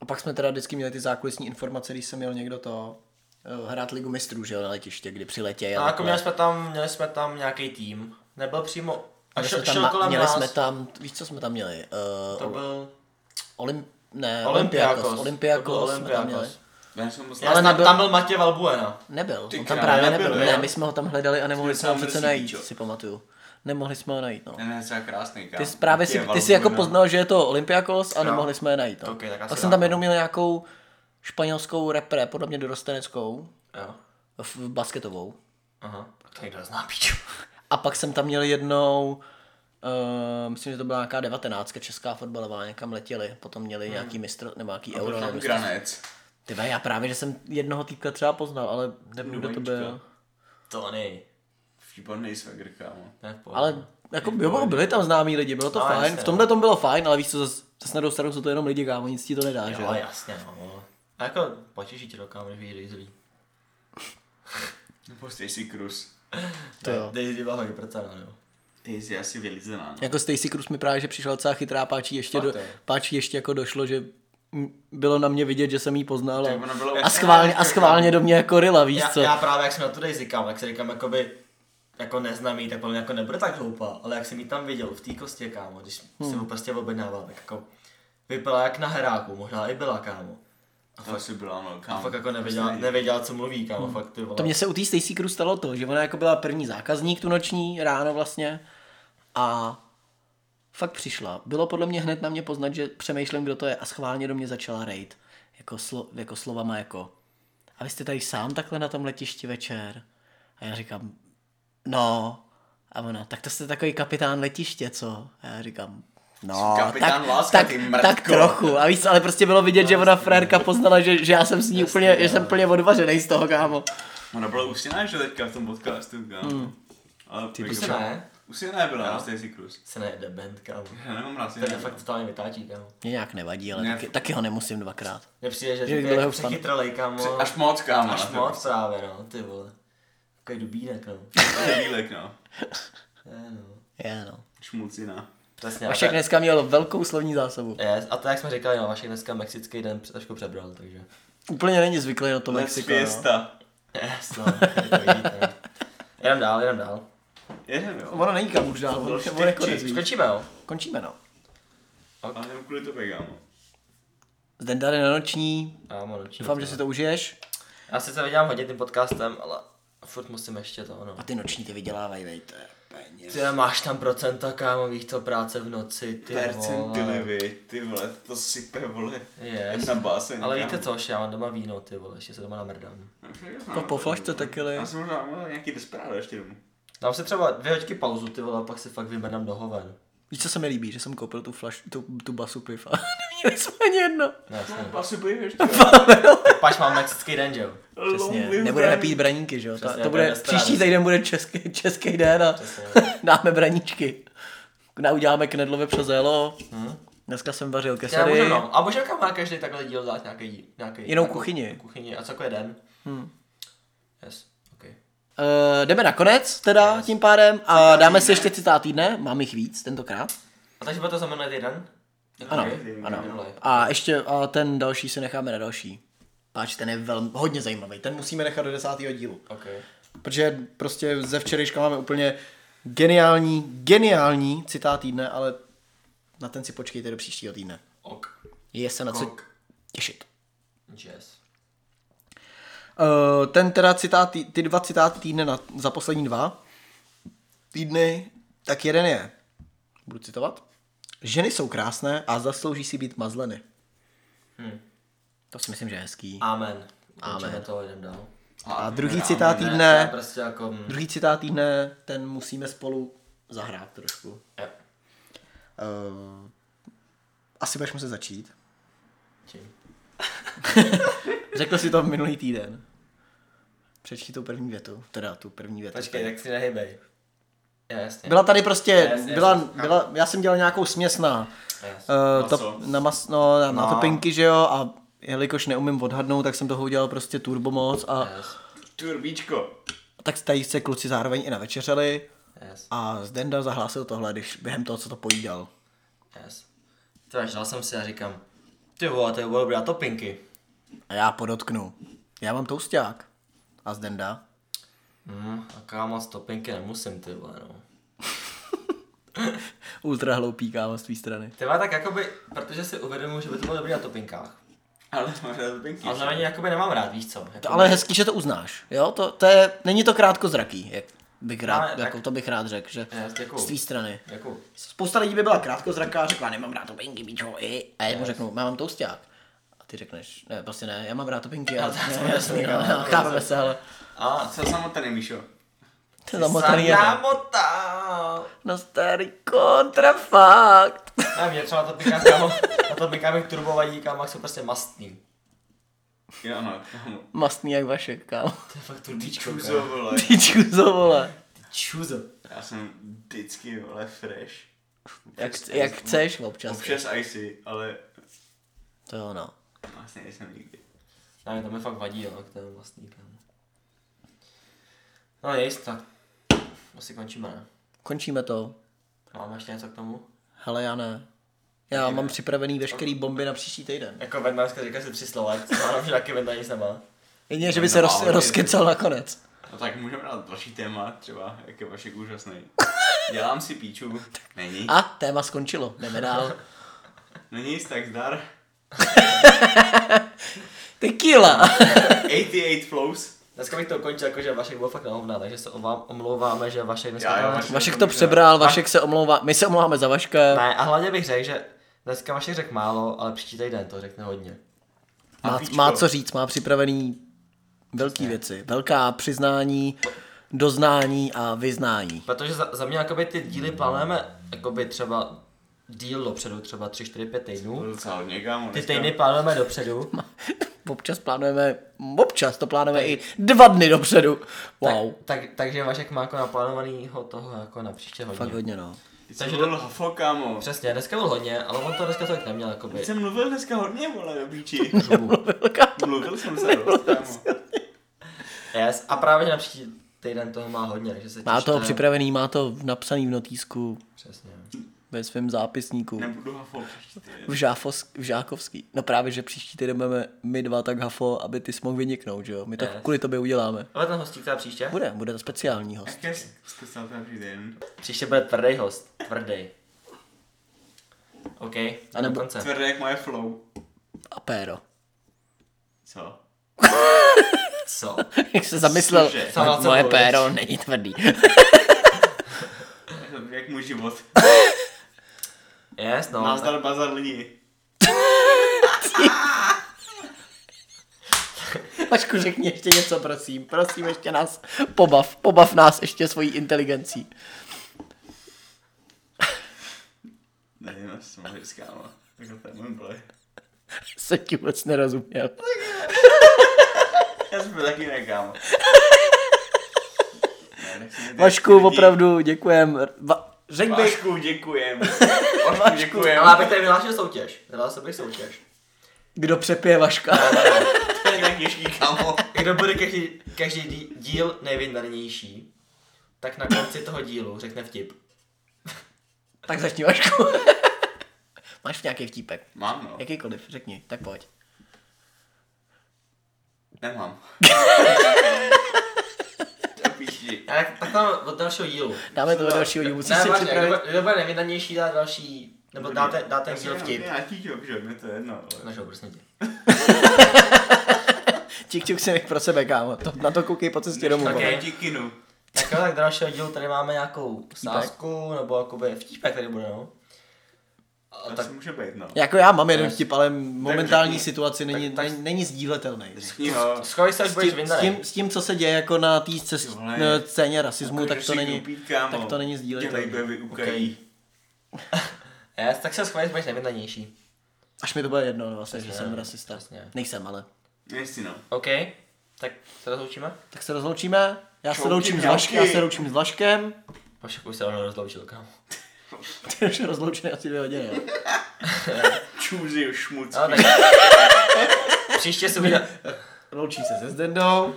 Speaker 1: A pak jsme teda vždycky měli ty zákulisní informace, když jsem měl někdo to eh, hrát ligu mistrů, že jo, na letiště, kdy přiletěj.
Speaker 3: A jako
Speaker 1: takhle.
Speaker 3: měli jsme tam, měli jsme tam nějaký tým. Nebyl přímo... A
Speaker 1: měli, jsme
Speaker 3: šel,
Speaker 1: tam,
Speaker 3: šel
Speaker 1: na-
Speaker 3: kolem
Speaker 1: měli
Speaker 3: nás.
Speaker 1: jsme tam, víš, co jsme tam měli?
Speaker 3: To
Speaker 1: Uh,
Speaker 3: byl...
Speaker 1: Olim, ne,
Speaker 3: Olympiakos.
Speaker 1: Olympiakos.
Speaker 3: To byl
Speaker 1: Olympiakos jsme tam měli.
Speaker 3: Olympiakos.
Speaker 2: Já jsem moc
Speaker 3: Ale
Speaker 1: nebyl-
Speaker 3: tam byl Matěj Valbuena.
Speaker 1: Nebyl,
Speaker 2: Ty
Speaker 1: on tam
Speaker 2: krávo,
Speaker 1: právě
Speaker 2: nebyl,
Speaker 1: nebyl.
Speaker 2: jo?
Speaker 1: Ne, my jsme ho tam hledali a nemohli
Speaker 2: Ty
Speaker 1: jsme ho
Speaker 2: sám
Speaker 1: přece
Speaker 2: drsný,
Speaker 1: najít,
Speaker 2: čo?
Speaker 1: si pamatuju. Nemohli jsme ho najít, no.
Speaker 2: Ne, ne, třeba krásný, kámo.
Speaker 1: Ty jsi právě si, ty jsi jako poznal, že je to Olympiakos a
Speaker 3: no. Jo.
Speaker 1: nemohli jsme je najít. No.
Speaker 3: Ok, tak asi
Speaker 1: Pak jsem
Speaker 3: dá,
Speaker 1: tam
Speaker 3: no.
Speaker 1: jenom měl nějakou španělskou repre, podle mě dorosteneckou,
Speaker 3: Jo.
Speaker 1: v basketovou.
Speaker 3: Aha. To někdo zná, píču.
Speaker 1: A pak jsem tam měl jednou, uh, myslím, že to byla nějaká devatenáctka česká fotbalová, někam letěli, potom
Speaker 3: Hmm.
Speaker 1: měli nějaký mistr, nebo nějaký euro. prostě. nebo mistr-
Speaker 2: Granec.
Speaker 1: Ty vole, já právě, že jsem jednoho týka třeba poznal, ale nevím, kdo to
Speaker 2: Dubajčka.
Speaker 1: byl.
Speaker 3: Tony.
Speaker 2: Výborný swagger, kámo.
Speaker 3: To je v pohodě.
Speaker 1: Ale jako, jo, byli tam známí lidi, bylo to
Speaker 3: No,
Speaker 1: fajn,
Speaker 3: jasně,
Speaker 1: v tomhle tom bylo fajn, ale víš co, zase zas na druhou stranu jsou to jenom lidi, kámo, nic ti to nedá, že?
Speaker 3: Jo, jasně, no. A jako potěší tě do kámo, když vidíš Daisy. prostě.
Speaker 2: Nebo Stacy Cruz.
Speaker 1: To jo.
Speaker 3: Daisy byla hodně prcaná, jo.
Speaker 2: Stacy je asi vylizená, no.
Speaker 1: Jako Stacy Cruz mi právě, že přišla docela chytrá, páči ještě, do,
Speaker 3: Fakt, jo.
Speaker 1: páči ještě jako došlo, že m, bylo na mě vidět, že jsem jí poznal
Speaker 2: Tak ona
Speaker 1: a,
Speaker 2: byla
Speaker 1: a,
Speaker 2: úplně-
Speaker 1: schválně, a schválně do mě jako ryla, víš
Speaker 3: Já,
Speaker 1: co?
Speaker 3: já právě jak jsem na to Daisy kam, jak se říkám, jakoby, jako neznámý, tak podle mě jako nebude tak hloupá, ale jak jsem ji tam viděl v té kostě, kámo, když hmm. jsem ho prostě objednával, tak jako vypadala jak na heráku, možná i byla, kámo.
Speaker 2: To asi byla, no, kámo.
Speaker 3: A fakt jako nevěděla, nevěděla co mluví, kámo, fakt ty vole.
Speaker 1: Hmm. To mně se u té Stacy Cruz stalo to, že ona jako byla první zákazník tu noční, ráno vlastně a fakt přišla. Bylo podle mě hned na mě poznat, že přemýšlím, kdo to je a schválně do mě začala rejt. Jako, slo, jako slovama jako a vy jste tady sám takhle na tom letišti večer. A já říkám, no. A ona, tak to jste takový kapitán letiště, co? A já říkám, no,
Speaker 2: Jsi kapitán
Speaker 1: tak,
Speaker 2: láska,
Speaker 1: tak,
Speaker 2: ty mrdko.
Speaker 1: tak trochu. A víš, co, ale prostě bylo vidět, že ona frérka poznala, že, že já jsem s ní úplně, že jsem úplně odvařený z toho, kámo.
Speaker 2: No,
Speaker 1: Hmm.
Speaker 2: Ona byla usněná, že teďka v tom podcastu, kámo. Ale jako- ty
Speaker 3: Prostě ne.
Speaker 2: U syna
Speaker 1: No.
Speaker 2: byla
Speaker 3: Ano.
Speaker 2: na Stacy Cruz.
Speaker 3: Se nejede band, kámo.
Speaker 2: Já nemám rád syna.
Speaker 3: Ten je fakt totálně vytáčí, kámo.
Speaker 1: Mě nějak nevadí, ale
Speaker 2: Ne.
Speaker 1: taky, taky ho nemusím dvakrát.
Speaker 3: Mně přijde,
Speaker 1: Že
Speaker 3: že, že
Speaker 1: kdo
Speaker 3: je jako
Speaker 1: ho vstane.
Speaker 3: přechytralej, kámo.
Speaker 2: Až moc, kámo. na
Speaker 3: Až
Speaker 2: to. prostě-
Speaker 3: moc právě, no, ty vole. Takový dubínek, no.
Speaker 2: To je bílek, no.
Speaker 3: Je, no.
Speaker 1: Je, no.
Speaker 2: Šmucina.
Speaker 3: Přesně. a
Speaker 1: Vašek
Speaker 3: to je-
Speaker 1: dneska měl velkou slovní zásobu.
Speaker 3: Yes, a to jak jsme říkali, no, Vašek dneska mexický den trošku přebral, takže.
Speaker 1: Úplně není zvyklý na to
Speaker 2: Let's
Speaker 1: Mexiko. No.
Speaker 2: fiesta.
Speaker 3: Yes, no, tady to vidíte. Jdem dál, jdem dál.
Speaker 2: Jedeme, jo.
Speaker 1: Ono není kam už dál, ono
Speaker 3: prostě
Speaker 2: Další
Speaker 1: ono je konec.
Speaker 2: typči.
Speaker 3: Skočíme, jo.
Speaker 1: Končíme, no.
Speaker 2: Ale jenom kvůli tobě, kámo.
Speaker 1: Zden tady na noční,
Speaker 3: Kámo, no, čím
Speaker 1: doufám, že si to užiješ.
Speaker 3: Já sice vydělám hodně tím podcastem, ale furt musím ještě to, no.
Speaker 1: A ty noční ty vydělávají, vej, to je peněz.
Speaker 3: Ty máš tam procenta, kámo, víš to, práce v noci, ty
Speaker 2: Percentily,
Speaker 3: vole.
Speaker 2: vy, ty vole, to sype, vole.
Speaker 3: Yes.
Speaker 2: Jedna báseň.
Speaker 3: Ale
Speaker 2: kámo.
Speaker 3: víte co, že já mám doma víno, ty vole, ještě se doma namrdám.
Speaker 1: To po flašce taky, ale-
Speaker 2: Já jsem možná měl nějaký desperado ještě
Speaker 1: [laughs]
Speaker 2: domů.
Speaker 3: Dám si třeba dvě hoďky pauzu, ty vole, a pak si fakt vymrdám do hoven.
Speaker 1: Víš, co se mi líbí, že jsem koupil tu, flaš, tu, tu basu piv a [laughs] neměli jsme ani jedno.
Speaker 3: Ne,
Speaker 1: [laughs]
Speaker 3: No, jasně.
Speaker 2: Pasu byl ještě.
Speaker 3: Pač mám mexický den, že jo?
Speaker 1: Přesně, nebudeme pít braníky, že jo? Ta, to
Speaker 3: Přesně, to je
Speaker 1: bude,
Speaker 3: nestrávný.
Speaker 1: příští týden bude český, český den a [laughs] dáme braníčky. Na, uděláme knedlové přezelo. Dneska jsem vařil
Speaker 3: Hm? Já
Speaker 1: kesary.
Speaker 3: můžu, no. A možná kam má každý takhle díl dát nějaký, nějaký
Speaker 1: Jinou
Speaker 3: nějakou
Speaker 1: kuchyni.
Speaker 3: Kuchyni, a co jako je den? Hmm. Yes, ok.
Speaker 1: Uh, jdeme na konec teda tím pádem a dáme si ještě citát týdne, mám jich víc tentokrát.
Speaker 3: A takže bylo to za minulý týden?
Speaker 1: Ano,
Speaker 3: okay. ano.
Speaker 1: A ještě a ten další si necháme na další. Páč, ten je velmi, hodně zajímavý, ten musíme nechat do desátého dílu.
Speaker 3: Ok.
Speaker 1: Protože prostě ze včerejška máme úplně geniální, geniální citát týdne, ale na ten si počkejte do příštího týdne.
Speaker 3: Ok.
Speaker 1: Je se na co
Speaker 3: Kok.
Speaker 1: těšit.
Speaker 3: Yes.
Speaker 1: Uh, ten teda citát, tý- ty dva citáty týdne na, za poslední dva týdny, tak jeden je, budu citovat, ženy jsou krásné a zaslouží si být mazleny.
Speaker 3: Hm.
Speaker 1: To si myslím, že je hezký. Hmm. A,
Speaker 3: Amen. Amen. to, jdem dál.
Speaker 1: a druhý citát
Speaker 3: Ne.
Speaker 1: týdne,
Speaker 3: Prostě jako... mm,
Speaker 1: druhý citát týdne, ten musíme spolu zahrát trošku.
Speaker 3: jo,
Speaker 1: Uh, asi budeš muset začít.
Speaker 3: Tím.
Speaker 1: Řekl si to minulý týden. Přečti tu první větu, teda tu první větu.
Speaker 3: Počkej, tak si nehybej. Jo, jasně.
Speaker 1: Byla tady prostě,
Speaker 3: Jasně, No.
Speaker 1: byla,
Speaker 3: jasně.
Speaker 1: byla, já jsem dělal nějakou směs na,
Speaker 3: Yes.
Speaker 1: uh, to, na, mas, no, na, na topinky, že jo, a jelikož neumím odhadnout, tak jsem toho udělal prostě turbomoc a
Speaker 3: Yes.
Speaker 2: Turbíčko.
Speaker 1: tak tady se kluci zároveň i navečeřeli
Speaker 3: Yes.
Speaker 1: a Zdenda zahlásil tohle, když během toho, co to pojídal.
Speaker 3: Yes. To až dal jsem si a říkám, ty vole, to je dobrá topinky.
Speaker 1: A já podotknu, já mám tousták a Zdenda.
Speaker 3: Hm, a kámo, z topinky nemusím, ty vole, no.
Speaker 1: Ultra hloupý kámo z tvý strany.
Speaker 3: Ty vole, tak jakoby, protože si uvědomuji, že by to bylo dobrý na topinkách.
Speaker 2: Ale mám rád pinky.
Speaker 3: Ale zároveň jakoby nemám rád, víš co? Jakoby,
Speaker 1: To, ale je hezký, že to uznáš, jo, to, to je, není to krátkozraký, jak bych rád,
Speaker 3: Ale tak-
Speaker 1: jako to bych rád řekl, že
Speaker 3: Ne, děkuju.
Speaker 1: z tvý strany.
Speaker 3: Jako,
Speaker 1: Spousta lidí by byla krátkozraká a řekla, nemám rád topinky, bíčo, i. A já mu řeknu, "Já mám tousták. A ty řekneš, ne, prostě ne, já mám rád topinky, [laughs] ale
Speaker 3: to-
Speaker 1: ne, jasný, no, chápeme se, ale
Speaker 2: A co samotný, Míšo?
Speaker 1: to je zamotaný jedno.
Speaker 3: Zamotá!
Speaker 1: No starý kontrafakt.
Speaker 3: Já mě třeba na topinkách, kámo, na topinkách bych turbovadí, kámo, jak jsou prostě mastný.
Speaker 2: Jo, no, kámo.
Speaker 1: Mastný jak Vašek, kámo. [laughs]
Speaker 3: To je fakt turbíčko,
Speaker 2: Čuzo,
Speaker 3: kámo.
Speaker 2: vole.
Speaker 1: Ty čuzo, vole.
Speaker 3: Čuzo.
Speaker 2: Já jsem vždycky, vole, fresh.
Speaker 1: Jak, jak chceš občas.
Speaker 2: Občas icy, ale
Speaker 1: To jo, no.
Speaker 2: vlastně nejsem nikdy.
Speaker 3: Já nevím, to mi fakt vadí, jo, jak to je mastný, kámo. No jest, tak. Asi končíme, ne?
Speaker 1: Končíme to.
Speaker 3: Máme ještě něco k tomu?
Speaker 1: Hele, já ne. Já mám připravený veškerý bomby na příští týden.
Speaker 3: Jako Vendla dneska říká si tři slova, já vám, že taky Vendla nic nemá.
Speaker 1: Jedině, že by se roz,
Speaker 2: ale-
Speaker 1: rozkecal nakonec.
Speaker 2: No tak můžeme dát další téma, třeba, jak je Vašek úžasný. Dělám si píču. Není.
Speaker 1: A téma skončilo, jdeme dál. [laughs]
Speaker 2: Není nic tak zdar.
Speaker 1: Tequila.
Speaker 2: 88 flows.
Speaker 3: Dneska bych to ukončil jako, že Vašek byl fakt na hovna, takže se omlám, omlouváme, že Vašek dneska
Speaker 2: Já, jo,
Speaker 3: byl-
Speaker 2: Vašek-
Speaker 1: Vašek to přebral,
Speaker 3: Va-
Speaker 1: Vašek se omlouvá, my se omlouváme za Vaška.
Speaker 3: Ne, a hlavně bych řekl, že dneska Vašek řekl málo, ale příští týden to řekne hodně.
Speaker 1: Má,
Speaker 2: Víčko.
Speaker 1: má co říct, má připravený velký věci, velká přiznání, doznání a vyznání. [laughs]
Speaker 3: Protože za, za mě jakoby ty díly plánujeme jakoby třeba díl dopředu, třeba 3, 4, 5 týdnů.
Speaker 2: Docela hodně, kámo.
Speaker 3: Ty
Speaker 2: dneska.
Speaker 3: týdny plánujeme dopředu.
Speaker 1: občas plánujeme, občas to plánujeme i dva dny dopředu. [laughs] Wow. Tak,
Speaker 3: Tak, tak, takže Vašek má jako naplánovanýho toho jako na příště hodně.
Speaker 1: fakt hodně no.
Speaker 2: Takže to hafo, kámo.
Speaker 3: Přesně, dneska byl hodně, ale on to dneska tolik neměl, jakoby.
Speaker 2: Jsem mluvil dneska hodně, vole, do píči.
Speaker 1: Kámo,
Speaker 2: Mluvil jsem se dost, kámo.
Speaker 3: Yes. A právě že na příští týden toho má hodně, takže se
Speaker 1: Má
Speaker 3: těšte.
Speaker 1: to připravený, má to napsaný v notýsku
Speaker 3: Přesně.
Speaker 1: ve svém zápisníku.
Speaker 2: Nebudu hafo příští týden.
Speaker 1: V, žáfos, v Žákovský. No právě, že příští týden budeme my dva tak hafo, aby ty jsi mohl vyniknout, že jo? My to
Speaker 3: Yes.
Speaker 1: kvůli tobě uděláme.
Speaker 3: Ale ten hostí teda příště?
Speaker 1: Bude, bude to speciální host.
Speaker 2: Jaké zkusil ten příští týden?
Speaker 3: Příště bude tvrdý host. Tvrdý. OK, a
Speaker 1: nebo-
Speaker 3: nebo... konce.
Speaker 2: Tvrdé jak moje flow.
Speaker 1: A péro.
Speaker 2: Co?
Speaker 1: [laughs]
Speaker 3: Co?
Speaker 1: Jak se zamyslel,
Speaker 2: Cože?
Speaker 3: Sama
Speaker 1: moje
Speaker 3: sebou,
Speaker 1: péro není tvrdý. [laughs]
Speaker 2: Jak můj život.
Speaker 3: Yes, no.
Speaker 2: Nazdar bazar lidi.
Speaker 1: Pačku, řekni ještě něco, prosím. Prosím, ještě nás pobav. Pobav nás ještě svojí inteligencí.
Speaker 2: Nevím, já jsem mohl říct, kámo. Takhle to je můj blej.
Speaker 1: Se ti vůbec nerozuměl.
Speaker 2: Já jsem byl taky ne, kámo. Ne, tak si mě-
Speaker 1: Vašku, opravdu děkujem. Va- řekl bych,
Speaker 2: Vašku, děkujem. Vašku, děkujem.
Speaker 3: Ale abych tady vyhlásil soutěž. Vyhlásil bych soutěž.
Speaker 1: kdo přepije [laughs] Vaška.
Speaker 2: To je tak těžký, kámo.
Speaker 3: Kdo bude každý, každý dí- díl nejvindarnější, tak na konci toho dílu řekne vtip.
Speaker 1: tak začni, Vašku. [laughs] Máš nějaký vtípek?
Speaker 2: Mám, no.
Speaker 1: Jakýkoliv, řekni, tak pojď.
Speaker 2: Nemám. To píši.
Speaker 3: Já tak, tak tam od dalšího dílu.
Speaker 1: Dáme to do dalšího dílu. Musíš
Speaker 3: Ne,
Speaker 1: si
Speaker 3: vážně,
Speaker 1: připravit.
Speaker 3: kdo, kdo bude nejvindarnější, dá další, nebo dáte, dáte díl vtip.
Speaker 2: Já tíťok, že? Mě to je jedno. ale-
Speaker 3: Našel, prosím tě.
Speaker 1: Čik, čik si nech pro sebe, kámo. To, na to koukej po cestě domů.
Speaker 2: Tak
Speaker 1: vole.
Speaker 2: já ti kinu.
Speaker 3: Tak jo, tak do dalšího dílu tady máme nějakou sázku, nebo jakoby vtípek tady bude, no.
Speaker 2: To
Speaker 3: tak-
Speaker 2: asi může být, no.
Speaker 1: Jako já mám jeden vtip, ale momentální
Speaker 2: řekni.
Speaker 1: situaci není, tak, tak, není sdíletelný. S
Speaker 2: Jo.
Speaker 3: Schovej se, až budeš
Speaker 1: tím, s,
Speaker 3: vyndaný.
Speaker 1: tím, s tím, co se děje jako na té cest,
Speaker 2: vole.
Speaker 1: eh, scéně rasismu, tak
Speaker 2: Že
Speaker 1: to
Speaker 2: si no.
Speaker 1: není,
Speaker 2: koupí, kámo.
Speaker 1: tak to není
Speaker 2: Dělej
Speaker 1: sdíletelný.
Speaker 2: bevy, ukají.
Speaker 3: Yes, tak se schovej, až budeš nejvindanější.
Speaker 1: Až mi to bude jedno, no, vlastně, že
Speaker 3: Přesně,
Speaker 1: jsem
Speaker 3: no,
Speaker 1: rasista.
Speaker 3: přesně.
Speaker 1: Nejsem, ale.
Speaker 2: Nejsi, no.
Speaker 3: OK, tak se rozloučíme?
Speaker 1: Tak se rozloučíme. Já se
Speaker 2: Čau,
Speaker 1: loučím s
Speaker 2: ty
Speaker 1: Vaškem, já
Speaker 2: mňauky.
Speaker 1: se loučím s Vaškem. [laughs]
Speaker 3: Vašek už se ono rozloučil, kam.
Speaker 1: Ty už je rozloučený asi dvě hodiny. jo.
Speaker 2: Čůzi, šmuc.
Speaker 3: No, tak...
Speaker 1: [laughs]
Speaker 3: příště se uděláme...
Speaker 1: Loučí se se Zdendou.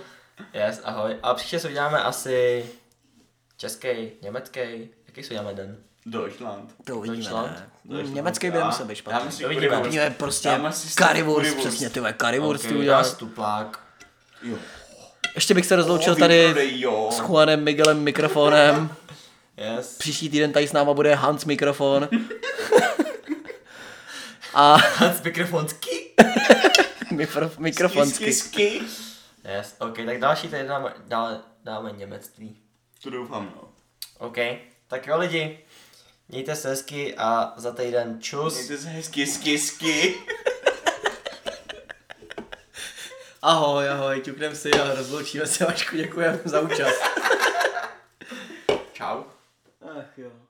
Speaker 3: Yes, ahoj. A příště se uděláme asi... Český, německý, jaký si uděláme den?
Speaker 2: Deutschland.
Speaker 1: To uvidíme,
Speaker 3: Deutschland.
Speaker 1: ne. Německý by nemusel být
Speaker 2: Já
Speaker 1: špatný.
Speaker 2: myslím,
Speaker 3: Uvidíme.
Speaker 2: kurivurst.
Speaker 1: Uvidíme prostě
Speaker 2: Dáme si
Speaker 1: currywurst,
Speaker 2: currywurst.
Speaker 1: přesně, ty vole, currywurst
Speaker 3: Ok,
Speaker 1: ty
Speaker 3: já
Speaker 1: uděláš.
Speaker 3: stuplák.
Speaker 2: Jo.
Speaker 1: Ještě bych se rozloučil
Speaker 2: Ovi,
Speaker 1: tady
Speaker 2: prodej, jo.
Speaker 1: s Juanem Miguelem mikrofonem. [laughs]
Speaker 3: Yes.
Speaker 1: Příští týden tady s náma bude Hans mikrofon. [laughs] A
Speaker 3: Hans mikrofonský.
Speaker 1: mikrof- mikrofonsky.
Speaker 2: Kisky.
Speaker 3: Yes, ok, tak další tady dáme, dále, dáme němectví.
Speaker 2: To doufám, no.
Speaker 3: OK, tak jo lidi, mějte se hezky a za týden čus.
Speaker 2: Mějte se hezky, skisky.
Speaker 1: Ahoj, ahoj, ťuknem si a rozloučíme se, Vašku, děkujeme za účast.
Speaker 2: Čau.
Speaker 1: Ach jo.